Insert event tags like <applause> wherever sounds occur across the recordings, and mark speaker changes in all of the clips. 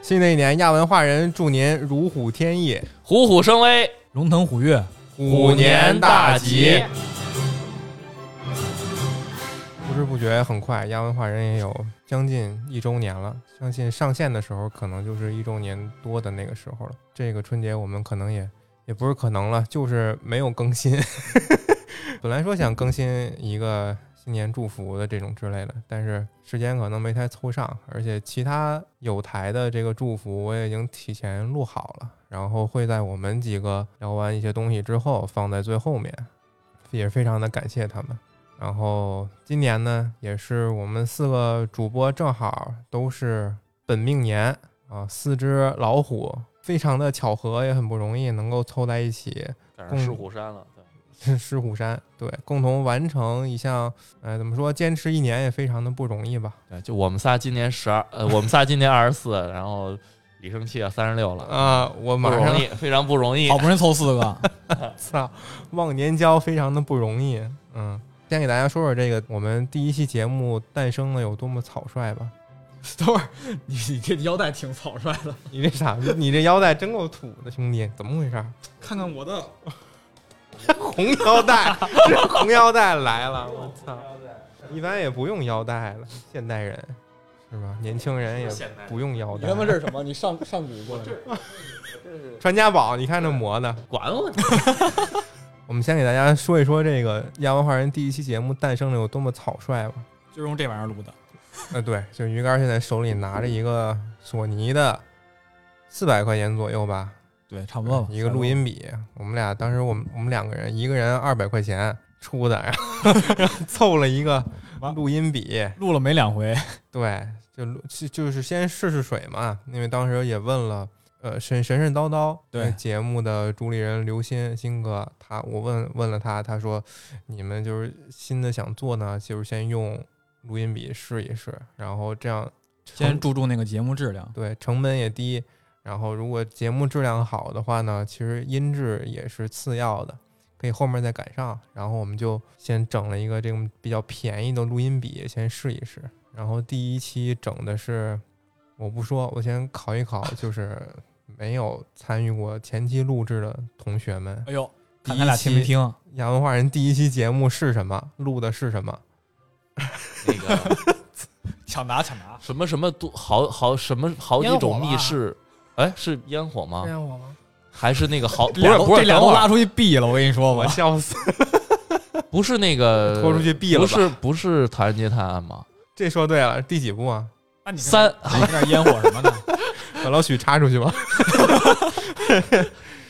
Speaker 1: 新的一年，亚文化人祝您如虎添翼，
Speaker 2: 虎虎生威，
Speaker 3: 龙腾虎跃，
Speaker 2: 虎年大吉。
Speaker 1: 不知不觉很快，亚文化人也有将近一周年了。相信上线的时候，可能就是一周年多的那个时候了。这个春节我们可能也也不是可能了，就是没有更新。 <laughs> 本来说想更新一个新年祝福的这种之类的，但是时间可能没太凑上，而且其他有台的这个祝福我也已经提前录好了，然后会在我们几个聊完一些东西之后放在最后面，也非常的感谢他们。然后今年呢，也是我们四个主播正好都是本命年啊，四只老虎，非常的巧合，也很不容易能够凑在一起，
Speaker 2: 赶上
Speaker 1: 嗯
Speaker 2: 狮虎山了，对，
Speaker 1: 狮虎山，对，共同完成一项，呃，怎么说，坚持一年也非常的不容易吧？
Speaker 2: 对，就我们仨今年十二，呃，我们仨今年二十四， <laughs> 然后李生气啊三十六了，
Speaker 1: 啊、我
Speaker 2: 不
Speaker 1: 马上 <laughs>
Speaker 2: 容易，非常不容易
Speaker 3: 好。不容易凑四个，
Speaker 1: 操，忘年交非常的不容易。嗯，先给大家说说这个我们第一期节目诞生的有多么草率吧。
Speaker 3: 等会儿你 <laughs> 你这腰带挺草率的，
Speaker 1: 你这傻逼，你这腰带真够土的，兄弟，怎么回事儿？
Speaker 3: 看看我的，
Speaker 1: 红腰带， <laughs> 这红腰带来了，我操！一般也不用腰带了，现代人是吧？年轻人也不用腰带。
Speaker 3: 是什么？你上上古过来的，
Speaker 1: 传家宝，你看这磨的。
Speaker 2: 管我，
Speaker 1: 我们先给大家说一说这个亚文化人第一期节目诞生的有多么草率吧。
Speaker 3: 就是用这玩意儿录的，
Speaker 1: 呃，对，就鱼竿现在手里拿着一个索尼的，四百块钱左右吧，
Speaker 3: 对，哦差不多吧。
Speaker 1: 一个录音笔。我们俩当时我们我们两个人，一个人二百块钱出的，然后 <laughs> 然后凑了一个录音笔，
Speaker 3: 录了没两回，
Speaker 1: 对，就录就就是先试试水嘛，因为当时也问了，呃，神神神叨叨
Speaker 3: 对
Speaker 1: 那节目的主理人刘鑫鑫哥，他我问问了他，他说你们就是新的想做呢，就是先用录音笔试一试，然后这样
Speaker 3: 先注重那个节目质量。
Speaker 1: 对成本也低，然后如果节目质量好的话呢，其实音质也是次要的。可以后面再赶上，然后我们就先整了一个这种比较便宜的录音笔，先试一试。然后第一期整的是，我不说，我先考一考，就是没有参与过前期录制的同学们，
Speaker 3: 哎呦，
Speaker 1: 第一
Speaker 3: 看他俩听没
Speaker 1: 期
Speaker 3: 听？
Speaker 1: 亚文化人第一期节目是什么，录的是什么？
Speaker 2: <laughs> 那个
Speaker 3: 抢答抢答，
Speaker 2: 什么什么多好好什么好几种密室，哎，是烟火吗？
Speaker 1: 我吗？
Speaker 2: 还是那
Speaker 1: <laughs>
Speaker 2: 个好不
Speaker 3: 俩
Speaker 2: 是
Speaker 3: 都
Speaker 2: 不
Speaker 3: 这
Speaker 2: 是
Speaker 3: 俩
Speaker 2: 等
Speaker 3: 都
Speaker 2: 会
Speaker 3: 拉
Speaker 2: 儿
Speaker 3: 出去毙了，我跟你说
Speaker 1: 我
Speaker 3: 吧。
Speaker 1: 笑死，
Speaker 2: 不是那
Speaker 1: <laughs>
Speaker 2: 个
Speaker 1: 拖出去毙了吧
Speaker 2: 不是不是唐人街探案吗？
Speaker 1: 这说对了，第几部啊？
Speaker 3: 那你
Speaker 2: 三
Speaker 3: 你这烟火什么 <laughs> 的，
Speaker 1: 把老许插出去吧。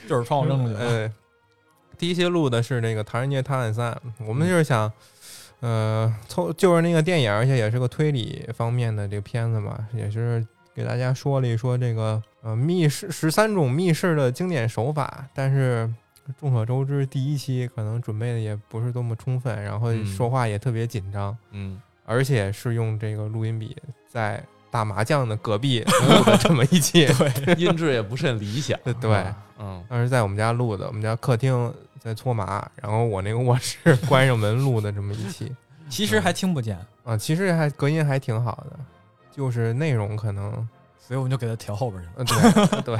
Speaker 3: 就是窗户扔出去了。
Speaker 1: 呃，第一期录的是那个《唐人街探案三》，我们
Speaker 3: 嗯
Speaker 1: 就是想，呃，凑就是那个电影，而且也是个推理方面的这个片子嘛，也是给大家说了一说这个呃密室十三种密室的经典手法，但是。众所周知，第一期可能准备的也不是多么充分，然后
Speaker 2: 嗯
Speaker 1: 说话也特别紧张，
Speaker 2: 嗯，
Speaker 1: 而且是用这个录音笔在打麻将的隔
Speaker 3: <laughs>
Speaker 1: 壁录的这么一期，。
Speaker 2: 音质也不甚理想
Speaker 1: <laughs> 对，
Speaker 2: 嗯，
Speaker 1: 当时在我们家录的，我们家客厅在搓麻，然后我那个卧室 <laughs> 关上门录的这么一期
Speaker 3: 其实还听不见，
Speaker 1: 啊，其实还隔音还挺好的，就是内容可能
Speaker 3: 所以我们就给他调后边去了。
Speaker 1: 呃对 <laughs> 对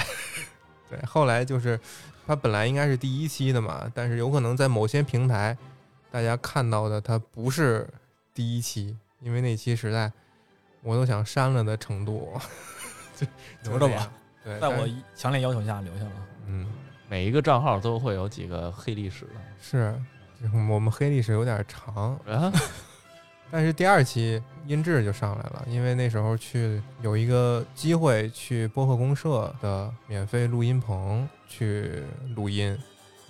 Speaker 1: 对，后来就是它本来应该是第一期的嘛，但是有可能在某些平台大家看到的它不是第一期，因为那期实在我都想删了的程度， <laughs> 就
Speaker 3: 留着吧。
Speaker 1: 就这样对，
Speaker 3: 在我
Speaker 1: 但
Speaker 3: 强烈要求下留下了。
Speaker 1: 嗯。
Speaker 2: 每一个账号都会有几个黑历史
Speaker 1: 是，就是我们黑历史有点长，
Speaker 2: 的啊，
Speaker 1: 但是第二期音质就上来了，因为那时候去有一个机会去播客公社的免费录音棚去录音，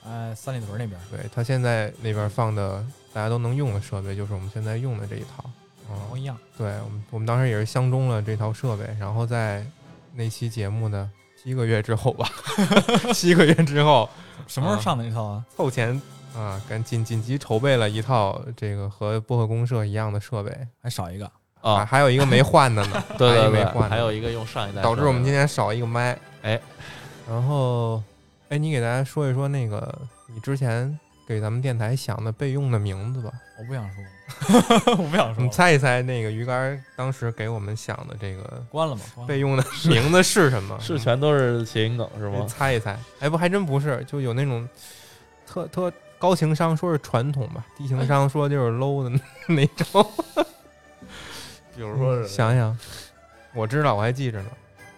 Speaker 3: 哎，三里屯那边，
Speaker 1: 对他现在那边放的大家都能用的设备就是我们现在用的这一套，
Speaker 3: 然后
Speaker 1: 嗯，
Speaker 3: 一样，
Speaker 1: 对我们我们当时也是相中了这套设备，然后在那期节目的七个月之后吧， <laughs> 七个月之后
Speaker 3: 什么时候上的那套啊？
Speaker 1: 凑钱啊，赶紧紧急筹备了一套这个和播客公社一样的设备，
Speaker 3: 还少一个，
Speaker 1: 啊，
Speaker 2: 啊，
Speaker 1: 还有一个没换的呢，
Speaker 2: 对对
Speaker 1: 还有一
Speaker 2: 对
Speaker 1: 个没换，的
Speaker 2: 还有一个用上一代设备的，
Speaker 1: 导致我们今天少一个麦。
Speaker 2: 哎，
Speaker 1: 然后，哎，你给大家说一说那个你之前给咱们电台想的备用的名字吧。
Speaker 3: 我不想说，我不想
Speaker 1: 你
Speaker 3: 说
Speaker 1: 们，猜一猜，那个鱼竿当时给我们想的这个
Speaker 3: 关了吧，关了
Speaker 1: 备用的名字是什么？
Speaker 2: 是全都是谐音梗是
Speaker 1: 你
Speaker 2: 吗？
Speaker 1: 猜一猜？哎，不，还真不是，就有那种特特高情商说是传统吧，低
Speaker 2: 哎
Speaker 1: 情商说就是 low 的那种。
Speaker 2: 比如说是
Speaker 1: 想想，我知道，我还记着呢。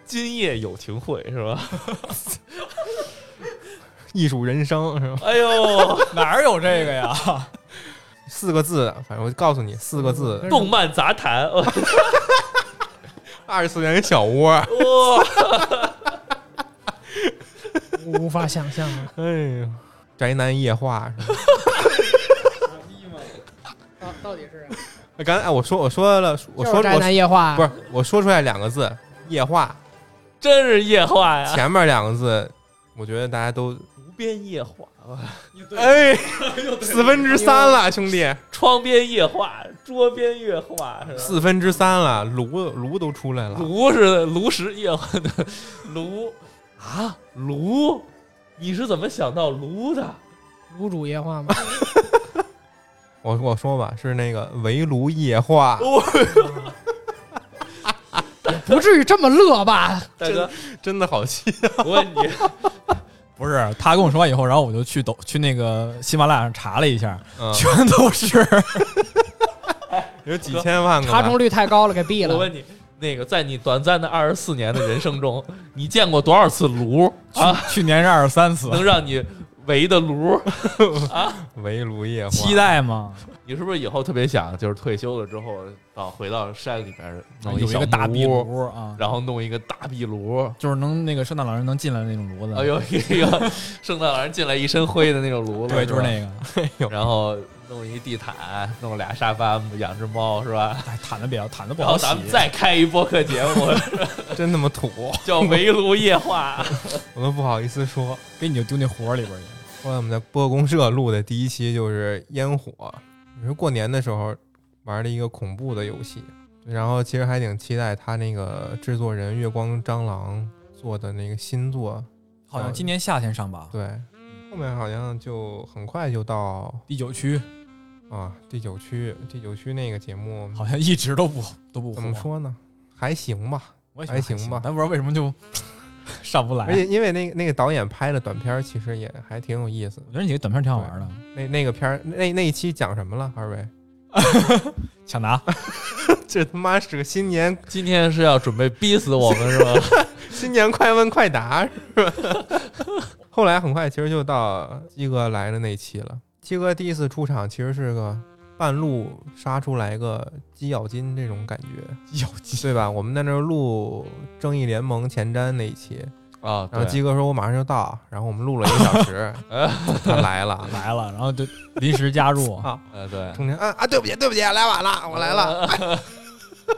Speaker 2: 今夜有情会是吧？
Speaker 1: 艺术人生是吧？
Speaker 2: <laughs> 哎呦， <laughs>
Speaker 3: 哪儿有这个呀？
Speaker 1: 四个字，反正我告诉你，四个字，
Speaker 2: 动漫杂谈， <laughs> 哇、
Speaker 1: 二次元小窝。
Speaker 4: 无法想象啊！
Speaker 1: 哎呦，宅男夜话是吧？
Speaker 4: <laughs> 到到底是啊
Speaker 1: 哎刚才哎我说我说了，我
Speaker 4: 就
Speaker 1: 说
Speaker 4: 是宅
Speaker 1: 我
Speaker 4: 男夜话，
Speaker 1: 不是我说出来两个字夜话，
Speaker 2: 真是夜话呀，
Speaker 1: 前面两个字，我觉得大家都
Speaker 2: 无边夜话，哇
Speaker 1: 哎四分之三了，兄弟，
Speaker 2: 窗边夜话，桌边夜话是吧？
Speaker 1: 四分之三了，炉炉都出来了，
Speaker 2: 炉是炉石夜话 <laughs> 的炉啊，炉，你是怎么想到炉的？
Speaker 4: 卤煮夜话吗？ <laughs>
Speaker 1: 我我说吧，是那个围炉夜话，
Speaker 4: 不至于这么乐吧？
Speaker 2: 大哥，
Speaker 1: 真的好气，啊
Speaker 2: 我问你，
Speaker 3: 不是，他跟我说完以后，然后我就去抖去那个喜马拉雅上查了一下，
Speaker 1: 嗯，
Speaker 3: 全都是。
Speaker 1: 有几千万个
Speaker 4: 查
Speaker 1: 吧
Speaker 4: 重率太高了，给毙
Speaker 2: 我
Speaker 4: 了。
Speaker 2: 问你，那个在你短暂的二十四年的人生中，你见过多少次炉啊？
Speaker 3: 去年是二十三次，
Speaker 2: 能让你围的炉？
Speaker 1: 围炉夜话，
Speaker 3: 期待吗？
Speaker 2: 你是不是以后特别想，就是退休了之后，到回到山里边弄
Speaker 3: 有一
Speaker 2: 小
Speaker 3: 个大壁
Speaker 2: 炉，
Speaker 3: 炉啊，
Speaker 2: 然后弄一个大壁炉？
Speaker 3: 就是能那个圣诞老人能进来那种炉子。
Speaker 2: 哎，呦，一个圣诞老人进来一身灰的那种炉子，
Speaker 3: 对，就是
Speaker 2: 吧
Speaker 3: 那个，
Speaker 2: 然后弄一地毯，弄俩沙发，养只猫是吧？
Speaker 3: 哎，毯子比较毯子不
Speaker 2: 然
Speaker 3: 好
Speaker 2: 后
Speaker 3: 洗。
Speaker 2: 咱们再开一播客节目，
Speaker 1: 真他妈土，
Speaker 2: 叫《围炉夜话》。
Speaker 1: 我都不好意思说。
Speaker 3: 给你就丢那火里边去。
Speaker 1: 后来我们在播客公社录的第一期就是烟火，你说过年的时候玩了一个恐怖的游戏，然后其实还挺期待他那个制作人月光蟑螂做的那个新作，
Speaker 3: 好像今年夏天上吧，
Speaker 1: 对，后面好像就很快就到
Speaker 3: 第九区
Speaker 1: 啊第九区，第九区那个节目
Speaker 3: 好像一直都不都不火
Speaker 1: 怎么说呢，还行吧，
Speaker 3: 我也觉得还
Speaker 1: 还行吧
Speaker 3: 但不知道为什么就 <laughs> 上不来。
Speaker 1: 而且因为那个那个导演拍的短片儿其实也还挺有意思的，
Speaker 3: 我觉得你这短片挺好玩的，
Speaker 1: 那那个片儿那那一期讲什么了？二位，
Speaker 3: 抢答。
Speaker 1: <laughs> 这他妈是个新年
Speaker 2: 今天是要准备逼死我们是吧？
Speaker 1: 新年快问快答是吧？ <laughs> 后来很快其实就到鸡哥来的那期了。鸡哥第一次出场其实是个半路杀出来个鸡咬金这种感觉，
Speaker 3: 有劲，
Speaker 1: 对吧？我们在那儿录《正义联盟前瞻》那一期，
Speaker 2: 啊，
Speaker 1: 然后
Speaker 2: 对
Speaker 1: 鸡哥说我马上就到，然后我们录了一个小时
Speaker 2: 哎，
Speaker 1: 他来了。
Speaker 3: 啊来了，然后就临时加入，
Speaker 1: <laughs> 啊
Speaker 2: 呃对，
Speaker 1: 中间啊啊，对不起对不起，来晚了，我来了。
Speaker 2: 呃。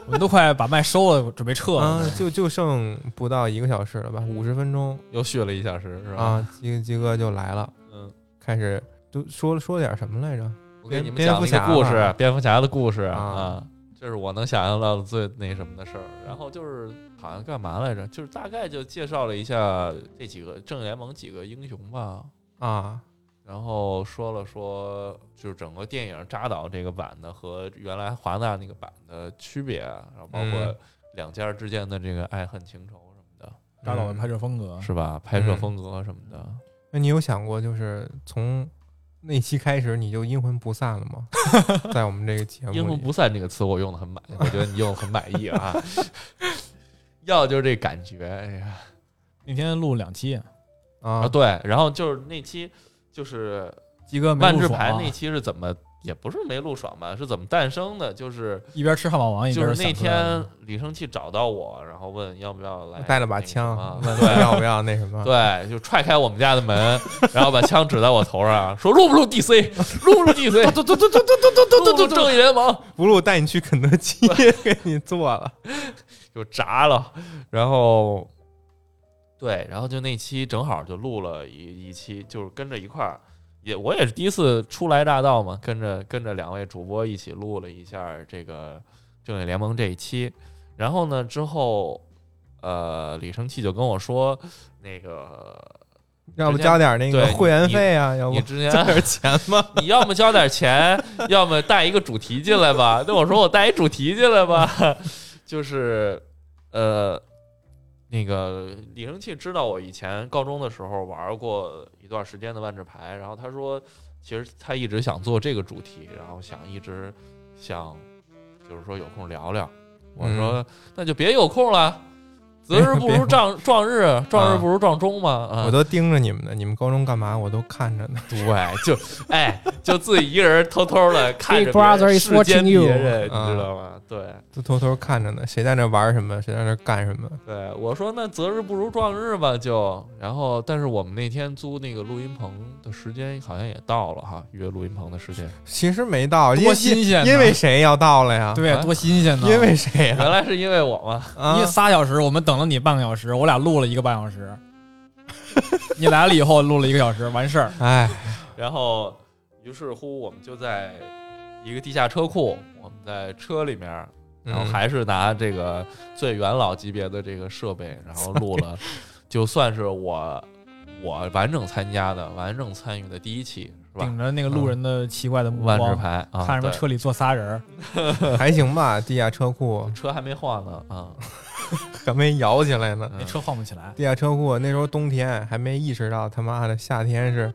Speaker 3: 我们都快把麦收了，准备撤
Speaker 1: 啊
Speaker 3: 了。，
Speaker 1: 就就剩不到一个小时了吧，五十分钟
Speaker 2: <laughs> 又续了一小时是吧？
Speaker 1: 啊，鸡鸡哥就来了，
Speaker 2: 嗯，
Speaker 1: 开始都说说点什么来着？
Speaker 2: 我给你们
Speaker 1: 蝙
Speaker 2: 讲
Speaker 1: 蝠
Speaker 2: 一个
Speaker 1: 侠
Speaker 2: 故
Speaker 1: 吧
Speaker 2: 事，蝙蝠侠的故事
Speaker 1: 啊
Speaker 2: 啊，这是我能想象到的最那什么的事儿。然后就是好像干嘛来着？就是大概就介绍了一下这几个正义联盟几个英雄吧，
Speaker 1: 啊，
Speaker 2: 然后说了说，就是整个电影扎导这个版的和原来华纳那个版的区别，啊然后包括
Speaker 1: 嗯
Speaker 2: 两家之间的这个爱恨情仇什么的，
Speaker 3: 扎导的
Speaker 1: 嗯
Speaker 3: 拍摄风格，
Speaker 2: 是吧？拍摄
Speaker 1: 嗯
Speaker 2: 风格什么的，
Speaker 1: 那你有想过，就是从那期开始你就阴魂不散了吗？在我们这个节目里，
Speaker 2: 阴魂不散这个词我用的很满，我觉得你用得很满意啊。要就是这感觉，哎呀
Speaker 3: 那天录两期，
Speaker 1: 啊
Speaker 2: 啊，，对，然后就是那期就是
Speaker 3: 鸡哥没
Speaker 2: 万
Speaker 3: 录啊
Speaker 2: 智
Speaker 3: 爽
Speaker 2: 牌那期是怎么，也不是没录爽吧，是怎么诞生的？就是
Speaker 3: 一边吃汉堡王一
Speaker 2: 就
Speaker 3: 边
Speaker 2: 是那
Speaker 3: 想出来的
Speaker 2: 天李生气找到我，然后问要不要来，
Speaker 1: 带了把枪，
Speaker 2: 对
Speaker 1: 问要不要那什么？
Speaker 2: 对，就踹开我们家的门，然后把枪指在我头上，说录不录 DC，录不录 DC，
Speaker 4: 嘟嘟嘟嘟嘟嘟嘟
Speaker 2: 录
Speaker 4: 嘟
Speaker 2: 不录
Speaker 4: 嘟嘟，
Speaker 2: 正义联盟，
Speaker 1: 不如我带你去肯德基给你做了。
Speaker 2: 就炸了， <laughs> 然后对，然后就那期正好就录了一一期，就是跟着一块儿，也我也是第一次初来乍到嘛，跟着跟着两位主播一起录了一下这个正义联盟这一期，然后呢之后，呃，李生气就跟我说，那个
Speaker 1: 要不交点那个
Speaker 2: 对
Speaker 1: 会员费啊，要不
Speaker 2: 你之前 <laughs>
Speaker 3: 这是钱吗？
Speaker 2: 你要么交点钱，要么带一个主题进来吧。那我说我带一主题进来吧， <laughs> 就是呃，那个李生气知道我以前高中的时候玩过一段时间的万智牌，然后他说，其实他一直想做这个主题，然后想一直想，就是说有空聊聊。我说、那就别有空了。择日不如撞撞日，撞日不如撞钟嘛。啊
Speaker 1: <laughs> 我都盯着你们呢，你们高中干嘛我都看着呢。
Speaker 2: 对，就哎，就自己一个人偷偷的看着
Speaker 4: Big
Speaker 2: 别人
Speaker 4: brother is
Speaker 2: 视奸
Speaker 4: watching
Speaker 2: 别
Speaker 4: you
Speaker 2: 人，你
Speaker 1: 啊
Speaker 2: 知道吗？对
Speaker 1: 都偷偷看着呢，谁在那玩什么，谁在那干什么。
Speaker 2: 对，我说那择日不如撞日吧，就然后，但是我们那天租那个录音棚的时间好像也到了哈，约录音棚的时间，
Speaker 1: 其实没到，因
Speaker 3: 多新鲜呐
Speaker 1: 因为谁要到了呀？
Speaker 3: 对呀，
Speaker 2: 啊
Speaker 3: 多新鲜呢！
Speaker 1: 因为谁呀？
Speaker 2: 原来是因为我嘛，
Speaker 1: 啊
Speaker 3: 你仨小时，我们等了你半个小时，我俩录了一个半小时。你来了以后录了一个小时，完事儿。
Speaker 1: 哎，
Speaker 2: <laughs> 然后于是乎我们就在一个地下车库，我们在车里面，然后
Speaker 1: 嗯
Speaker 2: 还是拿这个最元老级别的这个设备，然后录了，就算是我我完整参加的、完整参与的第一期是吧嗯
Speaker 3: 顶？着那个路人的奇怪的目
Speaker 2: 万智
Speaker 3: 光，
Speaker 2: 牌啊，
Speaker 3: 看什么
Speaker 2: 对嗯
Speaker 3: 车里坐仨人儿，
Speaker 1: 还行吧，地下车库
Speaker 2: 车还没换呢
Speaker 3: <laughs>
Speaker 2: 啊，
Speaker 1: 还没摇起来呢。
Speaker 2: 嗯
Speaker 3: 那车晃不起来。
Speaker 1: 地下车库那时候冬天还没意识到他妈的夏天是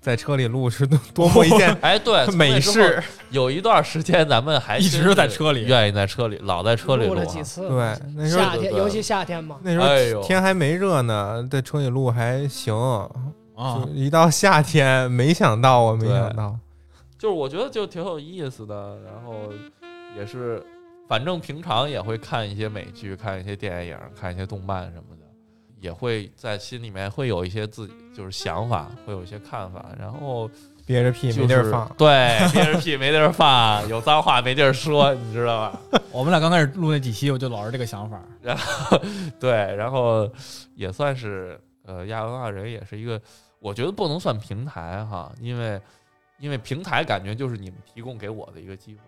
Speaker 1: 在车里录是多多么一件
Speaker 2: <laughs> 哎对，从那
Speaker 1: 美
Speaker 2: 之后
Speaker 1: 事。
Speaker 2: 有一段时间咱们还
Speaker 3: 一直
Speaker 2: 真是
Speaker 3: 在车里
Speaker 2: 愿意在车里，老在车里
Speaker 4: 录了
Speaker 2: 啊
Speaker 4: 几次，
Speaker 1: 对，哦那时候
Speaker 4: 夏天，
Speaker 2: 对
Speaker 4: 尤其夏天嘛，
Speaker 1: 那时
Speaker 2: 哎
Speaker 1: 候
Speaker 2: 呦
Speaker 1: 天还没热呢，在车里录还行。
Speaker 3: 啊
Speaker 1: 就，一到夏天，没想到啊，没想到，
Speaker 2: 就是我觉得就挺有意思的，然后也是，反正平常也会看一些美剧、看一些电影、看一些动漫什么的，也会在心里面会有一些自己就是想法，会有一些看法，然后
Speaker 1: 憋着屁
Speaker 2: 就是
Speaker 1: 没地儿放。
Speaker 2: 对，憋着屁没地儿放，有脏话没地儿说，你知道吧？
Speaker 3: 我们俩刚开始录那几期，我就老是这个想法。
Speaker 2: 对，然后也算是呃亚文化人也是一个，我觉得不能算平台哈，因为因为平台感觉就是你们提供给我的一个机会，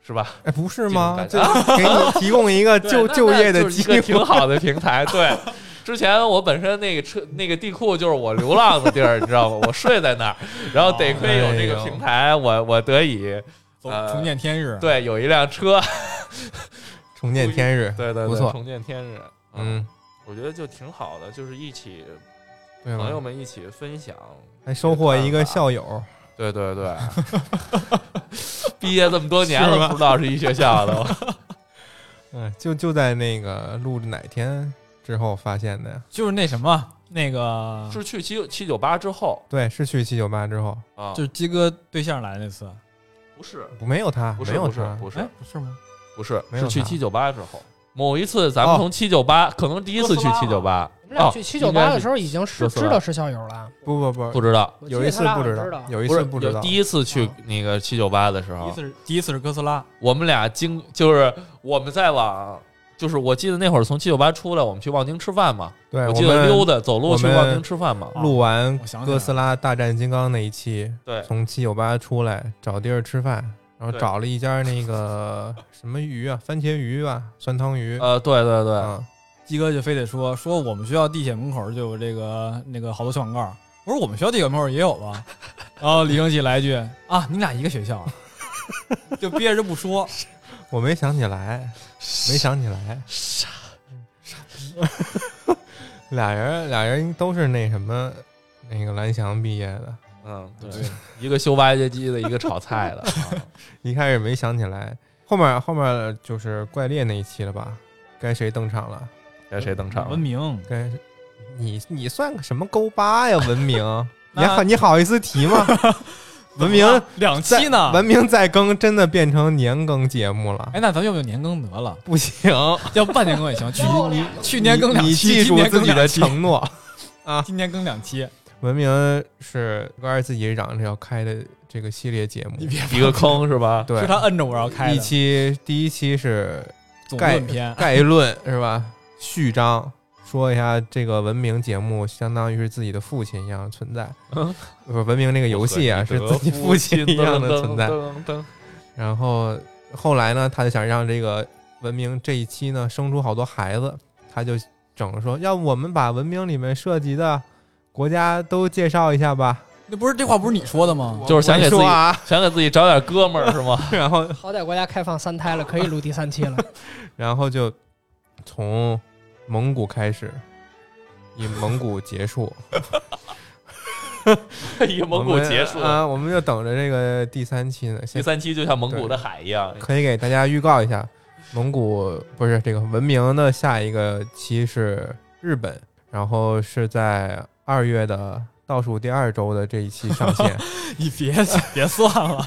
Speaker 2: 是吧？
Speaker 1: 哎，不是
Speaker 2: 这
Speaker 1: 吗？
Speaker 2: 种
Speaker 1: 就
Speaker 2: 感啊
Speaker 1: 给你提供一个
Speaker 2: 对
Speaker 1: 就
Speaker 2: 那
Speaker 1: 就
Speaker 2: 那
Speaker 1: 业的
Speaker 2: 就是一
Speaker 1: 机
Speaker 2: 个
Speaker 1: 会，
Speaker 2: 挺好的平台。
Speaker 1: <laughs>
Speaker 2: 对，之前我本身那个车那个地库就是我流浪的地儿，你知道吗？我睡在那儿，然后得亏有这个平台，
Speaker 1: 哦
Speaker 2: 我我得
Speaker 1: 哎
Speaker 2: 以
Speaker 3: 走
Speaker 2: 呃
Speaker 3: 重见天日，，
Speaker 2: 对有一辆车，
Speaker 1: 重见天日。
Speaker 2: 对啊对
Speaker 1: 不
Speaker 2: 对，
Speaker 1: 错
Speaker 2: 重见天日。
Speaker 1: 嗯，，
Speaker 2: 我觉得就挺好的，就是一起
Speaker 1: 对
Speaker 2: 朋友
Speaker 1: 吧？
Speaker 2: 们一起分享。
Speaker 1: 还收获一个校友，
Speaker 2: 对对
Speaker 1: <laughs>
Speaker 2: 对，毕业这么多年了，不知道是一学校的。
Speaker 1: <laughs> 嗯，就就在那个录哪天之后发现的呀？
Speaker 3: 就是那什么，那个
Speaker 2: 是去七七九八之后
Speaker 1: 对，是去七九八之后，
Speaker 2: 啊，
Speaker 3: 就是鸡哥对象来那次，
Speaker 2: 不是
Speaker 1: 不没有他，
Speaker 2: 不
Speaker 1: 没
Speaker 2: 是
Speaker 1: 有
Speaker 2: 不是
Speaker 1: 他，
Speaker 2: 不是
Speaker 3: 哎，不是吗？
Speaker 2: 不是，
Speaker 1: 没有
Speaker 2: 是去
Speaker 1: 他哦
Speaker 2: 七九八之后。某一次，咱们从七九八，可能第一次去七九八，
Speaker 4: 我们俩
Speaker 2: 哦
Speaker 4: 去七九八的时
Speaker 2: 候
Speaker 4: 候已经是
Speaker 2: 热搜
Speaker 4: 知
Speaker 2: 了
Speaker 4: 道是校友了，
Speaker 1: 不不不，
Speaker 2: 不知道，
Speaker 4: 我记
Speaker 1: 有
Speaker 4: 得
Speaker 1: 一次
Speaker 4: 他俩
Speaker 1: 不
Speaker 4: 好像
Speaker 1: 知
Speaker 4: 知
Speaker 1: 道，有一
Speaker 2: 不
Speaker 1: 次
Speaker 2: 是
Speaker 1: 不知
Speaker 2: 有
Speaker 1: 道
Speaker 2: 第，一次去
Speaker 4: 嗯
Speaker 2: 那个七九八的
Speaker 1: 啊
Speaker 2: 时
Speaker 3: 第一
Speaker 2: 候，
Speaker 3: 次是第一次是哥斯拉，
Speaker 2: 我们俩经就是我们在往，就是我记得那会儿从七九八出来，我们去望京吃饭嘛，
Speaker 1: 对，
Speaker 2: 我
Speaker 1: 我
Speaker 2: 记得溜
Speaker 1: 们
Speaker 2: 达走路去
Speaker 1: 哎我们
Speaker 2: 望京吃饭
Speaker 4: 啊
Speaker 2: 嘛，
Speaker 1: 录完
Speaker 3: 我想起来了
Speaker 1: 哥斯拉大战金刚那一期，
Speaker 2: 对
Speaker 1: 从七九八出来找地儿吃饭，然后
Speaker 2: 对
Speaker 1: 找了一家那个什么鱼啊，番茄鱼吧，酸汤鱼，
Speaker 2: 呃，对对对，
Speaker 1: 啊，
Speaker 3: 鸡哥就非得说说我们学校地铁门口就有这个那个好多小广告，我说我们学校地铁门口也有吧，然后李正喜来一句啊，你们俩一个学校啊， <laughs> 就憋着不说，
Speaker 1: 我没想起来，没想起来，傻傻逼， <laughs> 俩人俩人都是那什么那个蓝翔毕业的，
Speaker 2: 嗯，对，一个修挖掘机的，一个炒菜
Speaker 1: <laughs>
Speaker 2: 的，啊
Speaker 1: 一开始没想起来，后面后面就是怪猎那一期了吧？该谁登场了？
Speaker 2: 该啊谁登场
Speaker 3: 文
Speaker 2: 了？
Speaker 3: 明
Speaker 1: 该你你算个什么勾八呀？文
Speaker 3: <laughs>
Speaker 1: 明，你
Speaker 3: 那
Speaker 1: 好你好意思提
Speaker 3: <laughs>
Speaker 1: 吗？文明
Speaker 3: 啊两
Speaker 1: 再
Speaker 3: 期呢，
Speaker 1: 文明再更真的变成年更节目了
Speaker 3: 哎，，那咱们要不要年更得了？
Speaker 1: 不行，
Speaker 3: 要半年更也 <laughs> 行，去
Speaker 4: 够了
Speaker 3: 你去年更两
Speaker 1: <laughs> 你你
Speaker 3: 期，
Speaker 1: 记
Speaker 3: 今
Speaker 1: 住
Speaker 3: 年
Speaker 1: 自
Speaker 3: 更
Speaker 1: 己
Speaker 3: 两
Speaker 1: 的
Speaker 3: 期，
Speaker 1: 承诺。
Speaker 3: 今年更两
Speaker 1: <laughs>
Speaker 3: 期，
Speaker 1: 文明是高二自己嚷着要开的这个系列节目，
Speaker 2: 一个坑是吧？
Speaker 1: 对
Speaker 3: <laughs> 是，他摁着我要开
Speaker 1: 一
Speaker 3: 的
Speaker 1: 期第一期是
Speaker 3: 总
Speaker 1: 盖
Speaker 3: 论篇，
Speaker 1: 概论是吧？序章说一下这个文明节目，相当于是自己的父亲一样的存在。
Speaker 2: 嗯
Speaker 1: 不是文明那个游戏啊，是自己父亲一样的存
Speaker 2: <laughs>
Speaker 1: 在。
Speaker 2: 噔噔噔
Speaker 1: 然后后来呢，他就想让这个文明这一期呢生出好多孩子，他就整说，要不我们把文明里面涉及的国家都介绍一下吧。
Speaker 3: 那不是这话不是你说的吗？
Speaker 2: 就是想给自己
Speaker 1: 我说啊， <laughs>
Speaker 2: 想给自己找点哥们儿是吗？
Speaker 1: 然后
Speaker 4: 好歹国家开放三胎了，可以录第三期了。
Speaker 1: 然后就从蒙古开始，以
Speaker 2: <laughs>
Speaker 1: 蒙古结束，
Speaker 2: <laughs> 以蒙古结束
Speaker 1: 我，们啊，我们就等着这个第三期呢。
Speaker 2: 第
Speaker 1: 现
Speaker 2: 三期就像蒙古的海一样。
Speaker 1: 可以给大家预告一下，蒙古不是这个文明的下一个期是日本，然后是在二月的倒数第二周的这一期上
Speaker 2: <laughs>
Speaker 1: 线
Speaker 3: 你别 <laughs> 别算了，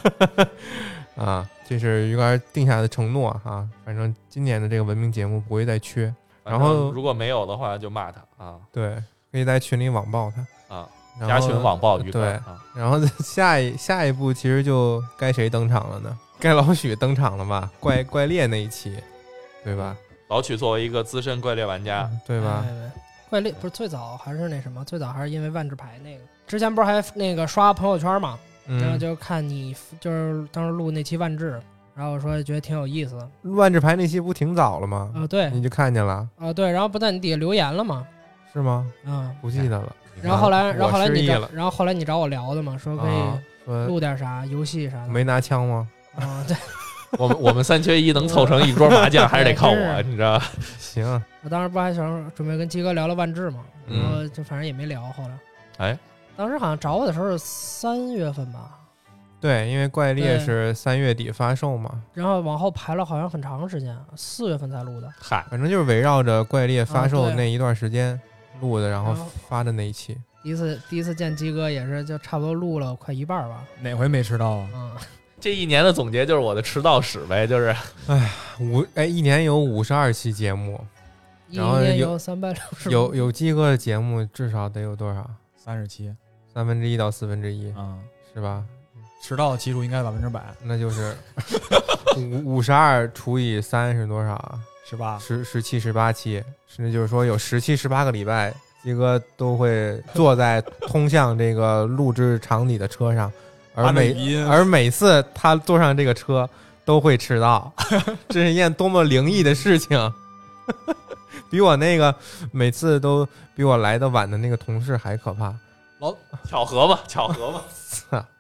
Speaker 1: 啊，这是鱼竿定下的承诺啊。反正今年的这个文明节目不会再缺，<laughs>
Speaker 2: 反
Speaker 1: 然
Speaker 2: 正
Speaker 1: 后
Speaker 2: 如果没有的话，就骂他啊
Speaker 1: 对，可以在群里网暴他
Speaker 2: 啊，
Speaker 1: 然
Speaker 2: 加
Speaker 1: 后
Speaker 2: 群网暴鱼竿
Speaker 1: 对
Speaker 2: 啊，
Speaker 1: 然后下一下一步其实就该谁登场了呢？该老许登场了吧？怪怪猎那一期，对吧？
Speaker 2: 老曲作为一个资深怪猎玩家，
Speaker 1: <laughs> 对吧？
Speaker 4: 哎？怪猎不是最早还是那什么？最早还是因为万智牌那个。之前不是还那个刷朋友圈嘛，然后
Speaker 1: 嗯，
Speaker 4: 就看你就是当时录那期万智，然后我说觉得挺有意思。
Speaker 1: 万智牌那期不挺早了吗？
Speaker 4: 啊，对，
Speaker 1: 你就看见了
Speaker 4: 啊对，然后不在你底下留言了嘛，
Speaker 1: 是吗？
Speaker 4: 嗯。
Speaker 1: 不记得了。
Speaker 4: 然后后来，
Speaker 1: 你看
Speaker 4: 然后后来
Speaker 1: 我失
Speaker 4: 你
Speaker 1: 忆
Speaker 4: 找
Speaker 1: 了，，
Speaker 4: 然后后来你找我聊的嘛，说可
Speaker 1: 啊
Speaker 4: 以
Speaker 1: 说
Speaker 4: 录点啥游戏啥的。
Speaker 1: 没拿枪吗？
Speaker 4: 啊，对，
Speaker 2: 我们我们三缺一能凑成一桌麻将，还是得靠
Speaker 4: 真
Speaker 2: 我，
Speaker 4: 是
Speaker 2: 你知道吧？
Speaker 1: 行，
Speaker 4: 我当时不还想准备跟鸡哥聊聊万智嘛，然
Speaker 2: 嗯
Speaker 4: 后就反正也没聊。后来，
Speaker 2: 哎，
Speaker 4: 当时好像找我的时候是三月份吧，
Speaker 1: 对，因为怪猎
Speaker 4: 对
Speaker 1: 是三月底发售嘛，
Speaker 4: 然后往后排了好像很长时间，四月份才录的。
Speaker 2: 嗨，
Speaker 1: 反正就是围绕着怪猎发售
Speaker 4: 啊对
Speaker 1: 那一段时间录的，然后
Speaker 4: 然后
Speaker 1: 发的那一期。
Speaker 4: 第一次第一次见鸡哥也是就差不多录了快一半吧，
Speaker 3: 哪回没吃到啊？
Speaker 4: 嗯，
Speaker 2: 这一年的总结就是我的迟到史呗，
Speaker 1: <laughs>
Speaker 2: 就是
Speaker 1: 五哎，一年有五十二期节目，
Speaker 4: 一
Speaker 1: 然后
Speaker 4: 年
Speaker 1: 有
Speaker 4: 有三百六十
Speaker 1: 有有鸡哥的节目至少得有多少？
Speaker 3: 三十七
Speaker 1: 三分之一到四分之一
Speaker 3: 啊，
Speaker 1: 是吧？
Speaker 3: 迟到的期数应该百分之百
Speaker 1: 那就是五五十二除以三是多少啊？
Speaker 3: 是吧？
Speaker 1: 十十七、十八期，甚至就是说有十七、十八个礼拜，鸡哥都会坐在通向这个录制场地的车上，而
Speaker 3: 按照语
Speaker 1: 每
Speaker 3: 音
Speaker 1: 而每次他坐上这个车都会迟到，这是一件多么灵异的事情！ <laughs> 比我那个每次都比我来的晚的那个同事还可怕， <laughs>
Speaker 3: 老
Speaker 2: 巧合吧，巧合吧。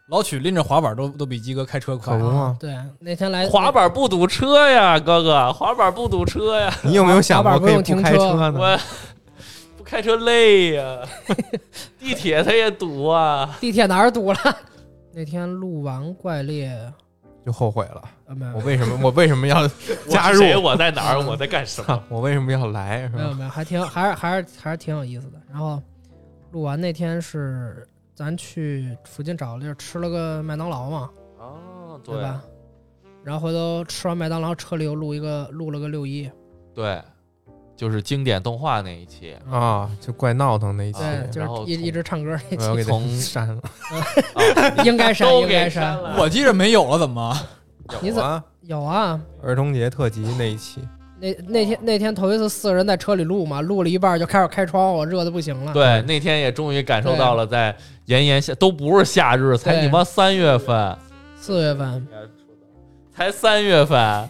Speaker 3: 老曲拎着滑板都都比鸡哥开车
Speaker 1: 可
Speaker 3: 快啊
Speaker 1: 不，吗？
Speaker 4: 对，那天
Speaker 1: 哎
Speaker 4: 来
Speaker 2: 滑板不堵车呀，哥哥，滑板不堵车呀，
Speaker 1: <laughs> 你有没有想过可以不开
Speaker 4: 滑
Speaker 1: 车呢？ <laughs>
Speaker 2: 我不开车累呀，地铁它也堵啊。
Speaker 4: 地铁哪儿堵了？ <laughs> 那天录完怪猎，
Speaker 1: 就后悔了，
Speaker 4: 呃，没有
Speaker 1: 我为什么我为什么要
Speaker 2: 我
Speaker 1: 加
Speaker 2: 是
Speaker 1: 入
Speaker 2: 谁？我在哪儿？我在干什么？
Speaker 1: <laughs> 我为什么要来？是
Speaker 4: 没有
Speaker 1: 吧？
Speaker 4: 没有，还挺还是还是还是挺有意思的。然后录完那天是咱去附近找个地儿吃了个麦当劳嘛，
Speaker 2: 哦，
Speaker 4: 对吧？然后回头吃完麦当劳，车里又录一个录了个六一，
Speaker 2: 对，就是经典动画那一
Speaker 4: <laughs>
Speaker 2: 期
Speaker 1: 啊、就怪闹腾那一期，
Speaker 4: 对，就
Speaker 2: 然后
Speaker 4: 是一
Speaker 2: 从
Speaker 4: 一直唱歌那
Speaker 1: 我要
Speaker 4: 期，
Speaker 1: 给它
Speaker 2: 从
Speaker 1: 删了。
Speaker 4: 应该删，
Speaker 2: 都
Speaker 4: 应
Speaker 2: 给
Speaker 4: 该
Speaker 2: 删
Speaker 4: 删。
Speaker 2: 了。
Speaker 3: 我记着没有了，怎么？
Speaker 4: 你怎
Speaker 1: 有啊
Speaker 4: 有啊？
Speaker 1: 儿童节特辑那一期，
Speaker 4: 那那天那天头一次四个人在车里录嘛，录了一半就开始开窗户，热的不行了。
Speaker 2: 对，那天也终于感受到了，在炎炎夏都不是夏日，才
Speaker 4: 对
Speaker 2: 你妈三月份，
Speaker 4: 四月份，
Speaker 2: 才三月份，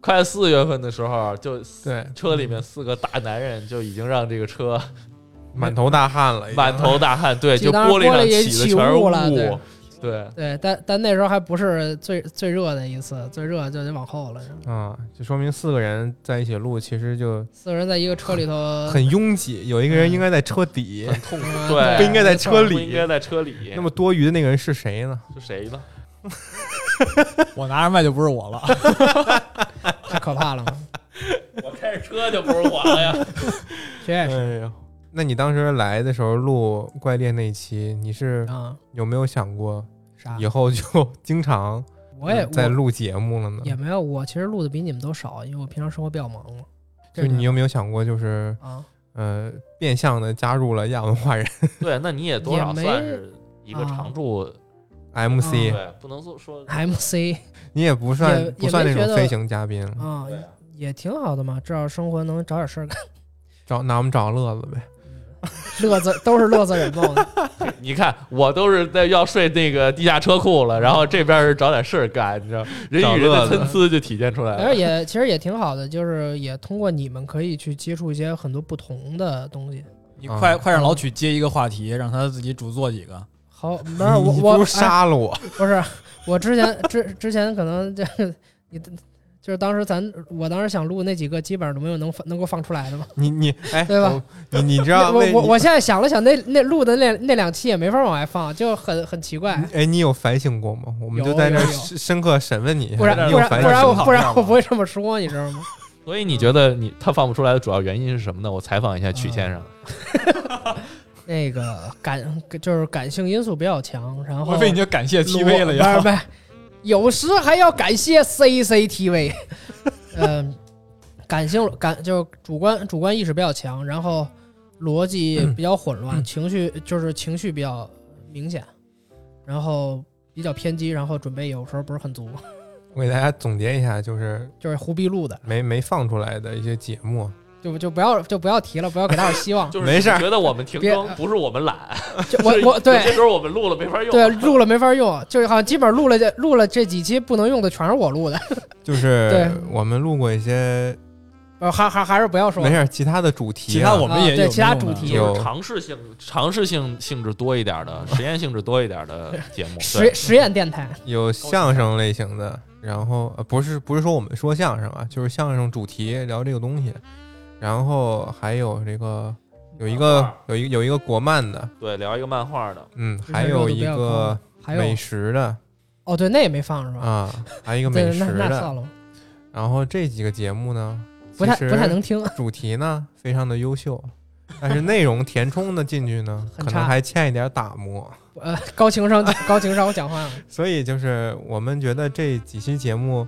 Speaker 2: 快四月份的时候，就
Speaker 1: 对，
Speaker 2: 车里面四个大男人就已经让这个车
Speaker 1: 满头大汗了，已经
Speaker 2: 满头大汗，对，
Speaker 4: 就
Speaker 2: 就
Speaker 4: 当时
Speaker 2: 玻璃
Speaker 4: 玻
Speaker 2: 上
Speaker 4: 璃也
Speaker 2: 起
Speaker 4: 起
Speaker 2: 的全是
Speaker 4: 雾了对
Speaker 2: 雾，对，
Speaker 4: 对，但但那时候还不是最最热的一次，最热就得往后了。
Speaker 1: 啊，就说明四个人在一起录，其实就
Speaker 4: 四个人在一个车里头，
Speaker 1: 很拥挤，有一个人应该在车底，
Speaker 2: 很痛苦，
Speaker 4: 嗯
Speaker 2: 对，
Speaker 1: 不应该在车里
Speaker 2: 不应该在车里。
Speaker 1: 那么多余的那个人是谁呢？
Speaker 2: 是谁呢？
Speaker 3: 我拿着麦就不是我了，
Speaker 1: 啊
Speaker 4: 太可怕了嘛。
Speaker 2: 我开着车就不是我了 <laughs> 呀。
Speaker 4: 确
Speaker 1: 哎
Speaker 4: 实
Speaker 1: 呦，那你当时来的时候录怪猎那一期，你是
Speaker 4: 啊，
Speaker 1: 有没有想过
Speaker 4: 啥
Speaker 1: 以？后就经常
Speaker 4: 我也
Speaker 1: 嗯在
Speaker 4: 我
Speaker 1: 录节目了呢？
Speaker 4: 也没有，我其实录的比你们都少，因为我平常生活比较忙嘛。
Speaker 1: 就你有没有想过，就是
Speaker 4: 啊，
Speaker 1: 呃，变相的加入了亚文化
Speaker 4: <laughs>
Speaker 1: 人
Speaker 2: <laughs> 对，那你也多少
Speaker 4: 也没
Speaker 2: 算是一个
Speaker 4: 啊
Speaker 2: 常驻，
Speaker 1: 嗯 MC，、
Speaker 2: 对，不能说说 <laughs>
Speaker 4: MC
Speaker 1: 你也不算
Speaker 4: 嗯也
Speaker 1: 不算那
Speaker 4: 也没
Speaker 1: 种
Speaker 4: 觉得
Speaker 1: 飞行嘉宾了，
Speaker 4: 啊
Speaker 2: 对啊，
Speaker 4: 也挺好的嘛，至少生活能找点事儿干， <laughs>
Speaker 1: 找拿我们找乐子呗。
Speaker 4: 乐子都是乐子人嘛。
Speaker 2: 啊你看，我都是在要睡那个地下车库了，然后这边是找点事儿干，你知道，人
Speaker 1: 找
Speaker 2: 与人
Speaker 1: 乐
Speaker 2: 的
Speaker 1: 子
Speaker 2: 参差就体现出来
Speaker 4: 而
Speaker 2: 了。
Speaker 4: 也其实也挺好的，就是也通过你们可以去接触一些很多不同的东西。
Speaker 3: 你
Speaker 1: 啊
Speaker 3: 快、快让老曲接一个话题，让他自己主做几个。
Speaker 4: 好，不是我
Speaker 1: 你
Speaker 4: 我
Speaker 1: 不如
Speaker 4: 哎
Speaker 1: 杀了我，
Speaker 4: 不是，我之前之之前可能就 <laughs> 你就是当时咱我当时想录那几个，基本上都没有能放能够放出来的嘛。
Speaker 1: 你你哎，
Speaker 4: 对吧
Speaker 1: 我？你你知道
Speaker 4: <laughs> 我
Speaker 1: 为
Speaker 4: 我
Speaker 1: 你
Speaker 4: 我现在想了想那，那录的那那两期也没法往外放，就很很奇怪。
Speaker 1: 哎，你有反省过吗？我们
Speaker 4: 有
Speaker 1: 就在这儿
Speaker 4: 有有
Speaker 1: 深深刻审问你一下，
Speaker 4: 不然
Speaker 1: 你
Speaker 4: 不
Speaker 1: 有
Speaker 4: 然
Speaker 1: 反
Speaker 4: 不
Speaker 1: 省
Speaker 4: 然
Speaker 1: 过
Speaker 4: 我
Speaker 1: 吗
Speaker 4: 不然我不会这么说，你知道吗？ <laughs>
Speaker 2: 所以你觉得你他放不出来的主要原因是什么呢？我采访一下曲先生。。
Speaker 4: 嗯那个感就是感性因素比较强，然后
Speaker 3: 我被你就感谢 TV 了
Speaker 4: 不
Speaker 3: 呀
Speaker 4: 是，不是有时还要感谢 <laughs> CCTV。嗯、感性感就是主观主观意识比较强，然后逻辑比较混乱，情绪就是情绪比较明显，然后比较偏激，然后准备有时候不是很足，
Speaker 1: 我给大家总结一下，就是
Speaker 4: 就是胡逼录的，
Speaker 1: 没没放出来的一些节目，
Speaker 4: 就就不要就不要提了，不要给大伙儿希望
Speaker 2: <laughs> 就是
Speaker 1: 没事儿
Speaker 2: 觉得我们停
Speaker 4: 别
Speaker 2: 更不是我们懒，
Speaker 4: 就我我
Speaker 2: 是有些
Speaker 4: 对
Speaker 2: 时候我们录了没法用。
Speaker 4: 对录了没法用，就是好像基本上录了这录了这几期不能用的全是我录的，
Speaker 1: 就是
Speaker 4: 对
Speaker 1: 我们录过一些
Speaker 4: 呃还还还是不要说
Speaker 1: 没。事儿其他的主题啊，
Speaker 3: 其他我们也有、
Speaker 4: 啊对其他主题
Speaker 2: 就
Speaker 1: 有
Speaker 2: 是尝试性、尝试性性质多一点的、实验性质多一点
Speaker 4: <laughs>
Speaker 2: 的节目。
Speaker 4: 实
Speaker 2: 对，
Speaker 4: 实验电台，
Speaker 1: 有相声类型的，然后呃不是不是说我们说相声啊，就是相声主题聊这个东西，然后还有这个有一
Speaker 2: 漫
Speaker 1: 个
Speaker 2: 画
Speaker 1: 有一有一个国漫的，
Speaker 2: 对，聊一个漫画的，
Speaker 1: 嗯，
Speaker 4: 这
Speaker 1: 还
Speaker 4: 热
Speaker 1: 有
Speaker 4: 度
Speaker 1: 一
Speaker 4: 比较
Speaker 1: 个
Speaker 4: 还有
Speaker 1: 美食的
Speaker 4: 哦，对，那也没放是吧？
Speaker 1: 啊，还有一个
Speaker 4: 对
Speaker 1: 美，食
Speaker 4: 那那
Speaker 1: 的，
Speaker 4: 算了，
Speaker 1: 然后这几个节目呢，
Speaker 4: 不太
Speaker 1: 其实
Speaker 4: 不太能听。
Speaker 1: 主题呢非常的优秀，但是内容填充的进去呢，
Speaker 4: <laughs> 很
Speaker 1: 可能
Speaker 4: 差
Speaker 1: 还欠一点打磨。
Speaker 4: 呃，高情商，高情商，我讲话了
Speaker 1: 所以就是我们觉得这几期节目，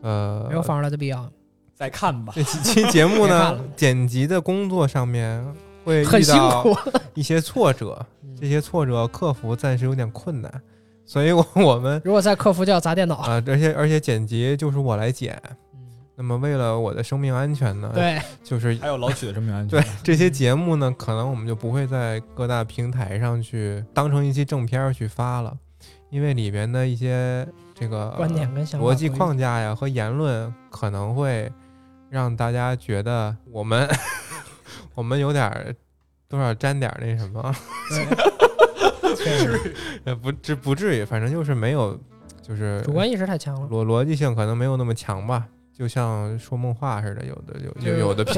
Speaker 1: 呃，
Speaker 4: 没有放出来的必要，
Speaker 3: 再看吧。
Speaker 1: <laughs> 这几期节目
Speaker 4: 别看
Speaker 1: 呢
Speaker 4: 了，
Speaker 1: 剪辑的工作上面会
Speaker 4: 很
Speaker 1: 遇
Speaker 4: 辛
Speaker 1: 到
Speaker 4: 苦。
Speaker 1: 一些挫折，
Speaker 4: 嗯
Speaker 1: 这些挫折克服暂时有点困难，所以我我们
Speaker 4: 如果在客服就要砸电脑，
Speaker 1: 啊、而且而且剪辑就是我来剪，
Speaker 4: 嗯
Speaker 1: 那么为了我的生命安全呢，
Speaker 4: 对，
Speaker 1: 就是
Speaker 3: 还有老曲的生命安全
Speaker 1: 对，这些节目呢，可能我们就不会在各大平台上去当成一期正片儿去发了，因为里边的一些这个
Speaker 4: 观点跟想法
Speaker 1: 逻辑
Speaker 4: 不一
Speaker 1: 框架呀和言论可能会让大家觉得我们 <laughs> 我们有点儿多少沾点儿那什么， <laughs>
Speaker 4: 对确实
Speaker 1: 也不至不至于，反正就是没有就是
Speaker 4: 主观意识太强了。
Speaker 1: 逻逻辑性可能没有那么强吧。就像说梦话似的，有的有
Speaker 4: 就
Speaker 1: 有有的
Speaker 4: 对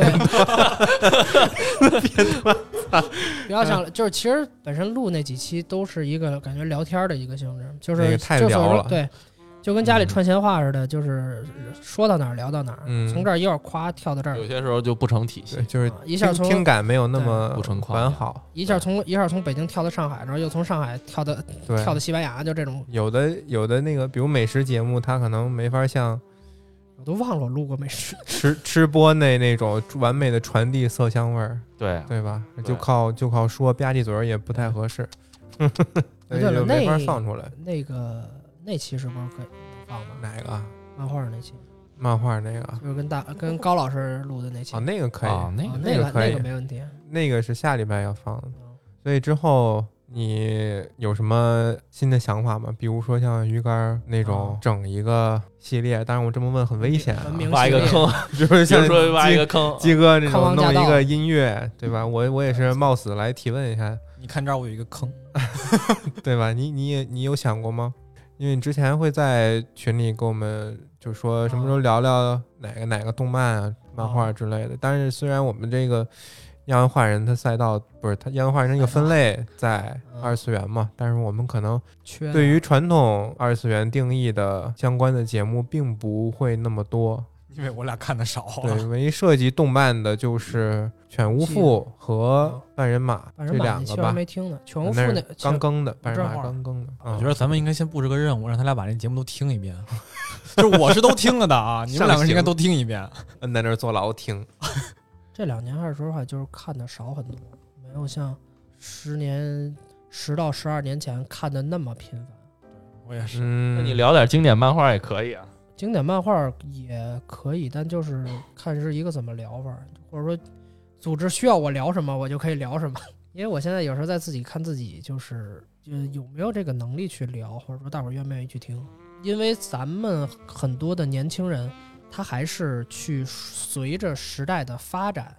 Speaker 1: 片段， <laughs>
Speaker 4: 不要想了，就是其实本身录那几期都是一个感觉聊天的一个性质，就是
Speaker 1: 那个太
Speaker 4: 就所
Speaker 1: 聊
Speaker 4: 说
Speaker 1: 了
Speaker 4: 对，就跟家里
Speaker 1: 嗯
Speaker 4: 串闲话似的，就是说到哪儿聊到哪儿，
Speaker 1: 嗯
Speaker 4: 从这儿一会儿夸跳到这儿
Speaker 2: 有，些时候就不成体系
Speaker 1: 对，就是
Speaker 4: 啊一下
Speaker 1: 听
Speaker 4: 从
Speaker 1: 听感没有那
Speaker 4: 对
Speaker 1: 么
Speaker 2: 不成框
Speaker 1: 完
Speaker 2: 架
Speaker 1: 好，
Speaker 4: 一下从一下从北京跳到上海，然后又从上海跳到
Speaker 1: 对，
Speaker 4: 跳到西班牙，就这种
Speaker 1: 有的有的那个，比如美食节目，它可能没法像
Speaker 4: 我都忘了我录过美食。
Speaker 1: 吃吃播那那种完美的传递色香味儿，
Speaker 2: 对，
Speaker 1: 对吧？
Speaker 2: 啊对
Speaker 1: 就靠就靠说吧唧嘴儿也不太合适， <laughs> 所以
Speaker 4: 对了
Speaker 1: 就没法
Speaker 4: 那
Speaker 1: 放出来。
Speaker 4: <laughs> 那个那期是不是可以放吗？
Speaker 1: 哪个啊
Speaker 4: 漫画那期，
Speaker 1: 漫画那个啊？
Speaker 4: 就是跟大跟高老师录的那期，
Speaker 1: 哦，
Speaker 4: 啊
Speaker 1: 那个可以，
Speaker 2: 啊，那个
Speaker 4: 那
Speaker 1: 那个可以
Speaker 4: 那个没问题。
Speaker 1: 那个是下礼拜要放的。
Speaker 4: 嗯
Speaker 1: 所以之后你有什么新的想法吗？比如说像鱼竿儿那种
Speaker 4: 啊
Speaker 1: 整一个系列，当然我这么问很危险啊
Speaker 4: 文，明
Speaker 2: 挖一个坑，
Speaker 1: <laughs>
Speaker 2: <laughs>
Speaker 1: 就是
Speaker 2: 比如
Speaker 1: 像
Speaker 2: 说挖
Speaker 1: 鸡
Speaker 2: 一个坑，
Speaker 1: 鸡哥这
Speaker 4: 康
Speaker 1: 种
Speaker 4: 王
Speaker 1: 弄
Speaker 4: 驾
Speaker 1: 一
Speaker 4: 到
Speaker 1: 个音乐，对吧？我我也是冒死来提问一下，
Speaker 3: 你看这儿我有一个坑，
Speaker 1: 嗯对吧？你你也你有想过吗？因为你之前会在群里跟我们就说什么时候聊聊哪个哪个动漫啊、漫画之类的。但是虽然我们这个亚文化人他赛道不是他亚文化人这个分类在
Speaker 4: 嗯
Speaker 1: 二次元嘛，但是我们可能
Speaker 4: 缺
Speaker 1: 对于传统二次元定义的相关的节目并不会那么多。
Speaker 3: 因为我俩看的少啊。
Speaker 1: 对，嗯唯一涉及动漫的就是《犬巫妇》和《半人马》
Speaker 4: 反
Speaker 1: 这
Speaker 4: 正马
Speaker 1: 两
Speaker 4: 那
Speaker 1: 个
Speaker 4: 期我还
Speaker 1: 吧。
Speaker 4: 没听呢，全
Speaker 1: 那
Speaker 4: 无妇
Speaker 1: 是
Speaker 4: 那
Speaker 1: 刚
Speaker 4: 全
Speaker 1: 更的，半人
Speaker 3: 正
Speaker 1: 马
Speaker 3: 好
Speaker 1: 刚更的。
Speaker 3: 我
Speaker 1: 嗯
Speaker 3: 觉得咱们应该先布置个任务，让他俩把那节目都听一遍。 <laughs> 就是我是都听了的啊， <laughs> 你们两个人应该都听一遍。
Speaker 1: 摁在那儿坐牢听，
Speaker 4: 这两年还是说实话，就是看的少很多，没有像十年十到十二年前看的那么频繁。
Speaker 3: 我也是，
Speaker 1: 嗯，
Speaker 2: 那你聊点经典漫画也可以啊。
Speaker 4: 经典漫画也可以，但就是看是一个怎么聊法儿，或者说组织需要我聊什么，我就可以聊什么。 <laughs> 因为我现在有时候在自己看自己，就是呃有没有这个能力去聊，或者说大伙儿愿不愿意去听。因为咱们很多的年轻人，他还是去随着时代的发展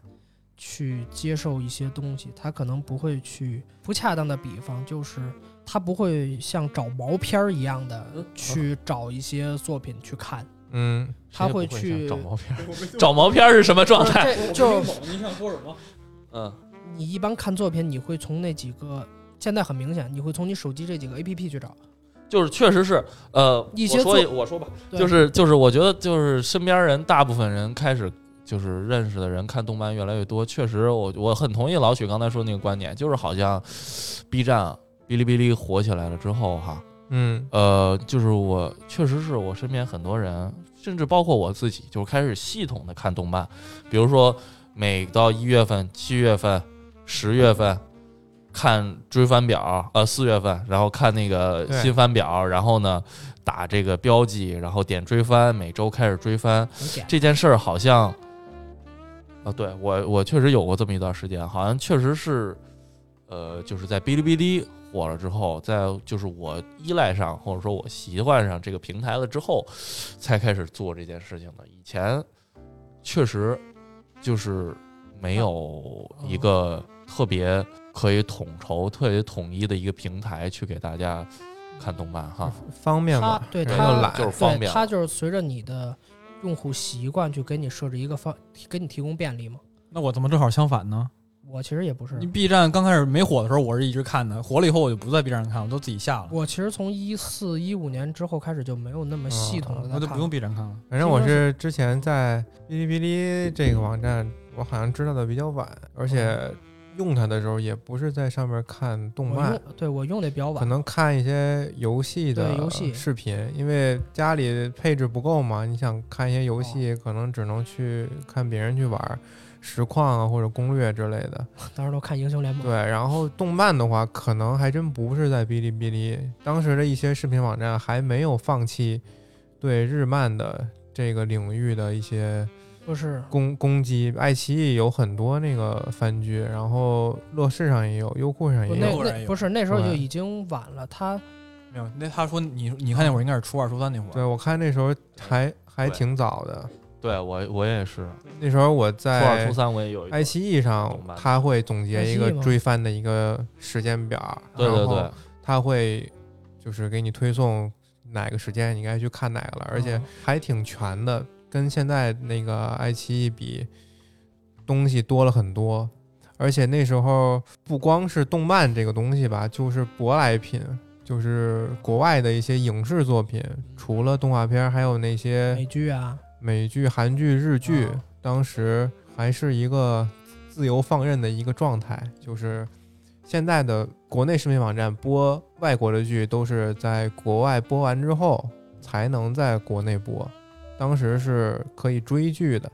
Speaker 4: 去接受一些东西，他可能不会去不恰当的比方，就是他不会像找毛片儿一样的
Speaker 2: 嗯
Speaker 4: 去找一些作品去看，
Speaker 1: 嗯，
Speaker 4: 他
Speaker 2: 谁也不会
Speaker 4: 会去
Speaker 2: 想找
Speaker 4: <laughs>
Speaker 2: 毛片儿，
Speaker 3: 我没
Speaker 2: 找毛片儿是什么状态？
Speaker 4: 这就
Speaker 3: 你想说什么？
Speaker 2: <laughs> 嗯，
Speaker 4: 你一般看作品，你会从那几个。现在很明显，你会从你手机这几个 A P P 去找，
Speaker 2: 就是确实是，呃，
Speaker 4: 一
Speaker 2: 我
Speaker 4: 些
Speaker 2: 说
Speaker 4: 作
Speaker 2: 一我说吧，
Speaker 4: 对
Speaker 2: 就是就是，我觉得就是身边人大部分人开始就是认识的人看动漫越来越多，确实我我很同意老许刚才说那个观点，就是好像 B 站、啊、哔哩哔哩火起来了之后哈，
Speaker 1: 嗯
Speaker 2: 呃，就是我确实是我身边很多人，甚至包括我自己，就是开始系统的看动漫，比如说每到一月份、七月份、十月份。看追番表，呃，四月份，然后看那个
Speaker 1: 对
Speaker 2: 新番表，然后呢，打这个标记，然后点追番，每周开始追番，
Speaker 4: 很简单。
Speaker 2: 这件事儿好像，啊，对我我确实有过这么一段时间，好像确实是，呃，就是在哔哩哔哩火了之后，在就是我依赖上或者说我习惯上这个平台了之后，才开始做这件事情的。以前确实就是没有一个特别可以统筹、特别统一的一个平台去给大家看动漫哈。
Speaker 1: 方便
Speaker 4: 他
Speaker 1: 嘛，
Speaker 4: 对
Speaker 1: 人
Speaker 4: 他
Speaker 1: 又懒，
Speaker 2: 就是方
Speaker 4: 对，
Speaker 2: 便
Speaker 4: 它就是随着你的用户习惯去给你设置一个方，给你提供便利嘛。
Speaker 3: 那我怎么正好相反呢？
Speaker 4: 我其实也不是
Speaker 3: 你，B 站刚开始没火的时候，我是一直看的，火了以后我就不在 B 站上看，我都自己下了，
Speaker 4: 我其实从一四一五年之后开始就没有那么系统的
Speaker 3: 我就不用 B 站看了。
Speaker 1: 反正我是之前在哔哩哔哩这个网站，我好像知道的比较晚，而且用它的时候也不是在上面看动
Speaker 4: 我
Speaker 1: 漫，
Speaker 4: 用对我用的比较
Speaker 1: 可
Speaker 4: 晚，
Speaker 1: 能看一些游戏的
Speaker 4: 对游戏
Speaker 1: 视频，因为家里配置不够嘛，你想看一些游戏，
Speaker 4: 哦
Speaker 1: 可能只能去看别人去玩儿实况啊或者攻略之类的。
Speaker 4: 当时都看英雄联盟。
Speaker 1: 对，然后动漫的话，可能还真不是在哔哩哔哩，当时的一些视频网站还没有放弃对日漫的这个领域的一些
Speaker 4: 就是
Speaker 1: 攻攻击。爱奇艺有很多那个番剧，然后乐视上也有，优酷上
Speaker 4: 不
Speaker 1: 也
Speaker 4: 那
Speaker 1: 有。
Speaker 3: 有人
Speaker 4: 那
Speaker 3: 有
Speaker 4: 不是那时候
Speaker 1: 对
Speaker 4: 就已经晚了，他
Speaker 3: 没有，那他说你你看那会儿应该是初二初三那会
Speaker 1: 对，
Speaker 3: 儿，
Speaker 1: 我看那时候还还
Speaker 2: 对
Speaker 1: 挺早的，
Speaker 2: 对我我也是，
Speaker 1: 那时候我
Speaker 2: 初二初
Speaker 1: 在
Speaker 2: 三我也有一段
Speaker 1: 爱奇艺上
Speaker 2: 动，漫
Speaker 1: 他会总结一
Speaker 4: 爱
Speaker 1: 个
Speaker 4: 奇艺吗
Speaker 1: 追番的一个时间表，
Speaker 2: 对对
Speaker 1: 哎然后
Speaker 2: 对，
Speaker 1: 他会就是给你推送哪个时间你该去看哪个了，而且还挺全的，跟现在那个爱奇艺比，东西多了很多。而且那时候不光是动漫这个东西吧，就是舶来品，就是国外的一些影视作品，除了动画片儿，还有那
Speaker 4: 美
Speaker 1: 些
Speaker 4: 剧啊，
Speaker 1: 美剧、韩剧、日剧
Speaker 4: 哦，
Speaker 1: 当时还是一个自由放任的一个状态，就是现在的国内视频网站播外国的剧都是在国外播完之后才能在国内播，当时是可以追剧的。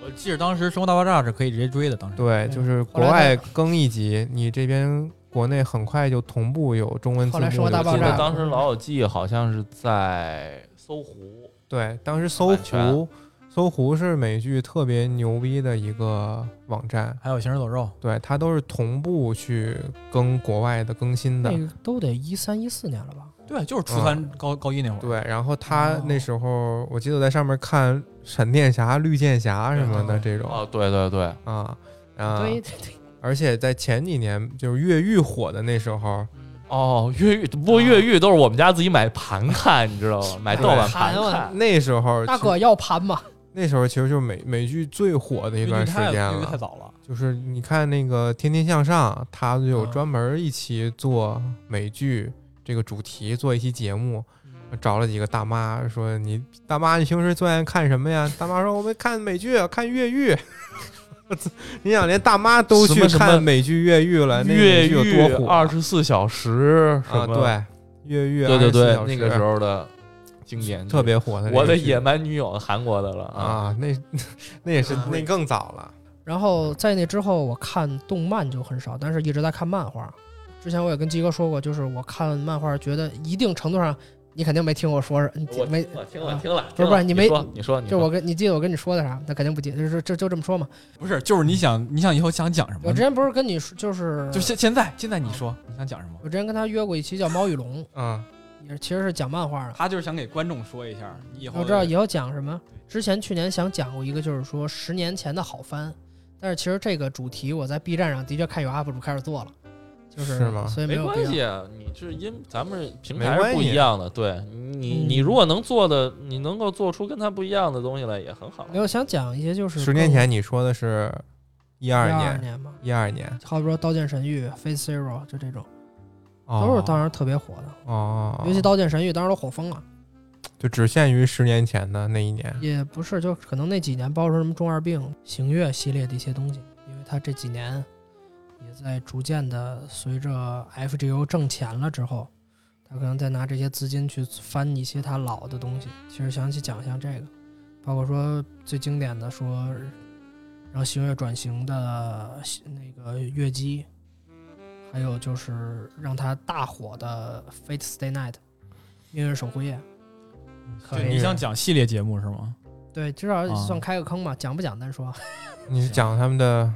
Speaker 3: 我记得当时《生活大爆炸》是可以直接追的，当时。
Speaker 1: 对，
Speaker 4: 嗯
Speaker 1: 就是
Speaker 4: 后
Speaker 1: 国
Speaker 4: 来
Speaker 1: 外
Speaker 4: 它
Speaker 1: 更一集，你这边国内很快就同步有中文字
Speaker 4: 后
Speaker 1: 幕
Speaker 4: 来
Speaker 1: 有
Speaker 4: 生活
Speaker 1: 字幕。
Speaker 4: 大爆
Speaker 2: 记得
Speaker 4: 炸
Speaker 2: 当时《老友记》好像是在搜狐，
Speaker 1: 对，当时搜
Speaker 2: 版权
Speaker 1: 狐，搜狐是美剧特别牛逼的一个网站。
Speaker 3: 还有《行尸走肉
Speaker 1: 对，它都是同步去跟国外的更新的
Speaker 4: 那。个都得一三一四年了吧？》，
Speaker 3: 对，就是初三高高一那会儿。
Speaker 1: 对，然后他
Speaker 4: 哦
Speaker 1: 那时候，我记得我在上面看闪电侠、绿箭侠什么的
Speaker 3: 对
Speaker 1: 这种
Speaker 2: 哦，对对对，
Speaker 1: 啊啊，
Speaker 4: 对对对，
Speaker 1: 而且在前几年就是越狱火的那时候，
Speaker 2: 哦，越狱不过越狱都是我们家自己买盘看，你知道吗？买盗版盘
Speaker 4: 盘啊
Speaker 2: 看，
Speaker 1: 那时候
Speaker 4: <laughs> 大
Speaker 1: 其
Speaker 4: 哥要盘嘛，
Speaker 1: 那时候其实就是美美剧最火的一
Speaker 3: 因
Speaker 1: 段
Speaker 3: 为
Speaker 1: 时
Speaker 3: 太
Speaker 1: 间
Speaker 3: 因为太
Speaker 1: 了。
Speaker 3: 早了。
Speaker 1: 就是你看那个《天天向上》，它就有
Speaker 4: 嗯
Speaker 1: 专门一期做美剧这个主题做一期节目，
Speaker 2: 嗯
Speaker 1: 找了几个大妈说：“你大妈，你平时最爱看什么呀？”大妈说：“我们看美剧，啊看越狱。”你想，连大妈都
Speaker 2: 什
Speaker 1: 去
Speaker 2: 么什么
Speaker 1: 看美剧《越狱》了，那
Speaker 2: 越
Speaker 1: 个美剧有
Speaker 2: 狱
Speaker 1: 多火
Speaker 2: 二十四小时什
Speaker 1: 啊！
Speaker 2: 么？
Speaker 1: 对，《越狱》
Speaker 2: 对对对
Speaker 1: 24
Speaker 2: 那个时
Speaker 1: 小时
Speaker 2: 候的经典剧，
Speaker 1: 特别火的那个剧。
Speaker 2: 我的野蛮女友，韩国的了啊，
Speaker 1: 啊，那 <laughs> 那也是
Speaker 2: 嗯
Speaker 4: 啊
Speaker 1: 那更早了。
Speaker 4: 然后在那之后，我看动漫就很少，但是一直在看漫画。之前我也跟鸡哥说过，就是我看漫画，觉得一定程度上，你肯定没听我说，你
Speaker 2: 我
Speaker 4: 没
Speaker 2: 我听了听了，
Speaker 4: 不是不是你
Speaker 2: 你
Speaker 4: 没
Speaker 2: 说你说你
Speaker 4: 就是我
Speaker 2: 说，
Speaker 4: 跟你记得我跟你说的啥？那肯定不记，就是就就这么说
Speaker 2: 嗯
Speaker 4: 嘛。
Speaker 3: 不是，就是你想你想以后想讲什
Speaker 4: 我
Speaker 3: 么
Speaker 4: 之？前不是跟你说，就是
Speaker 3: 就现现在现在你说你想讲什么？
Speaker 4: 我之前跟他约过一期叫《猫与龙》，
Speaker 1: 嗯，
Speaker 4: 也是其实是讲漫画的。
Speaker 3: <laughs> 他就是想给观众说一下，你以
Speaker 2: 嗯
Speaker 3: 后
Speaker 4: 我知道以后讲什么。之前去年想讲过一个，就是说十年前的好番，但是其实这个主题我在 B 站上的确看有 UP 主开始做了，就是
Speaker 1: 是吗
Speaker 4: 所以没
Speaker 2: 没
Speaker 4: 有必
Speaker 2: 关
Speaker 4: 要。
Speaker 2: 系啊，你这因咱们平
Speaker 1: 没
Speaker 2: 台
Speaker 1: 关
Speaker 2: 是不
Speaker 1: 系
Speaker 2: 一样的，对你
Speaker 4: 嗯
Speaker 2: 你如果能做的，你能够做出跟它不一样的东西来也很好。
Speaker 4: 没有想讲一些就是
Speaker 1: 十年前你说的是一
Speaker 4: 一
Speaker 1: 二
Speaker 4: 二
Speaker 1: 年，
Speaker 4: 年嘛，
Speaker 1: 一二年
Speaker 4: 好比说《刀剑神域》《Face Zero》就这种，
Speaker 1: 哦
Speaker 4: 都是当时特别火的，
Speaker 1: 哦，
Speaker 4: 尤其《刀剑神域》当时都火疯了。
Speaker 1: 就只限于十年前的那一年。
Speaker 4: 也不是，就可能那几年，包括什么中二病、行月系列的一些东西，因为它这几年也在逐渐的随着 FGO 挣钱了之后，他可能再拿这些资金去翻一些他老的东西。其实想起讲一下这个，包括说最经典的说让行月转型的那个月姬，还有就是让他大火的 Fate Stay Night 命运守护夜。
Speaker 3: 就
Speaker 4: 可以
Speaker 3: 你想讲系列节目是吗？
Speaker 4: 对，至少
Speaker 3: 啊
Speaker 4: 算开个坑嘛，讲不讲单说。
Speaker 1: 你是讲他们的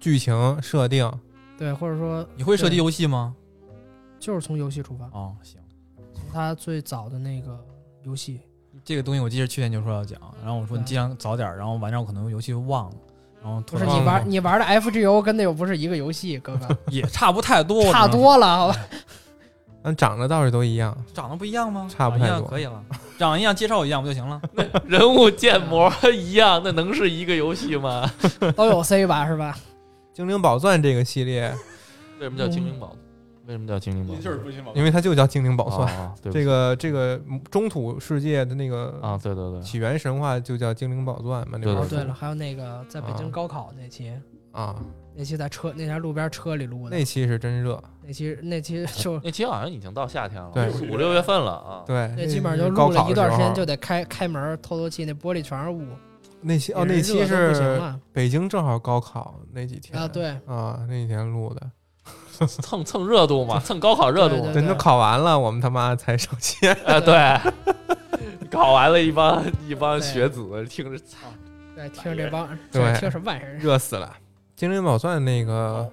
Speaker 1: 剧情设定，
Speaker 4: 对，或者说
Speaker 3: 你会射击
Speaker 4: 对
Speaker 3: 游戏吗？
Speaker 4: 就是从游戏出发，
Speaker 3: 哦，行，
Speaker 4: 从他最早的那个游戏，
Speaker 3: 这个东西我记得去年就说要讲，然后我说
Speaker 4: 对
Speaker 3: 你尽量早点，然后晚上我可能游戏又忘了，然后突
Speaker 4: 不是
Speaker 3: 然
Speaker 4: 你
Speaker 1: 忘了
Speaker 4: 玩你玩的 FGO 跟那又不是一个游戏，哥哥
Speaker 3: 也 <laughs> 差不太多，我只能
Speaker 4: 差多了，好吧？
Speaker 1: 但长得倒是都一样。
Speaker 3: 长得不一样吗？
Speaker 1: 差不
Speaker 3: 长一
Speaker 1: 太
Speaker 3: 样
Speaker 1: 多
Speaker 3: 可以了，长一样介绍一样不就行了？
Speaker 2: 人物建模一样，那能是一个游戏吗？
Speaker 4: 都有 C 吧，是吧？
Speaker 1: 精灵宝钻这个系列，
Speaker 2: 为什么叫精灵宝？为什么叫精灵宝？
Speaker 3: 不行
Speaker 1: 因为它就叫精灵宝钻。
Speaker 2: 哦， <laughs> 对不
Speaker 1: 这
Speaker 2: 起
Speaker 1: 个这个中土世界的那个
Speaker 2: 啊，对对对，
Speaker 1: 起源神话就叫精灵宝钻嘛，那
Speaker 2: 对
Speaker 1: 本
Speaker 4: 哦，
Speaker 1: 书
Speaker 4: 对了，还有那个在北京
Speaker 1: 啊
Speaker 4: 高考那期，
Speaker 1: 啊，
Speaker 4: 那期在车那家路边车里录的，
Speaker 1: 那期是真热，
Speaker 4: 那期那期就
Speaker 2: 那期好像已经到夏天了，
Speaker 1: 对
Speaker 2: 五六月份了啊。
Speaker 1: 对，
Speaker 4: 那基本上就
Speaker 1: 高
Speaker 4: 录了
Speaker 1: 考
Speaker 4: 一段
Speaker 1: 的
Speaker 4: 时
Speaker 1: 候
Speaker 4: 间，就得开开门透透气，那玻璃全是雾，
Speaker 1: 那期哦，
Speaker 4: 也
Speaker 1: 那
Speaker 4: 是
Speaker 1: 期
Speaker 4: 热得不行
Speaker 1: 是
Speaker 4: 了
Speaker 1: 北京正好高考那几天
Speaker 4: 啊，对，
Speaker 1: 啊，那几天录的，
Speaker 2: 蹭蹭热度嘛，蹭高考热度嘛。
Speaker 4: 对
Speaker 1: 等都考完了，我们他妈才上线，
Speaker 2: 啊，对， <laughs> 搞完了一帮一帮
Speaker 4: 对
Speaker 2: 学子，听着操，
Speaker 4: 对，听着这帮
Speaker 1: 对
Speaker 4: 听什么玩意儿？
Speaker 1: 热死
Speaker 4: <laughs>
Speaker 1: 了。精灵宝钻那
Speaker 4: 哦
Speaker 1: 个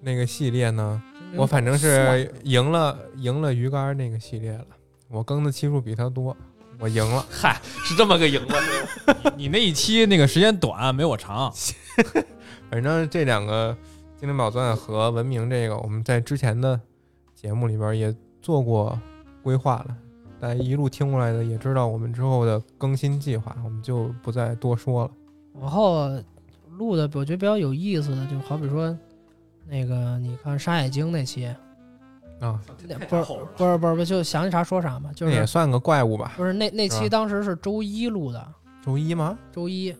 Speaker 1: 那个系列呢，我反正
Speaker 4: 算
Speaker 1: 是赢了赢了鱼竿那个系列了，我更的期数比他多，我赢
Speaker 4: <laughs>
Speaker 1: 了。
Speaker 2: 嗨，是这么个赢 <laughs> 的。
Speaker 3: 你那一期那个时间短，没我长，
Speaker 1: 反正这两个精灵宝钻和文明这个，我们在之前的节目里边也做过规划了。大家一路听过来的，也知道我们之后的更新计划，我们就不再多说了。
Speaker 4: 往后录的，我觉得比较有意思的，就好比说那个，你看《山海经》那期，
Speaker 1: 啊，
Speaker 4: 那不是不是不是不是，就想起啥说啥嘛，就
Speaker 1: 那也
Speaker 4: 是
Speaker 1: 算个怪物吧？
Speaker 4: 不是那那
Speaker 1: 是
Speaker 4: 期
Speaker 1: 吧
Speaker 4: 当时是周一录的，
Speaker 1: 周一吗？
Speaker 4: 周一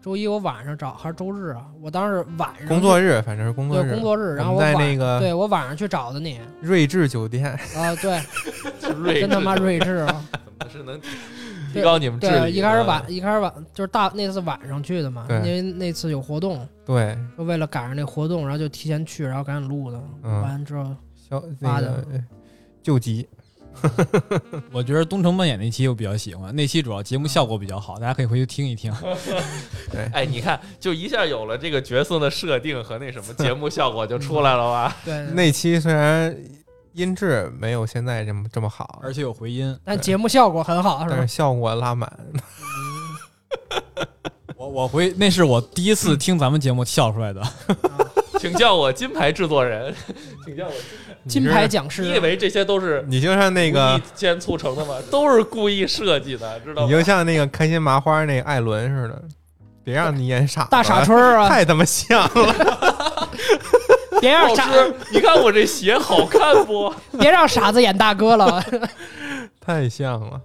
Speaker 4: 周一我晚上找还是周日啊？我当时晚上
Speaker 1: 工作日，反正是工
Speaker 4: 去
Speaker 1: 作
Speaker 4: 对
Speaker 1: 日。
Speaker 4: 工作日，然后
Speaker 1: 我
Speaker 4: 我
Speaker 1: 们在
Speaker 4: 晚
Speaker 1: 那个
Speaker 4: 对我晚上去找的你啊、
Speaker 1: 睿智酒店，
Speaker 4: 对，
Speaker 2: <laughs> 睿
Speaker 4: 真他妈
Speaker 2: 智
Speaker 4: 睿智
Speaker 2: <laughs>
Speaker 4: 啊！
Speaker 2: 的是能提高你们智
Speaker 4: 对，
Speaker 2: 力。
Speaker 4: 一开始晚一开始晚就是大那次晚上去的嘛，
Speaker 1: 啊对
Speaker 4: 因为那次有活动，
Speaker 1: 对，
Speaker 4: 说为了赶上那活动，然后就提前去，然后赶紧录的，
Speaker 1: 嗯
Speaker 4: 完了之后。
Speaker 1: 消那
Speaker 4: 发的
Speaker 1: 个救急，
Speaker 3: 我觉得东城扮演那期我比较喜欢，那期主要节目效果比较好，大家可以回去听一
Speaker 1: <laughs>
Speaker 3: 听。
Speaker 1: 对，
Speaker 2: 哎，你看，就一下有了这个角色的设定和那什么节目效果就出来了 <laughs> 吧？
Speaker 4: 对，
Speaker 1: 那期虽然音质没有现在这么这么好，
Speaker 3: 而且有回音，
Speaker 4: 但节目效果很好，是
Speaker 1: 但
Speaker 4: 吧
Speaker 1: 是？效果拉满，
Speaker 4: <laughs>
Speaker 3: 我我回那是我第一次听咱们节目笑出来的。
Speaker 2: 请叫我金牌制作人，请叫我金。
Speaker 4: 金牌讲师，
Speaker 2: 你以为这些都是
Speaker 1: 你就像那
Speaker 2: 无
Speaker 1: 个
Speaker 2: 意，间促
Speaker 1: <laughs>
Speaker 2: 成的吗？都是故意设计的，知道
Speaker 1: 你
Speaker 2: 吗
Speaker 1: 就？像那个开心麻花那艾伦似的，别让你演傻
Speaker 4: 大
Speaker 1: 傻 <laughs>
Speaker 4: 傻，春儿啊，
Speaker 1: 太他妈像了，
Speaker 4: 别让
Speaker 2: 老
Speaker 4: 傻 <laughs>
Speaker 2: 师，你看我这鞋好看不？ <laughs>
Speaker 4: 别让傻子演
Speaker 1: <laughs>
Speaker 4: 大哥了。
Speaker 1: 太像了。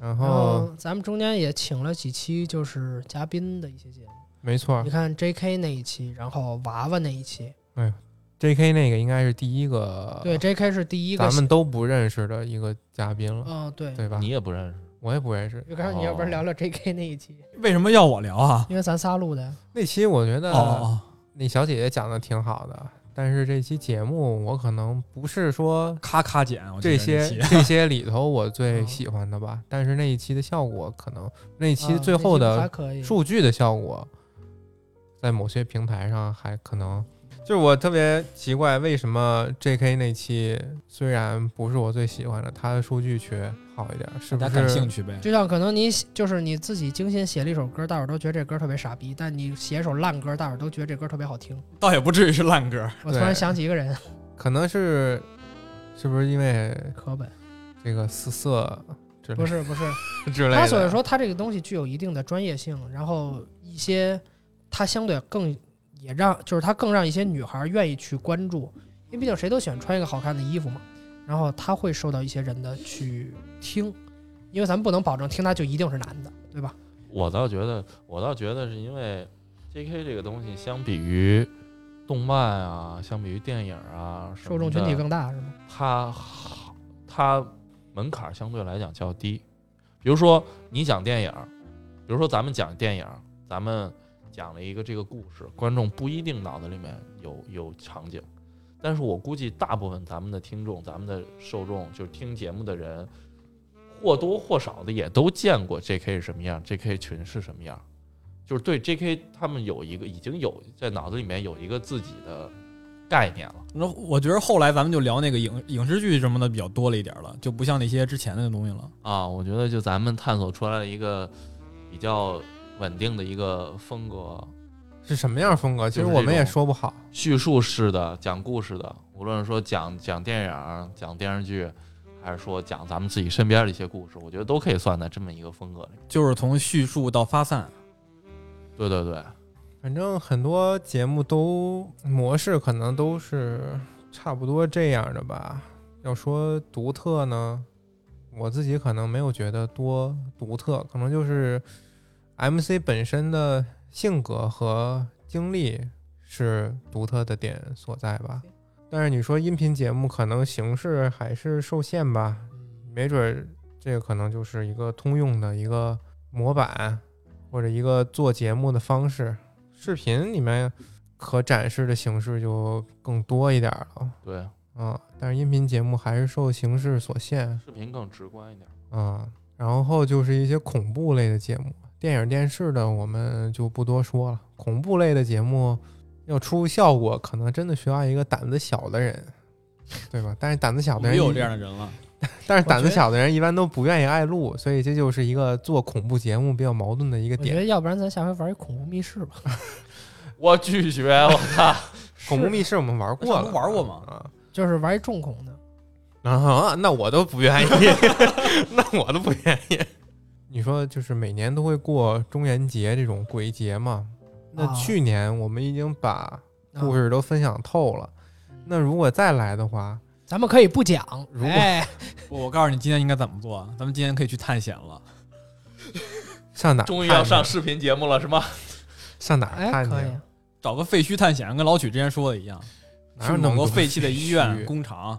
Speaker 1: 然
Speaker 4: 然
Speaker 1: 后
Speaker 4: 后咱们中间也请了几期就是嘉宾的一些节目，
Speaker 1: 没错
Speaker 4: 你看 J.K. 那一期，然后娃娃那一期，
Speaker 1: ，J.K. 那个应该是第一个，
Speaker 4: 对 J.K. 是第一个
Speaker 1: 呃咱，们都不认识的一个嘉宾了，
Speaker 4: 嗯，对。
Speaker 1: 对吧？哦
Speaker 2: 也不认识，
Speaker 1: 我也不认识。
Speaker 4: 就刚才你要不然聊聊 J.K. 那一期，
Speaker 3: 为什么要我聊啊？
Speaker 4: 因为咱仨录的，
Speaker 1: 那期我觉
Speaker 3: 哦
Speaker 1: 得
Speaker 3: 哦，
Speaker 1: 那小姐姐讲的挺好的，但是这期节目我可能不是说
Speaker 3: 咔咔剪，我觉
Speaker 1: 这
Speaker 3: 得嗯
Speaker 1: 些
Speaker 3: 那期
Speaker 1: 这些里头我最喜欢的吧，但是那一期的效果可能那一期
Speaker 4: 啊
Speaker 1: 最后
Speaker 4: 那期还
Speaker 1: 的
Speaker 4: 可以，
Speaker 1: 数据的效果，在某些平台上还可能就是我特别奇怪，为什么 J.K. 那期虽然不是我最喜欢的，它的数据却好一点，是不
Speaker 3: 大
Speaker 1: 是？
Speaker 3: 家感兴趣呗。
Speaker 4: 就像可能你写就是你自己精心写了一首歌，大伙儿都觉得这歌特别傻逼，但你写一首烂歌，大伙儿都觉得这歌特别好听。
Speaker 3: 倒也不至于是烂歌，
Speaker 4: 我突然想起一个人，
Speaker 1: 可能是是不是因为
Speaker 4: 可本，
Speaker 1: 这个四色之类
Speaker 4: 不是不是，
Speaker 1: 之类的？
Speaker 4: 他所以说他这个东西具有一定的专业性，然后一些他相对更也让就是他更让一些女孩愿意去关注，因为毕竟谁都喜欢穿一个好看的衣服嘛。然后他会受到一些人的去听，因为咱们不能保证听他就一定是男的，对吧？
Speaker 2: 我倒觉得，我倒觉得是因为 J.K. 这个东西，相比于动漫啊，相比于电影啊，什
Speaker 4: 受
Speaker 2: 么
Speaker 4: 众群体
Speaker 2: 的
Speaker 4: 更大是吗？
Speaker 2: 它好它门槛相对来讲较低。比如说你讲电影，比如说咱们讲电影，咱们讲了一个这个故事，观众不一定脑子里面有有场景，但是我估计大部分咱们的听众、咱们的受众，就是听节目的人，或多或少的也都见过 J.K. 是什么样，J.K. 群是什么样，就是对 J.K. 他们有一个已经有在脑子里面有一个自己的概念了。
Speaker 3: 那我觉得后来咱们就聊那个影影视剧什么的比较多了一点了，就不像那些之前的东西了。
Speaker 2: 啊，我觉得就咱们探索出来了一个比较稳定的一个风格，
Speaker 1: 是什么样风格？其实
Speaker 2: 就是这
Speaker 1: 我们也
Speaker 2: 种
Speaker 1: 说不好。
Speaker 2: 叙述式的讲故事的，无论是说讲讲电影儿、讲电视剧，还是说讲咱们自己身边的一些故事，我觉得都可以算在这么一个风格里。
Speaker 3: 就是从叙述到发散，
Speaker 2: 对对对，
Speaker 1: 反正很多节目都模式可能都是差不多这样的吧。要说独特呢，我自己可能没有觉得多独特，可能就是 MC 本身的性格和经历是独特的点所在吧。但是你说音频节目，可能形式还是受限吧，没准儿这个可能就是一个通用的一个模板，或者一个做节目的方式。视频里面可展示的形式就更多一点儿了
Speaker 2: 对，
Speaker 1: 啊，但是音频节目还是受形式所限
Speaker 2: 视频更直观一点。
Speaker 1: 啊。然后就是一些恐怖类的节目，电影、电视的我们就不多说了。恐怖类的节目要出效果，可能真的需要一个胆子小的人，对吧？但是胆子小的人
Speaker 3: 没有这样的人了。
Speaker 1: 但是
Speaker 3: 我觉
Speaker 1: 胆
Speaker 3: 得
Speaker 1: 子小的人一般都不愿意爱录，所以这就是一个做恐怖节目比较矛盾的一个
Speaker 4: 我觉
Speaker 1: 点。
Speaker 4: 得要不然咱下回玩一恐怖密室吧。
Speaker 2: 我拒绝， <laughs> 我操！
Speaker 1: 恐
Speaker 4: <laughs>
Speaker 1: 怖密室我们玩过
Speaker 3: 上
Speaker 1: 了，
Speaker 3: 次玩过吗
Speaker 1: 啊
Speaker 4: 就是玩一重恐的，
Speaker 1: 啊，那我都不愿意，那我都不愿意。 <laughs> 你说，就是每年都会过中元节这种鬼节嘛？那
Speaker 4: 啊
Speaker 1: 去年我们已经把
Speaker 4: 啊
Speaker 1: 故事都分享透了，那如果再来的话，
Speaker 4: 咱们可以不讲。
Speaker 1: 如果
Speaker 4: 哎
Speaker 3: 我我告诉你，今天应该怎么做啊？咱们今天可以去探险了。
Speaker 1: 上哪儿
Speaker 2: 终于要
Speaker 1: 看
Speaker 2: 上
Speaker 1: 去
Speaker 2: 视频节目了，是吗？
Speaker 1: 上哪儿
Speaker 4: 哎，
Speaker 1: 看去
Speaker 4: 可以？
Speaker 3: 找个废墟探险，跟老曲之前说的一样，
Speaker 1: 哪
Speaker 3: 去
Speaker 1: 有那
Speaker 3: 某
Speaker 1: 么多
Speaker 3: 个废弃的医
Speaker 1: 墟
Speaker 3: 院、工厂。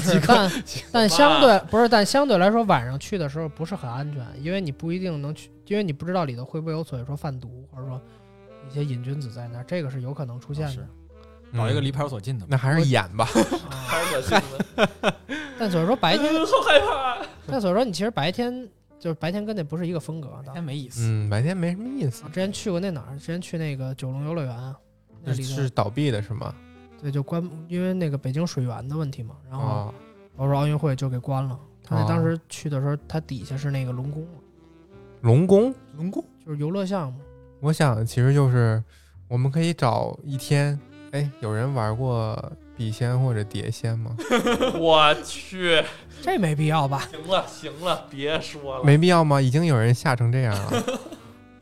Speaker 1: <laughs>
Speaker 4: 是，但但
Speaker 2: 吧
Speaker 4: 相对不是，但相对来说晚上去的时候不是很安全，因为你不一定能去，因为你不知道里头会不会有所谓说贩毒或者说一些瘾君子在那儿，这个是有可能出现的
Speaker 3: 是。
Speaker 1: 嗯
Speaker 3: 找一个离派出所近的吧。
Speaker 1: 那还哦是演
Speaker 4: <laughs>
Speaker 1: 吧。
Speaker 4: 啊
Speaker 2: 好恶心了，
Speaker 4: 但所以说
Speaker 2: 哎
Speaker 4: 白
Speaker 1: <laughs>
Speaker 4: 天，
Speaker 2: <laughs> 好害怕。啊
Speaker 4: 但所以说你其实白天就是白天跟那不是一个风格
Speaker 3: 那
Speaker 4: 的
Speaker 3: 天。没意思。
Speaker 1: 嗯，白天没什么意思
Speaker 4: 我，之前去过那哪儿？之前去那个九龙游乐园，那
Speaker 1: 是
Speaker 4: 里头
Speaker 1: 是倒闭的是吗？
Speaker 4: 对就关，因为那个北京水源的问题嘛，然后
Speaker 1: 啊，
Speaker 4: 包括奥运会就给关了。他那
Speaker 1: 哦
Speaker 4: 当时去的时候，他底下是那个龙宫嘛，
Speaker 1: 龙宫，
Speaker 3: 龙宫
Speaker 4: 就是游乐项目。
Speaker 1: 我想其实就是我们可以找一天，哎，有人玩过笔仙或者碟仙吗？
Speaker 2: 我去，
Speaker 4: 这没必要吧？ <laughs>
Speaker 2: 行了行了，别说了。
Speaker 1: 没必要吗？已经有人吓成这样了， <laughs>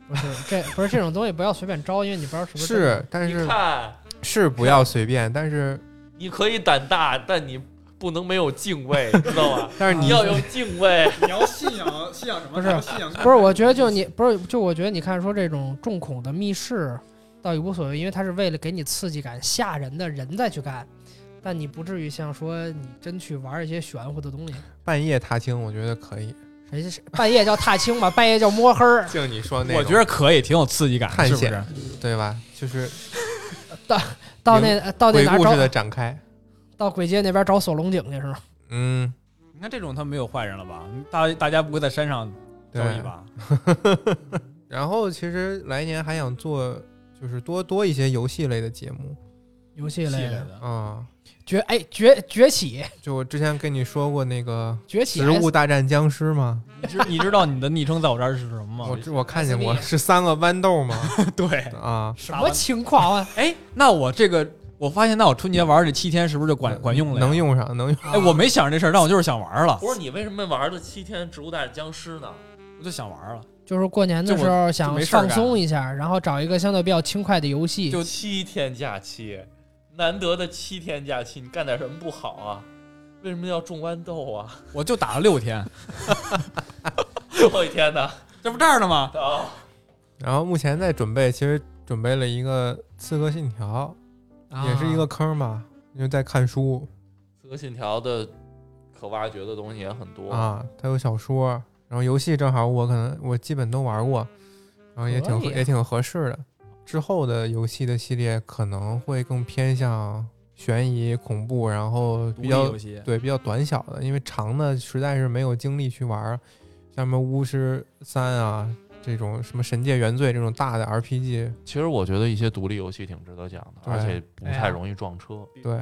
Speaker 4: 不是，这不是这种东西不要随便招，因为你不知道是不是真的。
Speaker 1: 是，但
Speaker 2: 你
Speaker 1: 是
Speaker 2: 看。
Speaker 1: 是不要随便，但是
Speaker 2: 你可以胆大，但你不能没有敬畏，知道 <laughs> 吗？
Speaker 1: 但是
Speaker 2: 你
Speaker 1: 你
Speaker 2: 要有敬畏。
Speaker 5: 你要信仰信仰什么？
Speaker 4: 不是
Speaker 5: 你要信仰
Speaker 4: 不是，我觉得就你不是就我觉得你看说这种重恐的密室倒也无所谓，因为它是为了给你刺激感、吓人的人再去干，但你不至于像说你真去玩一些玄乎的东西。
Speaker 1: 半夜踏青，我觉得可 <laughs> 以。
Speaker 4: 谁是半夜叫踏青吧，半夜叫摸黑儿，
Speaker 1: 就你说那种，
Speaker 3: 我觉得可以，挺有刺激感的，
Speaker 1: 探
Speaker 3: 是不
Speaker 1: 险
Speaker 3: 是？
Speaker 1: 对吧？就是
Speaker 4: 到那到那
Speaker 1: 鬼
Speaker 4: 哪儿
Speaker 1: 故事的
Speaker 4: 找
Speaker 1: 展开，
Speaker 4: 到鬼街那边找锁龙井去是吗？
Speaker 1: 嗯，
Speaker 3: 你看这种他没有坏人了吧？大大家不会在山上
Speaker 1: 对
Speaker 3: 交易。吧？
Speaker 1: 然后其实来年还想做，就是多多一些游戏类的节目，
Speaker 4: 游戏类
Speaker 3: 类
Speaker 4: 的
Speaker 3: 的，
Speaker 1: 啊，
Speaker 4: 崛哎崛崛起
Speaker 1: 就我之前跟你说过那个
Speaker 4: 崛
Speaker 1: 《
Speaker 4: 起
Speaker 1: 植
Speaker 4: S,
Speaker 1: 物大战僵尸》吗？
Speaker 3: 你知你知道你的昵称在我这儿是什么吗？
Speaker 1: 我知我看见过，
Speaker 4: SB
Speaker 1: 是三个豌豆吗？
Speaker 3: <laughs> 对，
Speaker 1: 啊，
Speaker 4: 什么情况啊？
Speaker 3: 哎，那我这个我发现，那我春节玩这七天是不是就管管用
Speaker 1: 嗯
Speaker 3: 了？
Speaker 1: 能。用上，能用。
Speaker 3: 哎，我没想着这事儿，但我就是想玩
Speaker 2: <laughs>
Speaker 3: 了，
Speaker 2: 不是你为什么玩了七天《植物大战僵尸》呢？
Speaker 3: 我就想玩了，
Speaker 4: 就是过年的时候想放松一下，然后找一个相对比较轻快的游戏。
Speaker 3: 就
Speaker 2: 七天假期，难得的七天假期，你干点什么不好啊？为什么要种豌豆 <laughs> 啊？
Speaker 3: 我就打了六天，
Speaker 2: 最后一天呢？
Speaker 3: 这不这儿呢吗？
Speaker 2: <laughs> 哦，
Speaker 1: 然后目前在准备，其实准备了一个《刺客信条》，
Speaker 3: 啊
Speaker 1: 也是一个坑吧，因为在看书
Speaker 2: 刺客信条的可挖掘的东西也很多，
Speaker 1: 啊，它有小说，然后游戏正好我可能我基本都玩过，然后也挺
Speaker 4: 可以啊
Speaker 1: 也挺合适的。之后的游戏的系列可能会更偏向悬疑、恐怖，然后
Speaker 3: 啊独
Speaker 1: 比
Speaker 3: 立
Speaker 1: 较
Speaker 3: 游戏，
Speaker 1: 对比较短小的，因为长的实在是没有精力去玩儿，像什么巫师三啊这种什么神界原罪这种大的 RPG，
Speaker 2: 其实我觉得一些独立游戏挺值得讲的，
Speaker 1: 对
Speaker 2: 而且不
Speaker 4: 哎呀
Speaker 2: 太容易撞车。
Speaker 1: 对。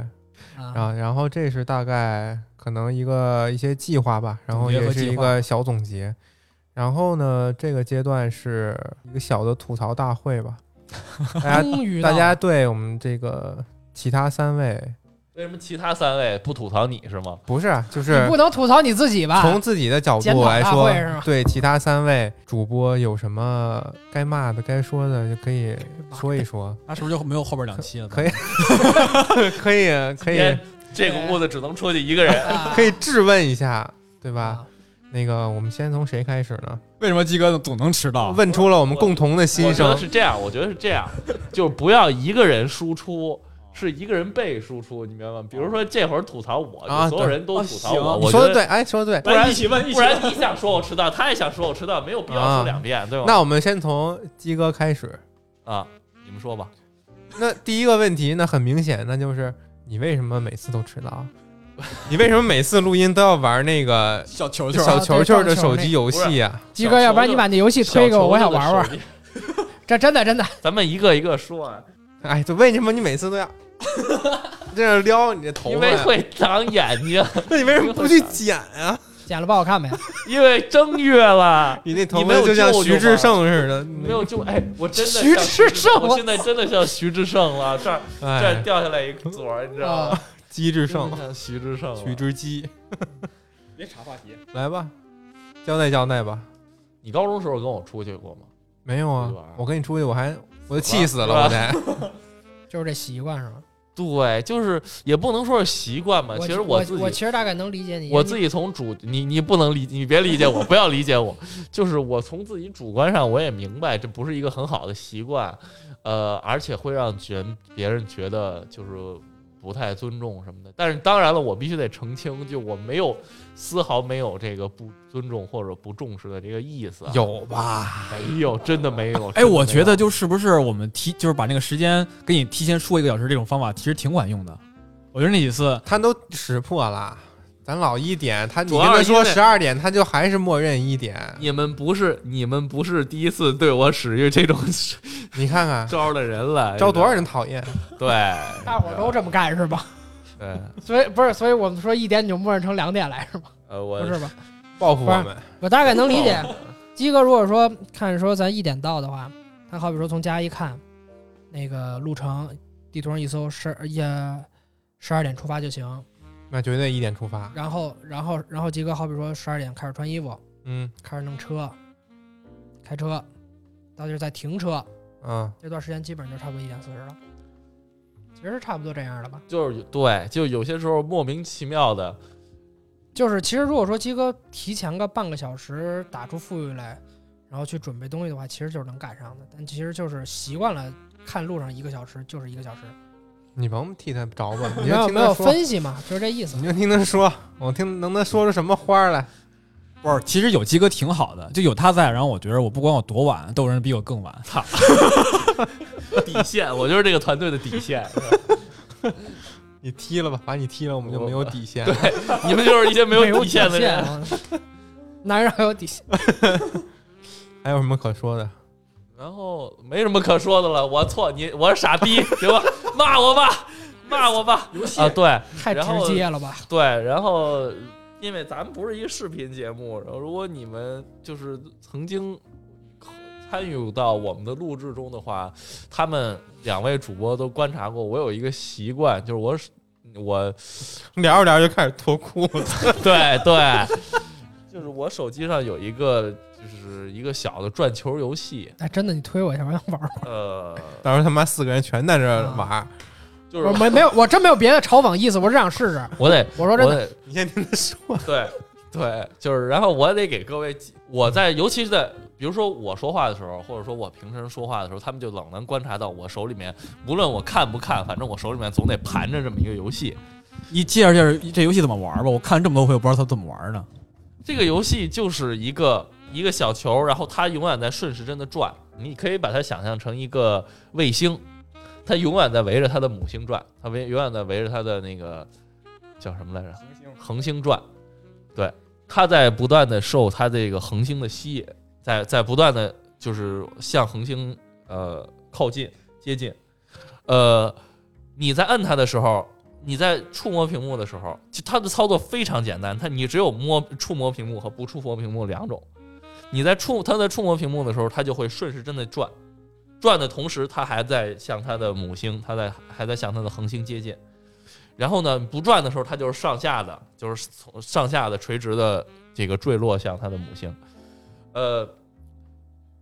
Speaker 4: 啊，
Speaker 1: 啊，然后这是大概可能一个一些计划吧，然后
Speaker 3: 总结
Speaker 1: 也
Speaker 3: 和
Speaker 1: 是
Speaker 3: 计
Speaker 1: 一
Speaker 3: 划
Speaker 1: 个小总结。然后呢，这个阶段是一个小的吐槽大会吧，
Speaker 4: <laughs>
Speaker 1: 大家
Speaker 4: 终于到
Speaker 1: 大
Speaker 4: 了
Speaker 1: 家对我们这个其他三位
Speaker 2: 为什么其他三位不吐槽你是吗？
Speaker 1: 不是啊，就
Speaker 4: 你
Speaker 1: 是
Speaker 4: 不能吐槽你自己吧？
Speaker 1: 从自己的角
Speaker 4: 检讨
Speaker 1: 度来
Speaker 4: 大
Speaker 1: 说
Speaker 4: 会是吗，
Speaker 1: 对其他三位主播有什么该骂的、该说的，就可以说一说，
Speaker 3: 那是不是就没有后边两期了？
Speaker 1: 可以 <laughs> 可以可以
Speaker 2: 这个屋子只能出去一个人。
Speaker 1: <laughs>
Speaker 4: 啊
Speaker 1: 可以质问一下，对吧
Speaker 4: 吧？？
Speaker 1: 那个，我们先从谁开始呢？
Speaker 3: 为什么鸡哥总能迟到？
Speaker 1: 问出了我们共同的
Speaker 2: 我
Speaker 1: 心
Speaker 2: 觉得
Speaker 1: 声。
Speaker 2: 是这样，我觉得是这样，就是不要一个人输出，是一个人被输出，你明白吗？比如说这会儿吐槽我，
Speaker 1: 啊
Speaker 2: 就所有人都吐槽
Speaker 3: 对
Speaker 2: 我，
Speaker 3: 啊
Speaker 1: 你
Speaker 2: 我
Speaker 1: 说
Speaker 2: 觉
Speaker 1: 的
Speaker 2: 得
Speaker 1: 对，哎，说的对。
Speaker 2: 不然
Speaker 3: 一起问，一
Speaker 2: 不然你想说我迟到，他也想说我迟到，没有必要说两遍，对吧？
Speaker 1: 那我们先从鸡哥开始。
Speaker 2: 啊，你们说吧，
Speaker 1: 那第一个问题，那很明显，那就是你为什么每次都迟
Speaker 2: <laughs>
Speaker 1: 到？你为什么每次录音都要玩那个
Speaker 3: 小球啊球，
Speaker 1: 小
Speaker 2: 啊
Speaker 1: 球球的手
Speaker 4: 对
Speaker 1: 机游戏啊？
Speaker 4: 鸡哥，要不然你把那游戏推给我，我
Speaker 2: 小球
Speaker 4: 想
Speaker 2: 的
Speaker 4: 玩玩
Speaker 2: 手。机。
Speaker 4: 这真的真的，
Speaker 2: 咱们一个一个说啊，
Speaker 1: 哎，就为什么你每次都
Speaker 2: <laughs>
Speaker 1: 要这样撩你的头
Speaker 2: 因
Speaker 1: 发
Speaker 2: 为
Speaker 1: 呀？
Speaker 2: 会长眼睛，
Speaker 1: 那你为什么不去剪啊？
Speaker 4: 剪了不好看呗。
Speaker 2: 因为正月了。
Speaker 1: 你那头
Speaker 2: 你没
Speaker 1: 发
Speaker 2: 有
Speaker 1: 就像
Speaker 2: 救
Speaker 1: 徐
Speaker 2: 就
Speaker 1: 志
Speaker 2: 完
Speaker 1: 胜似的，
Speaker 2: 没有就哎，我真的像
Speaker 4: 徐志胜
Speaker 2: 我现在真的像徐志胜了，这儿这儿
Speaker 1: 哎，
Speaker 2: 掉下来一个左儿，你知道吗
Speaker 4: 啊？，
Speaker 1: 鸡志
Speaker 2: 志
Speaker 1: 胜，
Speaker 2: 像徐志胜了，
Speaker 1: 徐志鸡，
Speaker 3: <laughs> 别查话题，
Speaker 1: 来吧，交代交代吧。
Speaker 2: 你高中时候跟我出去过吗？
Speaker 1: 没有啊
Speaker 2: 出去玩，
Speaker 1: 我跟你出去，我还我都
Speaker 2: 死了
Speaker 1: 气死
Speaker 2: 是吧
Speaker 1: 了，我得。
Speaker 4: 就是这习惯是吗？
Speaker 2: 对，就是也不能说是习惯吧。
Speaker 4: 我
Speaker 2: 呃其实
Speaker 4: 我
Speaker 2: 自己，
Speaker 4: 我
Speaker 2: 我
Speaker 4: 其实大概能理解你，
Speaker 2: 自己从主你你不能理，你别理解我，不要理解我。就是我从自己主观上，我也明白这不是一个很好的习惯，呃，而且会让觉别人觉得就是不太尊重什么的。但是当然了，我必须得澄清，就我没有丝毫没有这个不尊重或者不重视的这个意思啊，
Speaker 1: 有吧？
Speaker 2: 没有？真的没有。真的没
Speaker 3: 哎，
Speaker 2: 有
Speaker 3: 我觉得就是不是我们提，就是把那个时间给你提前说一个小时这种方法，其实挺管用的。我觉得那几次，
Speaker 1: 他都识破了，咱老一点，他你
Speaker 2: 主
Speaker 1: 跟
Speaker 2: 要
Speaker 1: 他
Speaker 2: 是
Speaker 1: 说
Speaker 2: 因为
Speaker 1: 十二点，他就还是默认一点。
Speaker 2: 你们不是你们不是第一次对我使用
Speaker 4: <laughs>
Speaker 2: 这种
Speaker 1: 你看
Speaker 2: <laughs>
Speaker 1: 看，
Speaker 2: 招的人了，
Speaker 1: 招多少人讨厌？
Speaker 2: 你知道吗？对，
Speaker 4: 大伙儿都这么干是吧？ <laughs>
Speaker 2: 对，
Speaker 4: 所以不是，所以我们说一点你就默认成两点来是吗？
Speaker 2: 呃，
Speaker 4: 不
Speaker 2: 我
Speaker 4: 是吧？
Speaker 1: 报复
Speaker 4: 不
Speaker 1: 我
Speaker 4: 是
Speaker 1: 们？
Speaker 4: 我大概能理解。鸡哥如果说看说咱一点到的话，他好比说从家一看，那个路程地图上一搜十也十二点出发就行，
Speaker 1: 那绝对一点出发。
Speaker 4: 然后然后然后鸡哥好比说十二点开始穿衣服，
Speaker 1: 嗯
Speaker 4: 开始弄车，开车，到地儿再停车，
Speaker 1: 啊，
Speaker 4: 这段时间基本上就差不多一点四十了，其实是差不多这样的吧。
Speaker 2: 就是有对，就有些时候莫名其妙的，
Speaker 4: 就是其实如果说鸡哥提前个半个小时打出富裕来，然后去准备东西的话，其实就是能赶上的。但其实就是习惯了看路上一个小时就是一个小时，
Speaker 1: 你甭替他着吧，你
Speaker 4: 没
Speaker 1: 就
Speaker 4: 有
Speaker 1: 听
Speaker 4: 没
Speaker 1: 他
Speaker 4: 有
Speaker 1: 说，
Speaker 4: 分析嘛，就是这意思
Speaker 1: 你。就听他说，我听能他说出什么花儿来？
Speaker 3: 不是，其实有鸡哥挺好的，就有他在，然后我觉得我不管我多晚，都有人比我更晚。
Speaker 2: 底
Speaker 4: <laughs>
Speaker 2: 线，我就是这个团队的底线。
Speaker 1: 你踢了吧，把你踢了，我们就没有底线。
Speaker 2: 对，你们就是一些没有底线的人。
Speaker 4: 啊，男人还有底线。
Speaker 1: 还有什么可说的？
Speaker 2: 然后没什么可说的了，我错，你我是傻逼，行吧？骂我吧，骂我吧
Speaker 4: 游戏
Speaker 2: 啊，对
Speaker 4: 太
Speaker 2: 然后
Speaker 4: 直接了吧？
Speaker 2: 对，然后因为咱们不是一个视频节目，然后如果你们就是曾经参与到我们的录制中的话，他们两位主播都观察过，我有一个习惯，就是我是我 <laughs>
Speaker 1: 聊着聊着就开始脱裤子，
Speaker 2: 对对，就是我手机上有一个就是一个小的转球游戏，
Speaker 4: 哎，真的，你推我一下，我想玩会儿。
Speaker 2: 呃，
Speaker 1: 到时候他妈四个人全在这
Speaker 4: 啊
Speaker 1: 玩儿。
Speaker 2: 就
Speaker 4: 我
Speaker 2: 是
Speaker 4: 没没有，我真没有别的嘲讽意思，我只想试试。
Speaker 2: 我得
Speaker 4: 我说
Speaker 2: 我
Speaker 4: 真的，
Speaker 2: 得
Speaker 1: 你先听他说，
Speaker 2: 对 <laughs> 对，就是然后我得给各位，我在尤其是在比如说我说话的时候，或者说我平时说话的时候，他们就老能观察到我手里面，无论我看不看，反正我手里面总得盘着这么一个游戏。
Speaker 3: 你介绍介绍这游戏怎么玩吧？我看了这么多回，我不知道它怎么玩呢。
Speaker 2: 这个游戏就是一个一个小球，然后它永远在顺时针的转，你可以把它想象成一个卫星，它永远在围着它的母星转，它围永远在围着它的那个叫什么来着？恒星转，对，它在不断的受它这个恒星的吸引，在在不断的就是向恒星呃靠近接近，呃，你在摁它的时候，你在触摸屏幕的时候，就它的操作非常简单，它你只有摸触摸屏幕和不触摸屏幕两种。你在触它在触摸屏幕的时候，它就会顺时针的转，转的同时，它还在向它的母星，它在还在向它的恒星接近。然后呢，不转的时候，它就是上下的，就是从上下的垂直的这个坠落向它的母星。呃，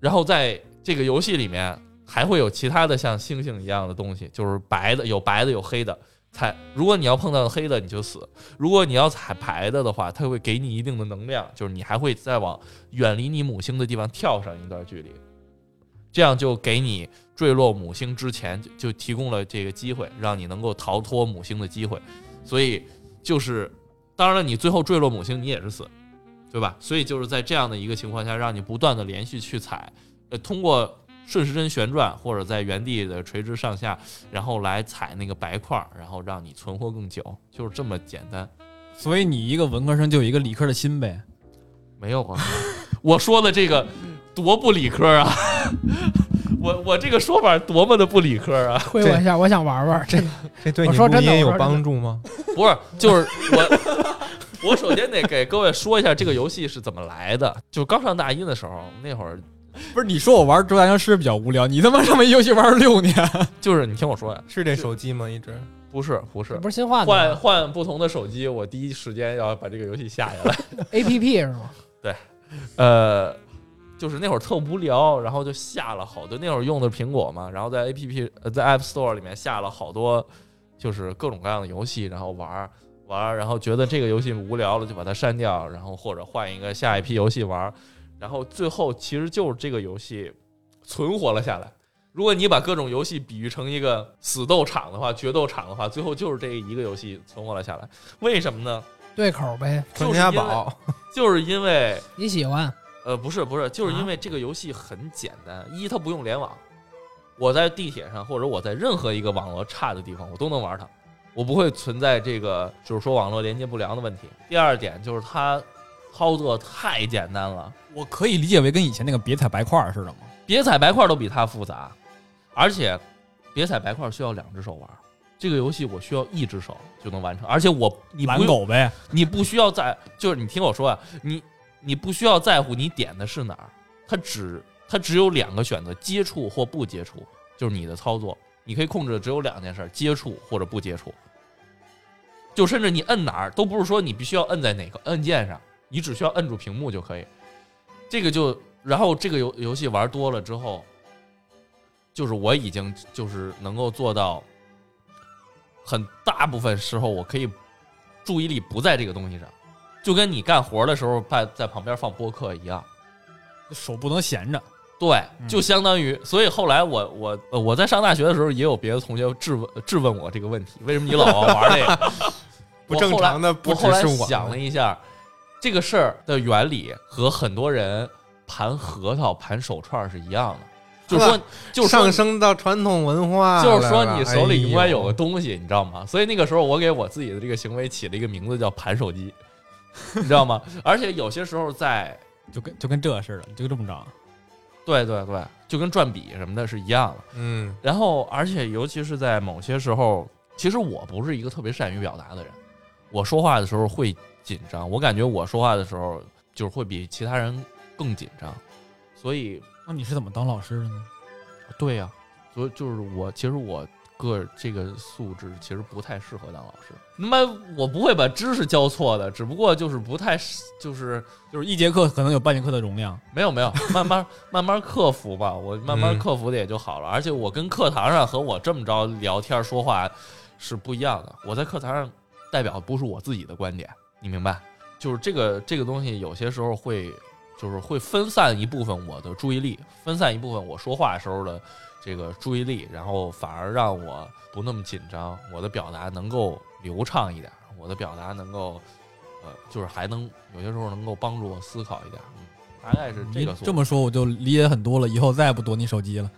Speaker 2: 然后在这个游戏里面还会有其他的像星星一样的东西，就是白的有白的有黑的。彩，如果你要碰到黑的你就死，如果你要彩排的的话，它会给你一定的能量，就是你还会再往远离你母星的地方跳上一段距离，这样就给你坠落母星之前就就提供了这个机会，让你能够逃脱母星的机会。所以就是，当然你最后坠落母星你也是死，对吧？所以就是在这样的一个情况下，让你不断的连续去踩，呃，通过顺时针旋转或者在原地的垂直上下，然后来踩那个白块儿，然后让你存活更久，就是这么简单。
Speaker 3: 所以你一个文科生就有一个理科的心呗。
Speaker 2: 没有啊， <laughs> 我说的这个多不理科啊！ <laughs> 我我这个说法多么的不理科啊！
Speaker 4: 推我一下，我想玩玩。这
Speaker 1: 这对
Speaker 4: 我
Speaker 1: 你
Speaker 4: 说
Speaker 1: 录
Speaker 4: 真的
Speaker 1: 音有
Speaker 4: 我说真的
Speaker 1: 帮助
Speaker 2: <laughs>
Speaker 1: 吗？
Speaker 2: <laughs> 不是，就是我，我首先得给各位说一下这个游戏是怎么来的。就刚上大一的时候，那会儿
Speaker 3: 不是你说我玩《周大僵尸》比较无聊，你他妈这么一游戏玩了六年，
Speaker 2: 就是你听我说呀，
Speaker 1: 是这手机吗？一直
Speaker 2: 不是不是
Speaker 4: 不是新换的
Speaker 2: 换
Speaker 4: 吗
Speaker 2: 换不同的手机，我第一时间要把这个游戏下下来。
Speaker 4: APP 是吗？
Speaker 2: 呃，就是那会儿特无聊，然后就下了好多。那会儿用的是苹果嘛，然后在 A P P 在 App Store 里面下了好多，就是各种各样的游戏，然后玩儿玩儿，然后觉得这个游戏无聊了，就把它删掉，然后或者换一个下一批游戏玩儿。然后最后其实就是这个游戏存活了下来。如果你把各种游戏比喻成一个死斗场的话，决斗场的话，最后就是这一个游戏存活了下来。为什么呢？
Speaker 4: 对口呗，
Speaker 2: 就是
Speaker 1: 传家
Speaker 2: 因为
Speaker 1: 宝，
Speaker 2: 就是因为
Speaker 4: 你喜欢 <laughs>
Speaker 2: 呃，不是不是，就是因为这个游戏很简单，一它不用联网，我在地铁上或者我在任何一个网络差的地方，我都能玩它，我不会存在这个就是说网络连接不良的问题。第二点就是它操作太简单了，
Speaker 3: 我可以理解为跟以前那个别踩白块似的吗？
Speaker 2: 别踩白块都比它复杂，而且别踩白块需要两只手玩。这个游戏我需要一只手就能完成，而且我你不
Speaker 3: 懒
Speaker 2: 用
Speaker 3: 狗呗。
Speaker 2: 你不需要在，就是你听我说啊，你你不需要在乎你点的是哪儿，它只它只有两个选择，接触或不接触，就是你的操作，你可以控制的只有两件事，接触或者不接触。就甚至你摁哪儿都不是说你必须要摁在哪个按键上，你只需要摁住屏幕就可以。这个就然后这个游游戏玩多了之后，就是我已经就是能够做到，很大部分时候我可以注意力不在这个东西上，就跟你干活的时候在在旁边放播客一样。
Speaker 3: 手不能闲着。
Speaker 2: 对，
Speaker 3: 嗯
Speaker 2: 就相当于，所以后来我我呃我在上大学的时候，也有别的同学质问呃质问我这个问题，为什么你老玩这个？
Speaker 1: <laughs> 不正常的不
Speaker 2: 我
Speaker 1: 只
Speaker 2: 后来
Speaker 1: 是
Speaker 2: 想了一下，这个事儿的原理和很多人盘核桃、盘手串是一样的，就是说，就是说
Speaker 1: <laughs> 上升到传统文化
Speaker 2: 就
Speaker 1: 了吧，
Speaker 2: 是说你手里永远有
Speaker 1: 哎
Speaker 2: 个
Speaker 1: 呦
Speaker 2: 东西，你知道吗？所以那个时候我给我自己的这个行为起了一个名字叫盘手机，你知道吗？ <laughs> 而且有些时候在
Speaker 3: 就跟就跟这似的，就这么着。
Speaker 2: 对对对，就跟转笔什么的是一样的。
Speaker 1: 嗯，
Speaker 2: 然后而且尤其是在某些时候，其实我不是一个特别善于表达的人，我说话的时候会紧张，我感觉我说话的时候就是会比其他人更紧张，所以
Speaker 3: 那你是怎么当老师的呢？
Speaker 2: 对呀、所以就是我，其实我个这个素质其实不太适合当老师。那么我不会把知识教错的，只不过就是不太适就是
Speaker 3: 就是一节课可能有半节课的容量，
Speaker 2: 没有没有，慢慢慢慢克服吧，我慢慢
Speaker 1: 嗯
Speaker 2: 克服的也就好了。而且我跟课堂上和我这么着聊天说话是不一样的，我在课堂上代表不是我自己的观点，你明白？就是这个这个东西，有些时候会就是会分散一部分我的注意力，分散一部分我说话时候的这个注意力，然后反而让我不那么紧张，我的表达能够流畅一点，我的表达能够呃，就是还能有些时候能够帮助我思考一点，嗯，大概是这个
Speaker 3: 你
Speaker 2: 速
Speaker 3: 这
Speaker 2: 度。
Speaker 3: 么说我就理解很多了，以后再也不夺你手机了。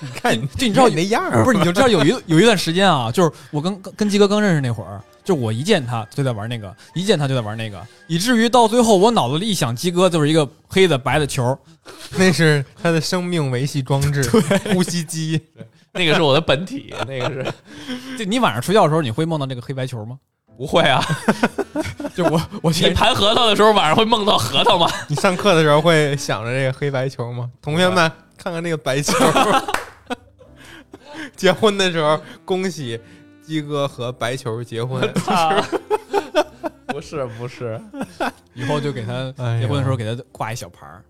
Speaker 1: 你看
Speaker 3: <laughs> 你就你知道
Speaker 1: 你那样儿，
Speaker 3: <laughs> 不是，你就知道有一有一段时间啊，就是我跟跟跟鸡哥刚认识那会儿，就是我一见他就在玩那个，一见他就在玩那个，以至于到最后我脑子里一想，鸡哥就是一个黑的白的球，
Speaker 1: 那是他的生命维系装置，呼吸机。
Speaker 2: 那个是我的本体， <laughs> 那个是
Speaker 3: 就你晚上睡觉的时候，你会梦到这个黑白球吗？ <laughs>
Speaker 2: 不会 <laughs> 啊。
Speaker 3: 就我我
Speaker 2: 你
Speaker 3: 前
Speaker 2: 盘核桃的时候晚上会梦到核桃吗？
Speaker 1: <laughs> 你上课的时候会想着这个黑白球 <laughs> 吗？同学们，看看这个白球。 <laughs> 结婚的时候，恭喜鸡哥和白球结 <laughs> 婚。
Speaker 2: 啊 <laughs> 不是不是，
Speaker 3: 以后就给他
Speaker 1: 哎呀
Speaker 3: 结婚的时候给他挂一小牌儿，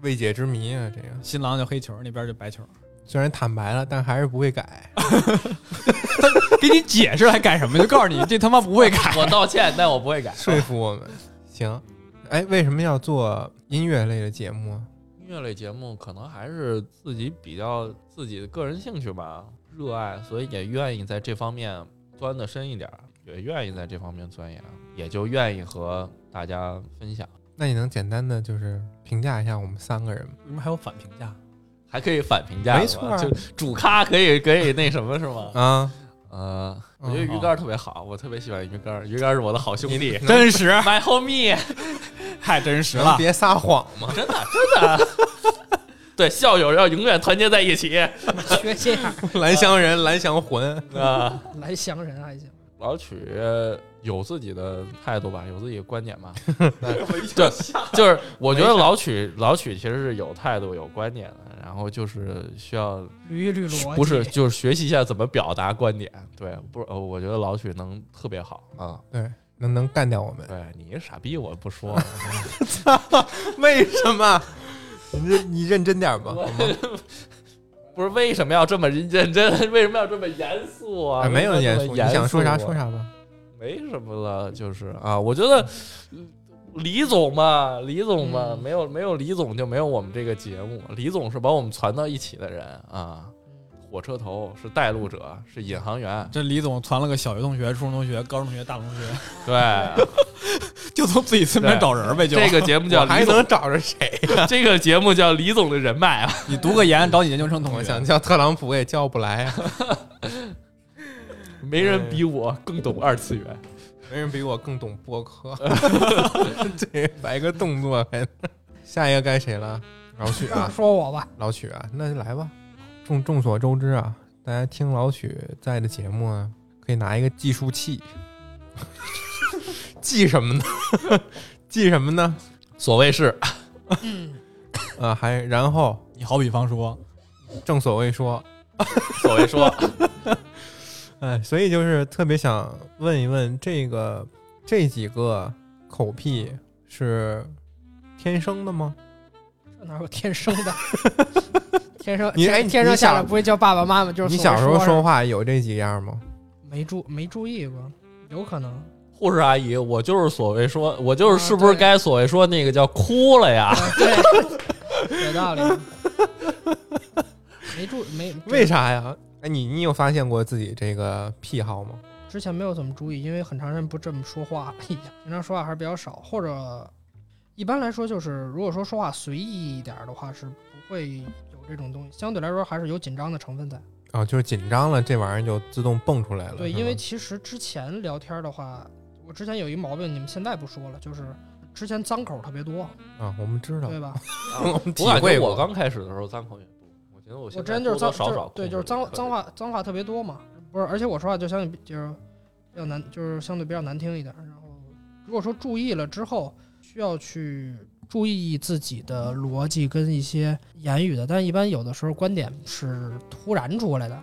Speaker 1: 未解之谜啊，这个
Speaker 3: 新郎就黑球，那边就白球， <laughs>
Speaker 1: 虽然坦白了，但还是不会改。
Speaker 3: 给你解释还改什么？就告诉你这他妈不会改。
Speaker 2: <laughs> 我道歉，但我不会改。
Speaker 1: 说服我 <laughs> 们。行，哎，为什么要做音乐类的节目啊？
Speaker 2: 音乐类节目可能还是自己比较自己的个人兴趣吧，热爱，所以也愿意在这方面钻的深一点儿，也愿意在这方面钻研，也就愿意和大家分享，
Speaker 1: 那你能简单的就是评价一下我们三个人吗？
Speaker 3: 为什么还有反评价？
Speaker 2: 还可以反评价吧，
Speaker 1: 没错儿
Speaker 2: 就主咖可以可以那什么是
Speaker 1: <laughs>
Speaker 2: 吗？
Speaker 1: 啊，
Speaker 2: 呃，我
Speaker 1: 嗯
Speaker 2: 觉得鱼竿儿特别好，我特别喜欢鱼竿儿，鱼竿儿是我的好兄弟 <laughs>
Speaker 1: 你
Speaker 3: <laughs> 真实，
Speaker 2: ，my homie。
Speaker 3: <laughs> 太真实
Speaker 1: 能
Speaker 3: 了。
Speaker 1: 别撒 <laughs> 谎吗？
Speaker 2: 真的真的。 <laughs> 对，校友要永远团结在一起啊、
Speaker 4: 缺这样
Speaker 1: 蓝翔人，蓝翔魂，
Speaker 2: 呃
Speaker 4: 蓝翔人还行，
Speaker 2: 老曲有自己的态度吧，有自己的观点吧。但对，就是我觉得老曲老曲其实是有态度、有观点的，然后就是需要
Speaker 4: 捋一捋逻辑，
Speaker 2: 不是就是学习一下怎么表达观点。对，不，呃，我觉得老曲能特别好啊。
Speaker 1: 对，能能干掉我们？
Speaker 2: 对，你是傻逼，我不说。
Speaker 1: <laughs> 为什么？你认你认真点 <laughs> 吧，好吗？
Speaker 2: 不是为什么要这么认真？为什么要这么严肃啊？
Speaker 1: 哎没有
Speaker 2: 为什
Speaker 1: 严
Speaker 2: 么要这
Speaker 1: 肃，
Speaker 2: 么
Speaker 1: 你想说啥
Speaker 2: 啊
Speaker 1: 说啥吧。
Speaker 2: 没什么了，就是啊，我觉得嗯李总嘛，李总嘛，
Speaker 4: 嗯
Speaker 2: 没有没有李总就没有我们这个节目。李总是把我们攒到一起的人啊，火车头是带路者，是引航员，
Speaker 3: <laughs> 这李总传了个小学同学、初中同学、高中同学、大同学， <laughs>
Speaker 2: 对，
Speaker 3: 就从自己身边找人呗。就
Speaker 2: 这个节目叫
Speaker 1: 我还
Speaker 2: 李总
Speaker 1: 能，找着谁？啊
Speaker 2: <laughs> 这个节目叫李总的人脉啊，
Speaker 3: <laughs> 你读个研，找你研究生同学。
Speaker 1: 我想叫特朗普也叫不来啊，
Speaker 2: 没人比我更懂二次元。
Speaker 1: 没人比我更懂播 <laughs> 客。这摆个动作还，下一个该谁了？老 <laughs> 许啊，
Speaker 4: 说我吧，
Speaker 1: 老曲啊，那就来吧。众众所周知啊，大家听老曲在的节目啊，可以拿一个计数器，记什么呢？ <laughs> 记什么呢？
Speaker 2: 所谓是
Speaker 1: 啊，还然后
Speaker 3: 你好，比方说，
Speaker 1: 正所谓说，
Speaker 2: <laughs> 所谓说，
Speaker 1: 哎，所以就是特别想问一问，这个这几个口癖是天生的吗？
Speaker 4: 这哪有天生
Speaker 1: <laughs>
Speaker 4: 的？天生
Speaker 1: 你哎
Speaker 4: 天天生
Speaker 1: 你
Speaker 4: 下
Speaker 1: 想
Speaker 4: 来不会叫爸爸妈妈，就是
Speaker 1: 你小时候
Speaker 4: 所谓
Speaker 1: 说
Speaker 4: 说
Speaker 1: 话有这几样吗？
Speaker 4: 没注没注意过，有
Speaker 1: <laughs>
Speaker 4: 可能
Speaker 2: 护士阿姨，我就是所谓说，我就是
Speaker 4: 啊
Speaker 2: 是不是
Speaker 4: 对
Speaker 2: 该所谓说那个叫哭了呀？
Speaker 4: 啊对，有
Speaker 1: <laughs>
Speaker 4: 道理，没注没
Speaker 1: 为啥呀？哎，你你有发现过自己这个癖好吗？
Speaker 4: 之前没有怎么注意，因为很长时间不这么说话，平常说话还是比较少，或者一般来说就是，如果说说话随意一点儿的话，是不会有这种东西。相对来说还是有紧张的成分在。
Speaker 1: 哦，就是紧张了，这玩意儿就自动蹦出来了。
Speaker 4: 对，
Speaker 1: 是吗
Speaker 4: 因为其实之前聊天的话，我之前有一毛病，你们现在不说了，就是之前脏口特别多，
Speaker 1: 啊，我们知道，
Speaker 4: 对吧？
Speaker 1: 我们体
Speaker 2: 我感
Speaker 1: 会
Speaker 2: 觉
Speaker 1: 过
Speaker 2: 我刚开始的时候脏口也多，我觉得我
Speaker 4: 我
Speaker 2: 现
Speaker 4: 之
Speaker 2: 在
Speaker 4: 前就是
Speaker 2: 多多
Speaker 4: 脏，
Speaker 2: 少
Speaker 4: 就
Speaker 2: 少
Speaker 4: 是对，就
Speaker 2: 控
Speaker 4: 是
Speaker 2: 制
Speaker 4: 脏
Speaker 2: 了
Speaker 4: 脏话脏话特别多嘛，不是，而且我说话就相对比就是比较难，就是相对比较难听一点。然后如果说注意了之后，需要去注意自己的逻辑跟一些言语的，但一般有的时候观点是突然出来的。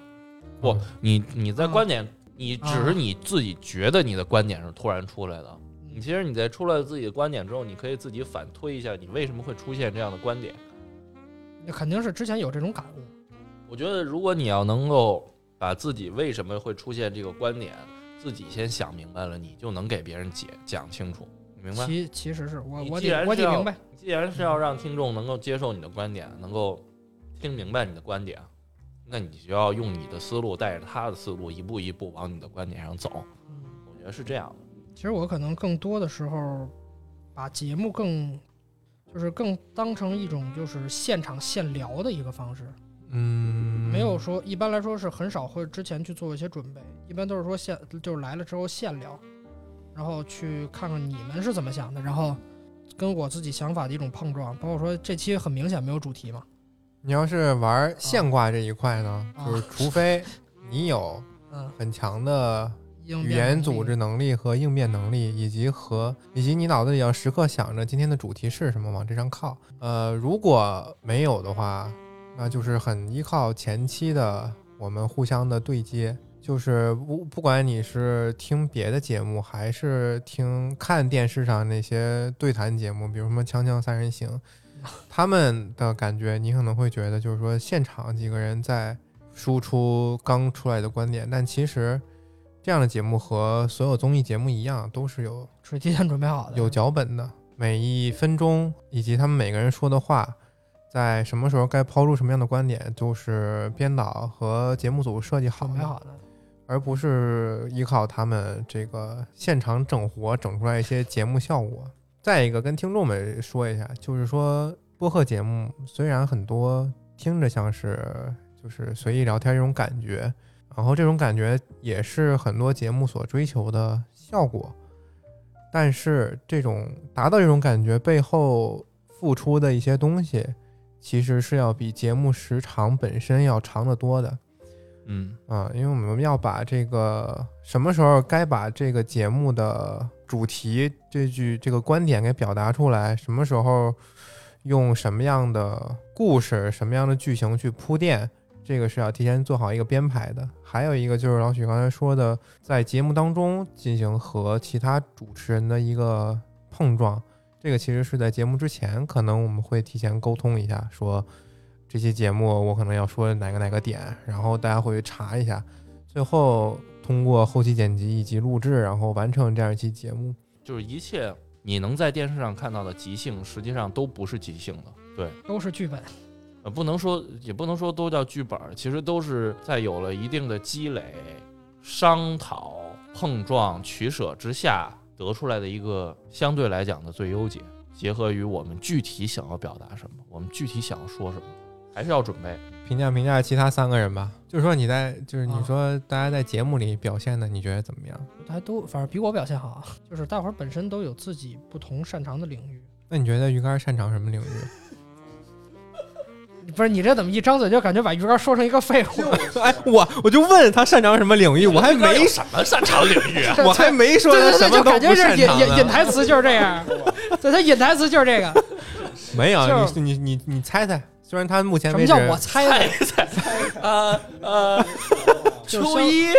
Speaker 2: 不，你你在
Speaker 4: 啊
Speaker 2: 观点，你只
Speaker 4: 啊
Speaker 2: 是你自己觉得你的观点是突然出来的。你其实你在出来自己的观点之后，你可以自己反推一下，你为什么会出现这样的观点。
Speaker 4: 那肯定是之前有这种感悟。
Speaker 2: 我觉得如果你要能够把自己为什么会出现这个观点，自己先想明白了，你就能给别人解讲清楚，你明白？
Speaker 4: 其其实是我
Speaker 2: 你
Speaker 4: 我
Speaker 2: 既然
Speaker 4: 得我
Speaker 2: 是
Speaker 4: 得
Speaker 2: 要
Speaker 4: 明白，
Speaker 2: 既然是要让听众能够接受你的观点，能够听明白你的观点，那你就要用你的思路带着他的思路，一步一步往你的观点上走。
Speaker 4: 嗯
Speaker 2: 我觉得是这样的。
Speaker 4: 其实我可能更多的时候把节目更就是更当成一种就是现场现聊的一个方式。
Speaker 1: 嗯，
Speaker 4: 没有说，一般来说是很少会之前去做一些准备，一般都是说现就是来了之后现聊，然后去看看你们是怎么想的，然后跟我自己想法的一种碰撞。包括说这期很明显没有主题嘛，
Speaker 1: 你要是玩现挂这一块呢，
Speaker 4: 啊
Speaker 1: 就是除非你有
Speaker 4: 嗯，
Speaker 1: 很强的
Speaker 4: 应
Speaker 1: 语
Speaker 4: 变能
Speaker 1: 言
Speaker 4: 力
Speaker 1: 组织能力和应变能力，以及和以及你脑子里要时刻想着今天的主题是什么，往这上靠。呃，如果没有的话，那就是很依靠前期的我们互相的对接。就是不不管你是听别的节目，还是听看电视上那些对谈节目，比如什么《锵锵三人行》，
Speaker 4: <laughs>
Speaker 1: 他们的感觉，你可能会觉得就是说现场几个人在输出刚出来的观点，但其实这样的节目和所有综艺节目一样，都是有
Speaker 4: 是提前准备好的，
Speaker 1: 有脚本的，每一分钟以及他们每个人说的话，在什么时候该抛出什么样的观点，就是编导和节目组设计好
Speaker 4: 准备
Speaker 1: 的，
Speaker 4: 好的。
Speaker 1: 而不是依靠他们这个现场整活整出来一些节目效果。再一个，跟听众们说一下，就是说播客节目虽然很多听着像是就是随意聊天这种感觉，然后这种感觉也是很多节目所追求的效果，但是这种达到这种感觉背后付出的一些东西，其实是要比节目时长本身要长得多的。
Speaker 2: 嗯，
Speaker 1: 啊，因为我们要把这个什么时候该把这个节目的主题这句这个观点给表达出来，什么时候用什么样的故事、什么样的剧情去铺垫，这个是要提前做好一个编排的。还有一个就是老许刚才说的，在节目当中进行和其他主持人的一个碰撞，这个其实是在节目之前，可能我们会提前沟通一下，说这期节目我可能要说哪个哪个点，然后大家回去查一下，最后通过后期剪辑以及录制，然后完成这样一期节目。
Speaker 2: 就是一切你能在电视上看到的即兴，实际上都不是即兴的。对，
Speaker 4: 都是剧本，
Speaker 2: 呃，不能说也不能说都叫剧本儿，其实都是在有了一定的积累、商讨、碰撞、取舍之下得出来的一个相对来讲的最优解，结合于我们具体想要表达什么，我们具体想要说什么，还是要准备。
Speaker 1: 评价评价其他三个人吧，就是说你在，就是
Speaker 4: 啊
Speaker 1: 你说大家在节目里表现的，你觉得怎么样？
Speaker 4: 还都反正比我表现好 <laughs> 啊。就是大伙儿本身都有自己不同擅长的领域。
Speaker 1: 那你觉得鱼竿擅长什么领域？
Speaker 4: 不是你这怎么一张嘴就感觉把鱼竿说成一个废 <laughs> 物？
Speaker 1: 哎，我我就问他擅长什么领域，我还没
Speaker 2: 什么擅长领域
Speaker 3: <laughs>
Speaker 2: 啊
Speaker 4: 这
Speaker 1: 我还没说
Speaker 4: 对
Speaker 1: 他
Speaker 4: 对
Speaker 1: 什
Speaker 4: 对，
Speaker 1: 么
Speaker 4: 就
Speaker 1: 都
Speaker 4: 感觉
Speaker 1: 不
Speaker 4: 是
Speaker 1: 擅
Speaker 4: 引
Speaker 1: 长
Speaker 4: 引引
Speaker 1: 呢。
Speaker 4: 台词就是这样， <laughs> 对他引台词就是这个。
Speaker 1: 没有，
Speaker 4: 就是
Speaker 1: 你你你你猜猜，虽然他目前
Speaker 4: 什
Speaker 1: 为
Speaker 4: 么
Speaker 1: 止
Speaker 4: 叫我猜
Speaker 1: 哎
Speaker 4: 的？
Speaker 2: 呃呃，
Speaker 4: 秋
Speaker 2: 秋
Speaker 3: <laughs>
Speaker 2: 一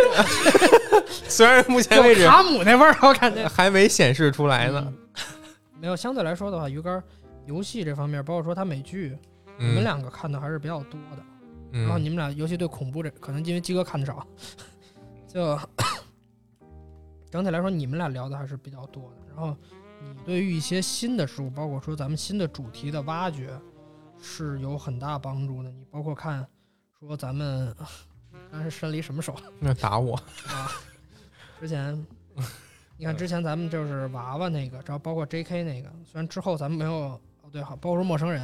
Speaker 1: 虽然目前为
Speaker 4: 有
Speaker 1: 止
Speaker 4: 卡姆那味儿，我感觉。
Speaker 1: 还没显示出来呢。
Speaker 4: 没有，相对来说的话，鱼竿游戏这方面，包括说它美剧，
Speaker 1: 嗯
Speaker 4: 你们两个看的还是比较多的。然后
Speaker 1: 嗯
Speaker 4: 你们俩，尤其对恐怖这，可能因为鸡哥看的少， <laughs> 就 <coughs> 整体来说，你们俩聊的还是比较多的。然后你对于一些新的事物，包括说咱们新的主题的挖掘，是有很大帮助的。你包括看说咱们刚才是伸了一什么手？
Speaker 1: 那打我，
Speaker 4: 之前，你看之前咱们就是娃娃那个，然后包括 J.K. 那个，虽然之后咱们没有哦，对，好，包括说陌生人，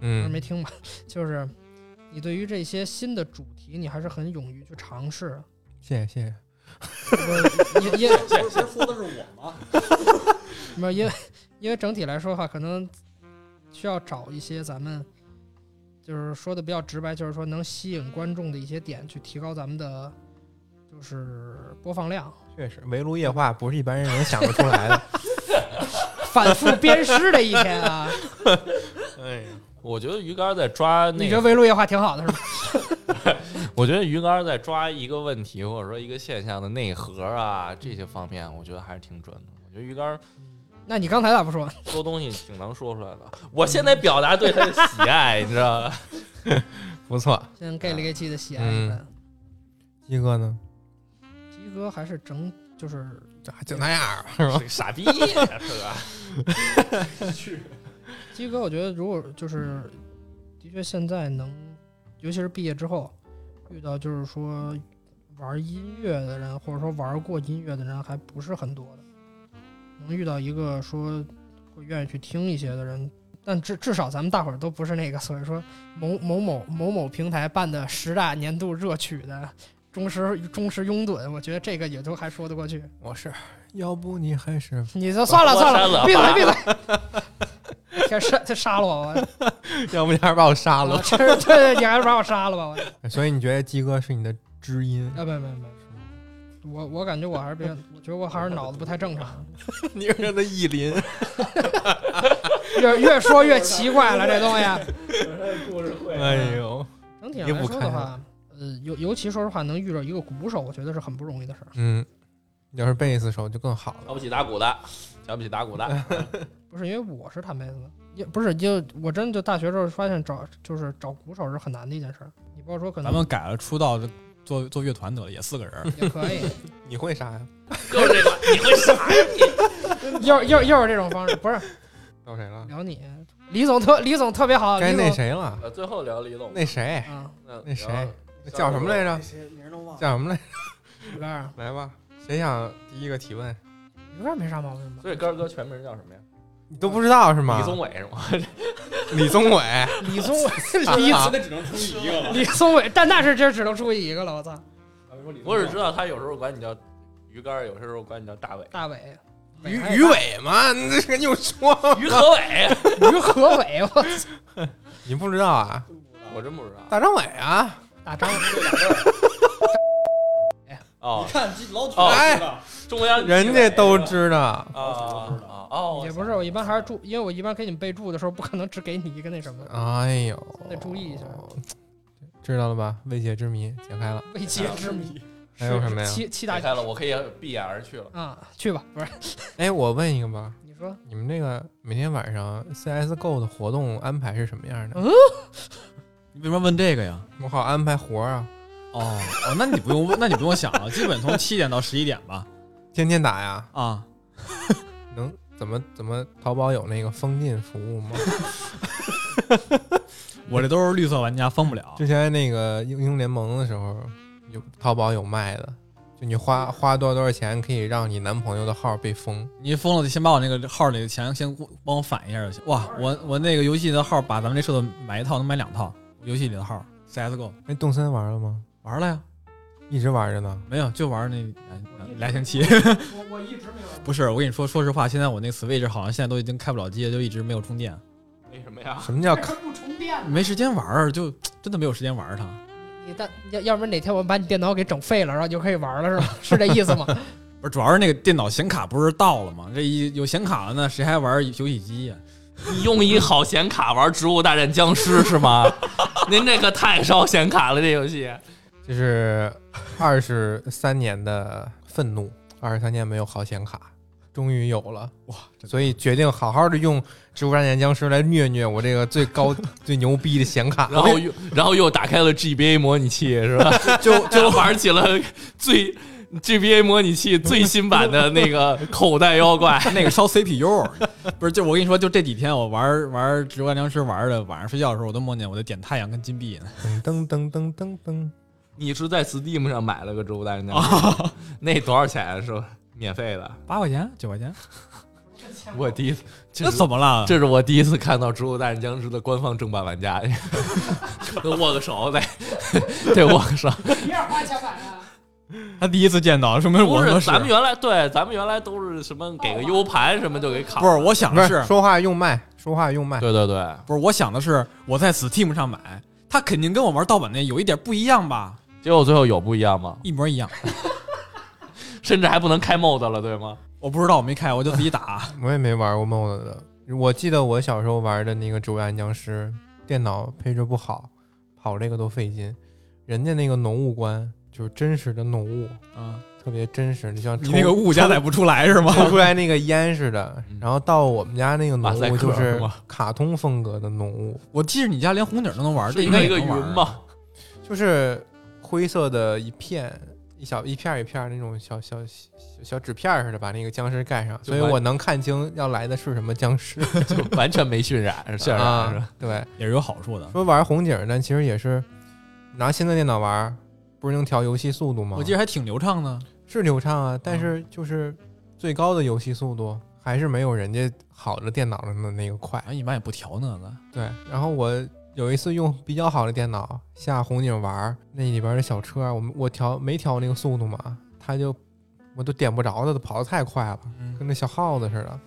Speaker 4: 当时
Speaker 1: 嗯
Speaker 4: 没听吧， <laughs> 就是你对于这些新的主题，你还是很勇于去尝试，
Speaker 1: 谢谢谢谢。
Speaker 5: <laughs>
Speaker 4: 不是因因
Speaker 5: 不是说的是我吗？
Speaker 4: <laughs> 不是因为因为整体来说的话，可能需要找一些咱们就是说的比较直白，就是说能吸引观众的一些点，去提高咱们的就是播放量， <laughs>
Speaker 1: 确实，围炉夜话不是一般人能想得出来的。
Speaker 4: 反复鞭尸的一天啊！
Speaker 1: <laughs> 哎，
Speaker 2: 我觉得鱼竿在抓
Speaker 4: 你
Speaker 2: 那
Speaker 4: 觉
Speaker 2: 个，
Speaker 4: 得围炉夜话挺好的是吧？
Speaker 2: 我觉得鱼竿在抓一个问题或者说一个现象的内核啊这些方面，我觉得还是挺准的。我觉得鱼竿
Speaker 4: 那你刚才咋不说？
Speaker 2: 说东西挺能说出来的。我现在表达对他的喜爱，你知道吧？
Speaker 1: 不错。
Speaker 4: 先 gay 里 gay 气的喜爱
Speaker 1: 嗯
Speaker 4: 一番，
Speaker 1: 鸡哥呢？
Speaker 4: 鸡哥还是整就是
Speaker 1: 这就那
Speaker 3: <laughs>
Speaker 1: 样儿是吧？
Speaker 2: 是个傻逼是吧？
Speaker 4: 鸡哥，我觉得如果就是，的确现在能，尤其是毕业之后，遇到就是说玩音乐的人，或者说玩过音乐的人还不是很多的，能遇到一个说会愿意去听一些的人。但至至少咱们大伙儿都不是那个，所以说某某某某某平台办的十大年度热曲的忠实忠实拥趸，我觉得这个也都还说得过去。
Speaker 1: 我是，要不你还 <laughs> 是
Speaker 4: 你就算了
Speaker 2: 我
Speaker 4: 算
Speaker 2: 删
Speaker 4: 了，
Speaker 2: 了
Speaker 4: 闭嘴
Speaker 2: 吧
Speaker 4: 闭
Speaker 2: <laughs>
Speaker 4: 嘴！天杀，他杀了我！我
Speaker 1: 要不你还是把我杀
Speaker 4: 啊
Speaker 1: 了。
Speaker 4: 这对对，你还是把我杀了吧！
Speaker 1: <laughs>
Speaker 4: 我
Speaker 1: 所以你觉得鸡哥是你的知音？
Speaker 4: 啊，没没没，我我感觉我还是别，我觉得我还是脑子不太正常，
Speaker 1: 你是他的意林，
Speaker 4: 越越说越奇怪了，这东西。
Speaker 5: 故事
Speaker 3: <laughs>
Speaker 5: 会
Speaker 1: 哎呦，
Speaker 4: 整体上来说的话，呃，尤尤其说实话，能遇到一个鼓手，我觉得是很不容易的事儿。
Speaker 1: 嗯，要是贝斯手就更好
Speaker 2: 瞧
Speaker 1: 了。
Speaker 2: 不起打鼓的，瞧不起打鼓
Speaker 1: 哎
Speaker 2: 的，
Speaker 4: 不是因为我是弹贝斯的，也不是就我真的就大学之后发现找就是找鼓手是很难的一件事儿。你不要说可
Speaker 3: 咱
Speaker 4: 能
Speaker 3: 们改了出道就做做乐团得了，也四个人儿。
Speaker 4: 也可以，
Speaker 1: 你会啥呀？
Speaker 2: 就是这个，你会傻呀你？
Speaker 4: 又又又是这种方式，不是
Speaker 1: 到谁了？
Speaker 4: 聊你，李总特李总特别好，
Speaker 1: 该
Speaker 4: 李
Speaker 1: 那
Speaker 4: 总
Speaker 1: 谁了？
Speaker 2: 呃，最后聊李总，
Speaker 1: 那谁
Speaker 4: 啊，
Speaker 1: 那谁
Speaker 2: 然后
Speaker 1: 叫什么来着？
Speaker 5: 些名儿都
Speaker 1: <laughs>
Speaker 5: 忘了。
Speaker 1: 叫什么来？
Speaker 4: 鱼竿儿
Speaker 1: 来吧，谁想第一个提问？
Speaker 4: 鱼竿儿没啥毛
Speaker 2: <laughs>
Speaker 4: 病吧？
Speaker 2: 所以根儿哥全名叫什么呀？
Speaker 1: 你都不知道是吗？
Speaker 2: 李宗伟是吗？
Speaker 1: 李宗伟，
Speaker 4: 李宗
Speaker 5: 第
Speaker 4: 李
Speaker 5: 一
Speaker 4: 宗
Speaker 5: 次那只能出一个 <laughs> 了。
Speaker 4: 李松伟，但那是这只能出一个了，我操！
Speaker 2: 我只知道他有时候管你叫鱼竿儿，有时候管你叫大
Speaker 1: <laughs>
Speaker 2: 伟，
Speaker 4: 大伟，
Speaker 1: 于
Speaker 4: 还有
Speaker 1: 于伟嘛，你这跟你又说，
Speaker 2: 于和伟，
Speaker 4: 大于和伟，我操
Speaker 1: 你不知道啊？
Speaker 2: 我真不知道。
Speaker 1: <laughs> 大张伟啊，
Speaker 4: 大张
Speaker 2: 哦
Speaker 5: 你，看这老土
Speaker 2: 哦
Speaker 5: 了，
Speaker 2: 中央
Speaker 1: 人家都知道。
Speaker 2: 啊啊哦，
Speaker 4: 也不是，我一般还是注，因为我一般给你们备注的时候，不可能只给你一个那什么
Speaker 1: 哎呦，
Speaker 4: 得注意一下，
Speaker 1: 哦知道了吧？未解之谜解开了，
Speaker 4: 未解之谜。
Speaker 1: 还有什么呀
Speaker 4: 是七七大
Speaker 2: 打开了，我可以闭眼而去了。
Speaker 4: 啊，去吧，不是
Speaker 1: 哎，我问一个吧，
Speaker 4: 你说
Speaker 1: 你们这个每天晚上 CSGO 的活动安排是什么样的？
Speaker 4: 嗯
Speaker 3: 你为什么问这个呀？
Speaker 1: 我好安排活儿啊，
Speaker 3: 哦哦，那你不用问，那你不用想了，基本从七点到十一点吧。
Speaker 1: 天天打呀，
Speaker 3: 啊，
Speaker 1: 能怎么怎么？淘宝有那个封禁服务吗？ <laughs>
Speaker 3: 我这都是绿色玩家，封不了。
Speaker 1: 之前那个英雄联盟的时候，有淘宝有卖的，就你花花多少多少钱可以让你男朋友的号被封。
Speaker 3: 你封了，先把我那个号里的钱先给我帮我返一下就行。哇，我我那个游戏的号，把咱们这设的买一套能买两套，游戏里的号，CSGO
Speaker 1: 哎，动森玩了吗？
Speaker 3: 玩了呀？
Speaker 1: 一直玩着呢。
Speaker 3: 没有，就玩那呃俩星期。 <laughs>
Speaker 5: 我我一直没有。
Speaker 3: 不是，我跟你说，说实话，现在我那 Switch 好像现在都已经开不了机，就一直没有充电，
Speaker 2: 为什么呀？
Speaker 1: 什么叫
Speaker 5: 它不充电
Speaker 3: 没时间玩儿，就真的没有时间玩儿它。
Speaker 4: 你但要要不然哪天我们把你电脑给整废了，然后你就可以玩了，是吧？是这意思吗？
Speaker 3: 不是，主要是那个电脑显卡不是到了吗？这一有显卡了呢，谁还玩游戏机呀、
Speaker 2: 你用一好显卡玩《植物大战僵尸》是 <laughs> 吗？您这个太烧显卡了，这游戏。
Speaker 1: 这是二十三年的愤怒，二十三年没有好显卡，终于有了
Speaker 3: 哇！
Speaker 1: 所以决定好好的用《植物大战僵尸》来虐虐我这个最高最牛逼的显卡。
Speaker 2: 然后又然后又打开了 GBA 模拟器是吧？ <laughs> 就就玩起了最 GBA 模拟器最新版的那个口袋妖怪。 <laughs>
Speaker 3: 那个烧 CPU，不 <laughs> 是？就我跟你说，就这几天我玩玩《植物大僵尸》玩的，晚上睡觉的时候我都梦见我在点太阳跟金币呢。
Speaker 1: 噔噔噔噔噔
Speaker 2: 你是在 Steam 上买了个《植物大战僵尸》， <laughs> 那多少钱啊是吧？免费的。
Speaker 3: 八块钱，九块钱，
Speaker 2: 我第一次， <laughs> 这
Speaker 3: 这
Speaker 2: 是
Speaker 3: 怎么了？
Speaker 2: 这是我第一次看到《植物大战僵尸》的官方正版玩家， <laughs> 得握个手 <laughs> 得，得握个手。
Speaker 4: 你也花钱买啊？
Speaker 3: 他第一次见到，说明
Speaker 2: 不
Speaker 3: 我说
Speaker 2: 是，
Speaker 3: 是
Speaker 2: 咱们原来对，咱们原来都是什么给个 U 盘什么就给卡。
Speaker 3: 不是，我想
Speaker 1: 不
Speaker 3: 的
Speaker 1: 是
Speaker 3: 是，
Speaker 1: 说话用麦，说话用麦。
Speaker 2: 对对对，
Speaker 3: 不是我想的是，我在 Steam 上买，他肯定跟我玩盗版那有一点不一样吧？
Speaker 2: 结果最后有不一样吗？
Speaker 3: 一模一样。
Speaker 2: 甚至还不能开 mod 了，对吗？
Speaker 3: 我不知道，我没开，我就自
Speaker 2: <laughs>
Speaker 3: 己打。嗯
Speaker 1: 我也没玩过 MOD 的。我记得我小时候玩的那个《植物大战僵尸》，电脑配置不好，跑这个都费劲。人家那个浓雾关就是真实的浓雾，
Speaker 3: 嗯，
Speaker 1: 特别真实，就像
Speaker 3: 你
Speaker 1: 抽
Speaker 3: 那个雾加载不出来是吗？
Speaker 2: <laughs>
Speaker 1: 抽出来那个烟似的
Speaker 2: 嗯。
Speaker 1: 然后到我们家那个浓
Speaker 2: 马赛
Speaker 1: 雾
Speaker 2: 克
Speaker 1: 就是是
Speaker 2: 吗
Speaker 1: 卡通风格的浓雾，
Speaker 3: 我记着你家连红警都能玩，这
Speaker 2: 是
Speaker 3: 应
Speaker 2: 因
Speaker 3: 该
Speaker 2: 为一
Speaker 3: 也
Speaker 2: 个
Speaker 3: 能
Speaker 2: 云
Speaker 3: 玩？
Speaker 2: 嘛， <laughs>
Speaker 1: 就是灰色的一片。一小一片儿一片儿那种小小小小纸片儿似的，把那个僵尸盖上，
Speaker 2: 就
Speaker 1: 所以
Speaker 2: 完
Speaker 1: 我能看清要来的是什么僵
Speaker 2: <laughs>
Speaker 1: 尸。
Speaker 2: 就完全没渲染，渲染、是吧
Speaker 1: 啊？ <laughs> 对，
Speaker 3: 也是有好处的。
Speaker 1: 说玩红警呢，其实也是拿新的电脑玩，不是能调游戏速度吗？
Speaker 3: 我记得还挺流畅的。
Speaker 1: 是流畅啊，但
Speaker 2: 嗯
Speaker 1: 是就是最高的游戏速度还是没有人家好的电脑上的那个快。
Speaker 3: 哎，一般也不调那个。
Speaker 1: 对，然后我有一次用比较好的电脑下红警玩，那里边的小车啊，我们我调没调那个速度嘛，它就我都点不着它，它跑得太快了。
Speaker 3: 嗯，
Speaker 1: 跟那小耗子似的。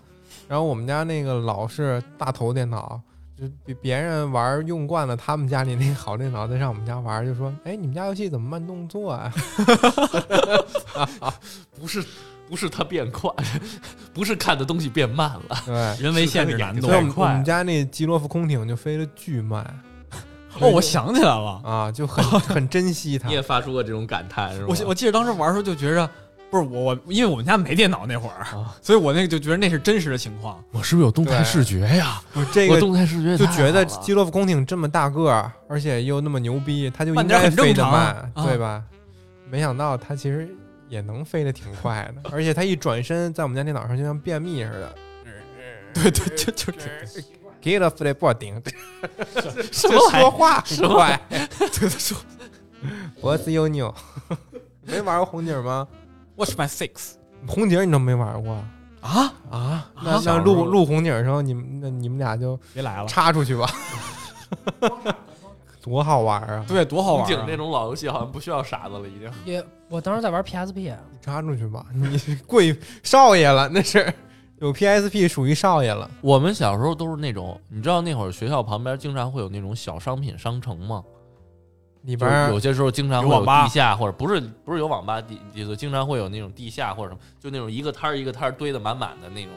Speaker 1: 然后我们家那个老是大头电脑，就比别人玩用惯了他们家里那个好电脑，再上我们家玩，就说：“哎，你们家游戏怎么慢动作啊 <laughs>
Speaker 2: 不是不是它变快， <laughs> 不是看的东西变慢了，？”
Speaker 1: 对，
Speaker 3: 人为限制难度
Speaker 1: 所以我们
Speaker 2: 快
Speaker 1: 我们家那基洛夫空艇就飞得巨慢
Speaker 3: 哦，我想起来了，
Speaker 1: 啊，就很
Speaker 2: <laughs>
Speaker 1: 很珍惜它
Speaker 2: 你。也发出过这种感叹是吗？
Speaker 3: 我记我记得当时玩的时候就觉着，不是我我，因为我们家没电脑那会儿
Speaker 2: 啊，
Speaker 3: 所以我那个就觉得那是真实的情况。
Speaker 2: 我是不是有动
Speaker 1: 态视
Speaker 2: 觉呀？
Speaker 1: 不是这
Speaker 2: 我
Speaker 1: 个
Speaker 2: 动态视觉也
Speaker 1: 就
Speaker 2: 太
Speaker 1: 觉得
Speaker 2: 好了
Speaker 1: 基洛夫空艇这么大个儿，而且又那么牛逼，它就
Speaker 3: 慢
Speaker 1: 应
Speaker 3: 点儿
Speaker 1: 该
Speaker 3: 很正
Speaker 1: 飞得
Speaker 3: 常
Speaker 1: 慢，
Speaker 3: 啊
Speaker 1: 对吧？没想到它其实也能飞得挺快
Speaker 3: <laughs>
Speaker 1: 的，而且它一转身，在我们家电脑上就像便秘似的。
Speaker 3: 对对，就就这，
Speaker 1: Get off the boarding， <laughs> 这
Speaker 2: 什么玩意
Speaker 1: 说
Speaker 2: 儿？
Speaker 1: 话很快。 <laughs>
Speaker 3: 对对说
Speaker 1: What's your new？没玩过红警吗？
Speaker 3: ，Watch my six
Speaker 1: 红警你都没玩过
Speaker 3: 啊，
Speaker 1: 啊？
Speaker 3: 啊
Speaker 1: 那
Speaker 3: 小
Speaker 1: 那
Speaker 3: 时
Speaker 1: 录
Speaker 3: 候
Speaker 1: 录红警的时候，你们那你们俩就
Speaker 3: 别来了。
Speaker 1: 插出去
Speaker 3: <laughs>
Speaker 1: 吧，多好玩啊！
Speaker 3: 对，多好
Speaker 2: 红
Speaker 3: 玩
Speaker 2: 警
Speaker 3: 啊！
Speaker 2: 那种老游戏好像不需要傻子了，已经。
Speaker 4: 也，我当时在玩 PSP，
Speaker 1: 你插出去吧， <laughs> 你是贵少爷了，那是 <laughs> 有 PSP 属于少爷了。
Speaker 2: 我们小时候都是那种，你知道那会儿学校旁边经常会有那种小商品商城吗？
Speaker 1: 里
Speaker 2: 就
Speaker 1: 边
Speaker 2: 是有
Speaker 1: 儿
Speaker 2: 些时候经常
Speaker 3: 有
Speaker 2: 会有
Speaker 3: 网吧
Speaker 2: 地下，或者不是不是有网吧地，就是经常会有那种地下或者什么，就那种一个摊儿一个摊儿堆的满满的那种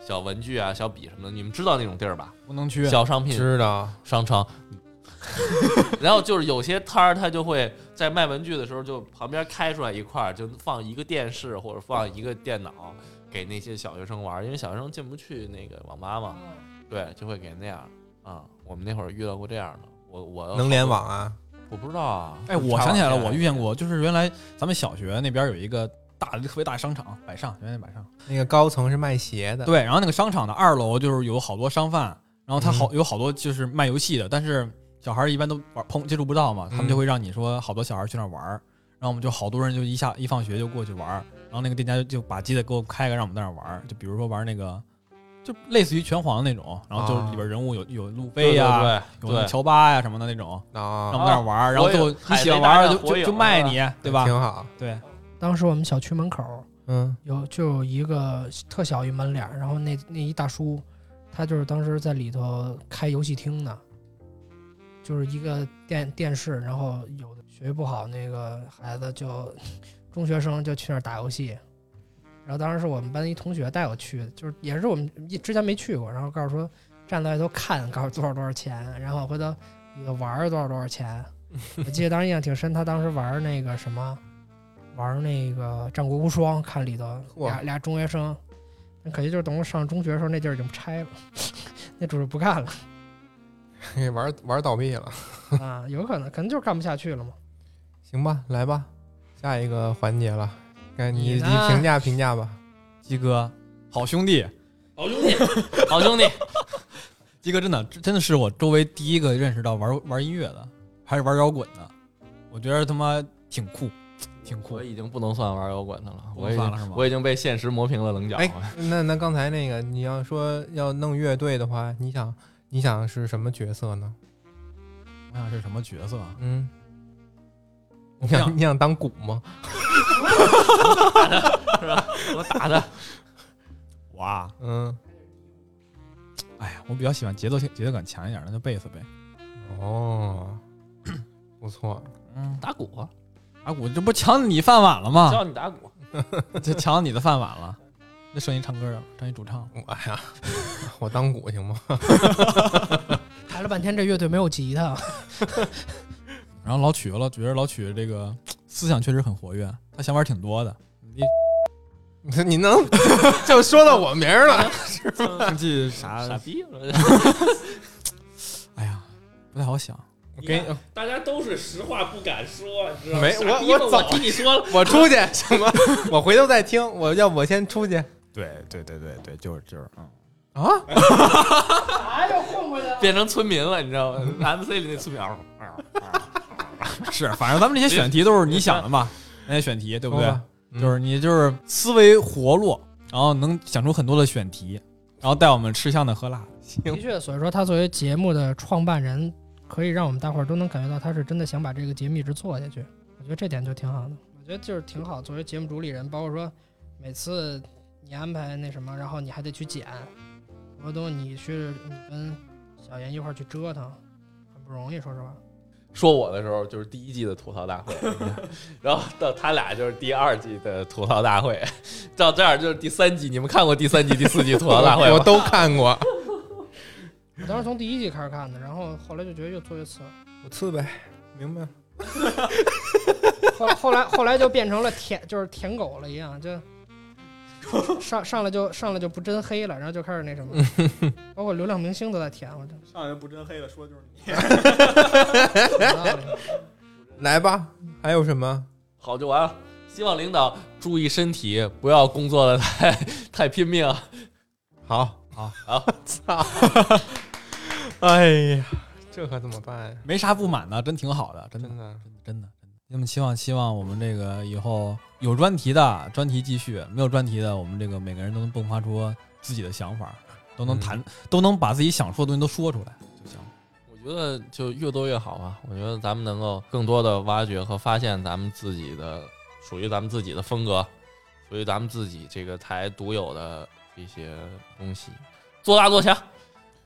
Speaker 2: 小文具啊、小笔什么的，你们知道那种地儿吧？
Speaker 3: 功能区
Speaker 2: 小商品
Speaker 1: 知道，
Speaker 2: 商城。 <laughs> 然后就是有些摊儿，他就会在卖文具的时候，就旁边开出来一块儿，就放一个电视或者放一个电脑给那些小学生玩儿，因为小学生进不去那个网吧嘛，对，就会给那样啊、我们那会儿遇到过这样的，我
Speaker 3: 呃
Speaker 2: 我
Speaker 1: 能联网啊？
Speaker 2: 我不知道啊。
Speaker 3: 哎，我想起来了，我遇见
Speaker 2: 过。
Speaker 3: 过，就是原来咱们小学那边有一个大的特别大商场，百上，原来百上。
Speaker 1: 那个高层是卖鞋的，
Speaker 3: 对，然后那个商场的二楼就是有好多商贩，然后他好、有好多就是卖游戏的，但是小孩儿一般都玩碰接触不到嘛，他们
Speaker 1: 嗯
Speaker 3: 就会让你说好多小孩儿去那儿玩儿，然后我们就好多人就一下一放学就过去玩儿，然后那个店家就就把机子给我开开，让我们在那儿玩儿，就比如说玩那个。就类似于拳皇那种，然后就是
Speaker 1: 啊
Speaker 3: 里边人物有有路飞
Speaker 2: 对
Speaker 3: 呀、
Speaker 2: 哎呀，
Speaker 3: 有那乔巴呀、什么的那种，让我
Speaker 1: 啊，
Speaker 3: 们在那儿玩儿，然后最后
Speaker 2: 火影
Speaker 3: 你喜
Speaker 2: 海贼大
Speaker 3: 欢玩儿
Speaker 2: 战
Speaker 3: 就
Speaker 2: 火
Speaker 3: 就
Speaker 2: 影
Speaker 3: 就卖
Speaker 2: 啊
Speaker 3: 你，对吧？
Speaker 1: 挺好，
Speaker 3: 对，
Speaker 4: 当时我们小区门口
Speaker 3: <laughs>
Speaker 1: 嗯，
Speaker 4: 有就有一个特小一门脸儿，然后那那一大叔，他就是当时在里头开游戏厅呢，就是一个电电视，然后有的学习不好那个孩子就中学生就去那儿打游戏，然后当时是我们班一同学带我去的，就是也是我们一之前没去过，然后告诉说站在外头看，告诉多少多少钱，然后回头里头玩儿多少多少钱，我记得当时印象挺深，他当时玩儿那个什么。玩那个《战国无双》，看里头
Speaker 1: 嚯
Speaker 4: 俩俩中学生，那可惜就是等我上中学的时候，那地儿已经拆了， <laughs> 那主儿不干了
Speaker 1: 嘿玩玩倒闭了，
Speaker 4: 啊，有可能可能就是干不下去了嘛。
Speaker 1: 行吧，来吧，下一个环节了，该你
Speaker 4: 你
Speaker 1: 你
Speaker 4: 呢
Speaker 1: 评价评价吧。
Speaker 3: 鸡哥，好兄弟，
Speaker 2: 好兄弟，好兄弟，
Speaker 3: 鸡哥真的真的是我周围第一个认识到玩玩音乐的，还是玩摇滚的，我觉得他妈挺酷， <laughs> 挺酷
Speaker 2: 我。已经不能算玩摇滚的了，
Speaker 3: 不
Speaker 2: 我已
Speaker 3: 算了
Speaker 2: 经
Speaker 3: 是吗
Speaker 2: 我已经被现实磨平了
Speaker 3: 啊
Speaker 2: 棱角。
Speaker 1: 哎那那刚才那个你要说要弄乐队的话，你想你想是什么角色呢？
Speaker 3: 我想是什么角色啊？
Speaker 1: 嗯，
Speaker 3: 我
Speaker 1: 你
Speaker 3: 不想
Speaker 1: 想你想当鼓吗？
Speaker 2: 我打的，
Speaker 3: 我啊，
Speaker 1: 嗯，
Speaker 3: 哎呀，我比较喜欢节奏性、节奏感强一点的，那就贝斯呗。
Speaker 1: 哦，不错， <coughs>
Speaker 3: 嗯，
Speaker 2: 打鼓啊，
Speaker 6: 打鼓，这不抢你饭碗了
Speaker 3: 啊
Speaker 6: 吗？
Speaker 7: 教你打鼓，
Speaker 6: 这抢你的饭碗了。那剩一唱歌
Speaker 3: 啊
Speaker 6: 的了，剩一主唱。
Speaker 1: 我呀，我当鼓行吗？ <laughs>
Speaker 4: 排了半天这乐队没有吉他，
Speaker 6: 然后老曲了，觉得老曲这个思想确实很活跃，他想法挺多的。你
Speaker 1: 你能 <laughs> 就说到我名儿了？
Speaker 6: 经济啥
Speaker 7: 傻逼！ <laughs>
Speaker 6: 哎呀，不太好想。
Speaker 1: 我给 <laughs> 你，
Speaker 8: 大家都是实话不敢说，你知道吗？
Speaker 1: 没
Speaker 8: 傻
Speaker 1: 我
Speaker 8: 逼
Speaker 1: 我
Speaker 8: 吧
Speaker 1: 早
Speaker 8: 我听你说了，
Speaker 1: 我出去行吗？ <laughs> 我回头再听。我要不我先出去
Speaker 9: 对对对对对，就是就是，嗯，
Speaker 1: 啊？
Speaker 10: 啥又混回来了？
Speaker 7: <laughs> 变成村民了，你知道吗？MC 里那村民，
Speaker 6: 是，反正咱们这些选题都是你想的
Speaker 1: <laughs>
Speaker 6: 嘛，那些选题对不对
Speaker 1: 好吧？嗯
Speaker 6: 就是你就是思维活络，然后能想出很多的选题，然后带我们吃香的喝辣的。
Speaker 4: 的确，所以说他作为节目的创办人，可以让我们大伙儿都能感觉到他是真的想把这个节目一直做下去。我觉得这点就挺好的，我觉得就是挺好。作为节目主理人，包括说每次你安排那什么，然后你还得去剪，很多东西你去你跟小严一块儿去折腾，很不容易，说实话。
Speaker 7: 说我的时候就是第一季的吐槽大会， <laughs> 然后到他俩就是第二季的吐槽大会，到这儿就是第三季。你们看过第三季、第四季吐槽大会
Speaker 1: 我
Speaker 7: 吗？
Speaker 1: 都看过。
Speaker 4: 我当时从第一季开始看的，然后后来就觉得越做越次，
Speaker 1: 我刺呗，明白？
Speaker 4: 后后来后来就变成了舔，就是舔狗了一
Speaker 10: <laughs>
Speaker 4: 样，就上上来就上来就不真黑了，然后就开始那什么，
Speaker 10: <laughs>
Speaker 4: 包括流量明星都在舔我，这
Speaker 10: 上来就不真黑了，说的就是你。
Speaker 4: 有道理
Speaker 1: 来吧，还有什么？
Speaker 7: <laughs> 好就完了。希望领导注意身体，不要工作的太 <laughs> 太拼命。
Speaker 1: 好，
Speaker 6: 好，
Speaker 7: 好，
Speaker 1: 操！ <laughs> 哎呀，这可怎么办呀？
Speaker 6: 没啥不满的，真挺好的，真的
Speaker 1: 真的，
Speaker 6: 真的真的。那么希望希望我们这个以后有专题的专题继续，没有专题的，我们这个每个人都能迸发出自己的想法，都能
Speaker 1: 嗯
Speaker 6: 谈，都能把自己想说的东西都说出来就行。
Speaker 7: 我觉得就越多越好啊！我觉得咱们能够更多的挖掘和发现咱们自己的属于咱们自己的风格，属于咱们自己这个台独有的一些东西，做大做强，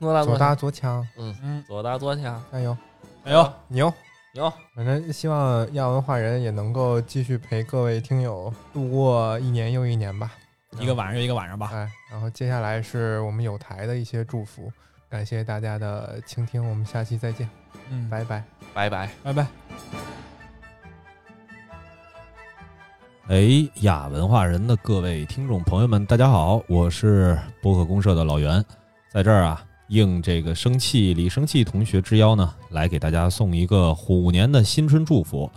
Speaker 7: 做大
Speaker 1: 左
Speaker 7: 做强，
Speaker 1: 搭左强，
Speaker 6: 嗯，
Speaker 7: 做大做强，
Speaker 1: 加油，
Speaker 6: 哎呦，
Speaker 1: 牛！
Speaker 7: 牛！
Speaker 1: 反正希望亚文化人也能够继续陪各位听友度过一年又一年吧。
Speaker 6: 一个晚上又一个晚
Speaker 3: 啊
Speaker 6: 上吧，
Speaker 1: 哎，然后接下来是我们有台的一些祝福，感谢大家的倾听，我们下期再见，
Speaker 6: 嗯，拜
Speaker 1: 拜拜。
Speaker 7: 拜拜。
Speaker 6: 拜拜。
Speaker 3: 哎呀，文化人的各位听众朋友们，大家好，我是播客公社的老袁，在这儿啊，应这个生气李生气同学之邀呢，来给大家送一个虎年的新春祝福。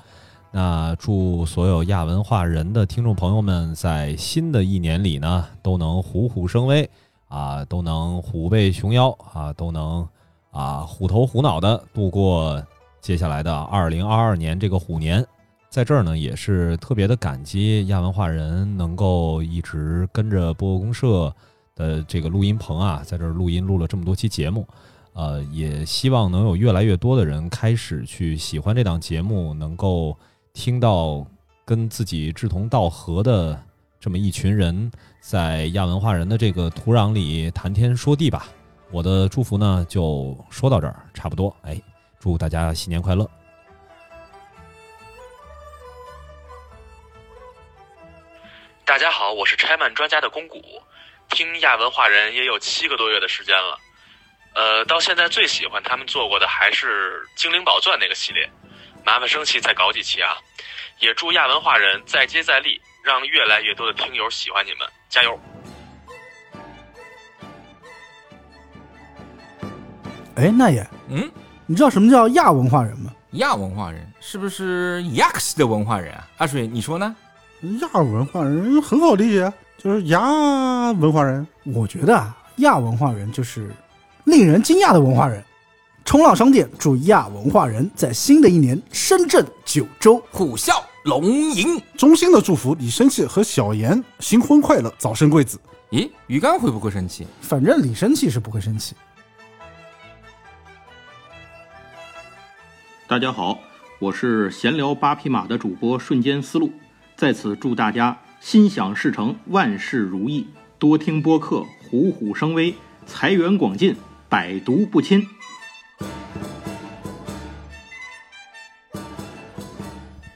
Speaker 3: 那祝所有亚文化人的听众朋友们，在新的一年里呢，都能虎虎生威啊，都能虎背熊腰啊，都能啊虎头虎脑的度过接下来的二零二二年这个虎年。在这儿呢，也是特别的感激亚文化人能够一直跟着播客公社的这个录音棚啊，在这儿录音录了这么多期节目，呃，也希望能有越来越多的人开始去喜欢这档节目，能够听到跟自己志同道合的这么一群人在亚文化人的这个土壤里谈天说地吧。我的祝福呢，就说到这儿，差不多。哎，祝大家新年快乐！
Speaker 2: 大家好，我是拆漫专家的公谷，听亚文化人也有七个多月的时间了。呃，到现在最喜欢他们做过的还是《精灵宝钻》那个系列，麻烦生气再搞几期啊！也祝亚文化人再接再厉，让越来越多的听友喜欢你们，加油！
Speaker 11: 哎，那也，
Speaker 9: 嗯，
Speaker 11: 你知道什么叫亚文化人吗？
Speaker 9: 亚文化人是不是 Yax 的文化人啊？阿水，你说呢？
Speaker 11: 亚文化人很好理解，啊就是亚文化人。我觉得啊，亚文化人就是令人惊讶的文化人。冲浪商店祝亚文化人在新的一年深圳、九州。
Speaker 9: 虎啸龙吟。
Speaker 11: 衷心的祝福李生气和小严新婚快乐，早生贵子。
Speaker 9: 咦，鱼竿会不会生气？
Speaker 11: 反正李生气是不会生气。
Speaker 12: 大家好，我是闲聊八匹马的主播瞬间思路，在此祝大家心想事成，万事如意，多听播客，虎虎生威，财源广进，百毒不侵。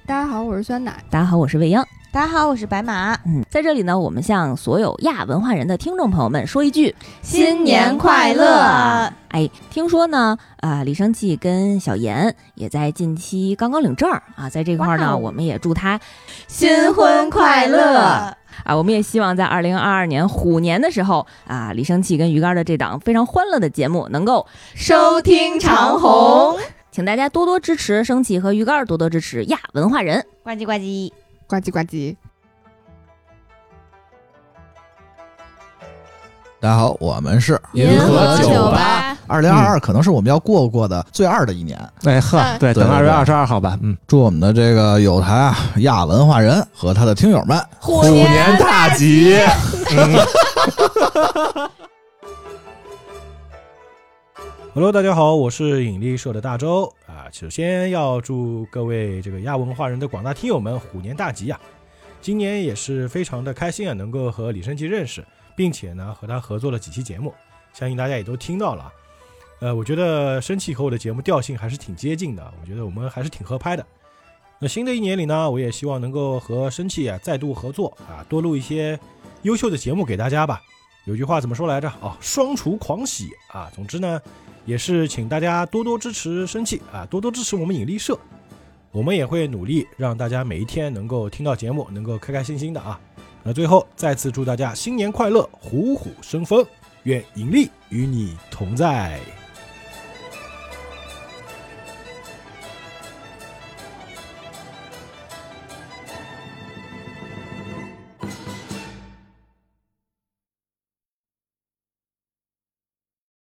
Speaker 13: 大家
Speaker 2: 好，我是酸奶。
Speaker 12: 大家好，我是未央。
Speaker 2: 大家好，我是白马。
Speaker 12: 嗯，在这里呢，我们向所有亚文化人的听众朋友们说一句：
Speaker 2: 新年快乐！
Speaker 12: 哎，听说呢，啊，李生气跟小严也在近期刚刚领证儿啊，在这块儿
Speaker 2: 哇
Speaker 12: 呢，
Speaker 2: 哦
Speaker 12: 我们也祝他
Speaker 2: 新婚快乐！
Speaker 12: 啊，我们也希望在二零二二年虎年的时候啊，李生气跟鱼竿的这档非常欢乐的节目能够
Speaker 2: 收听长虹，
Speaker 12: 请大家多多支持生气和鱼竿，多多支持亚文化人。
Speaker 2: 呱唧呱唧，呱唧呱唧。
Speaker 3: 大家好，我们是
Speaker 11: 银河酒
Speaker 2: 吧。
Speaker 3: 二零二二可能是我们要过过的最二的一年。
Speaker 11: 哎呵，对，等二月二十二号吧。嗯，
Speaker 3: 祝我们的这个有台啊亚文化人和他的听友们
Speaker 2: 虎年
Speaker 11: 大吉！
Speaker 7: Hello，大家好，我是引力社的大周啊。首先要祝各位这个亚文化人的广大听友们虎年大吉呀、今年也是非常的开心啊，能够和李生基认识，并且呢和他合作了几期节目，相信大家也都听到了啊。呃，我觉得生气和我的节目调性还是挺接近的，我觉得我们还是挺合拍的。那新的一年里呢，我也希望能够和生气啊再度合作啊，多录一些优秀的节目给大家吧。有句话怎么说来着？哦，双厨狂喜啊！总之呢，也是请大家多多支持生气啊，多多支持我们引力社，我们也会努力让大家每一天能够听到节目，能够开开心心的啊。那最后再次祝大家新年快乐，虎虎生风，愿引力与你同在。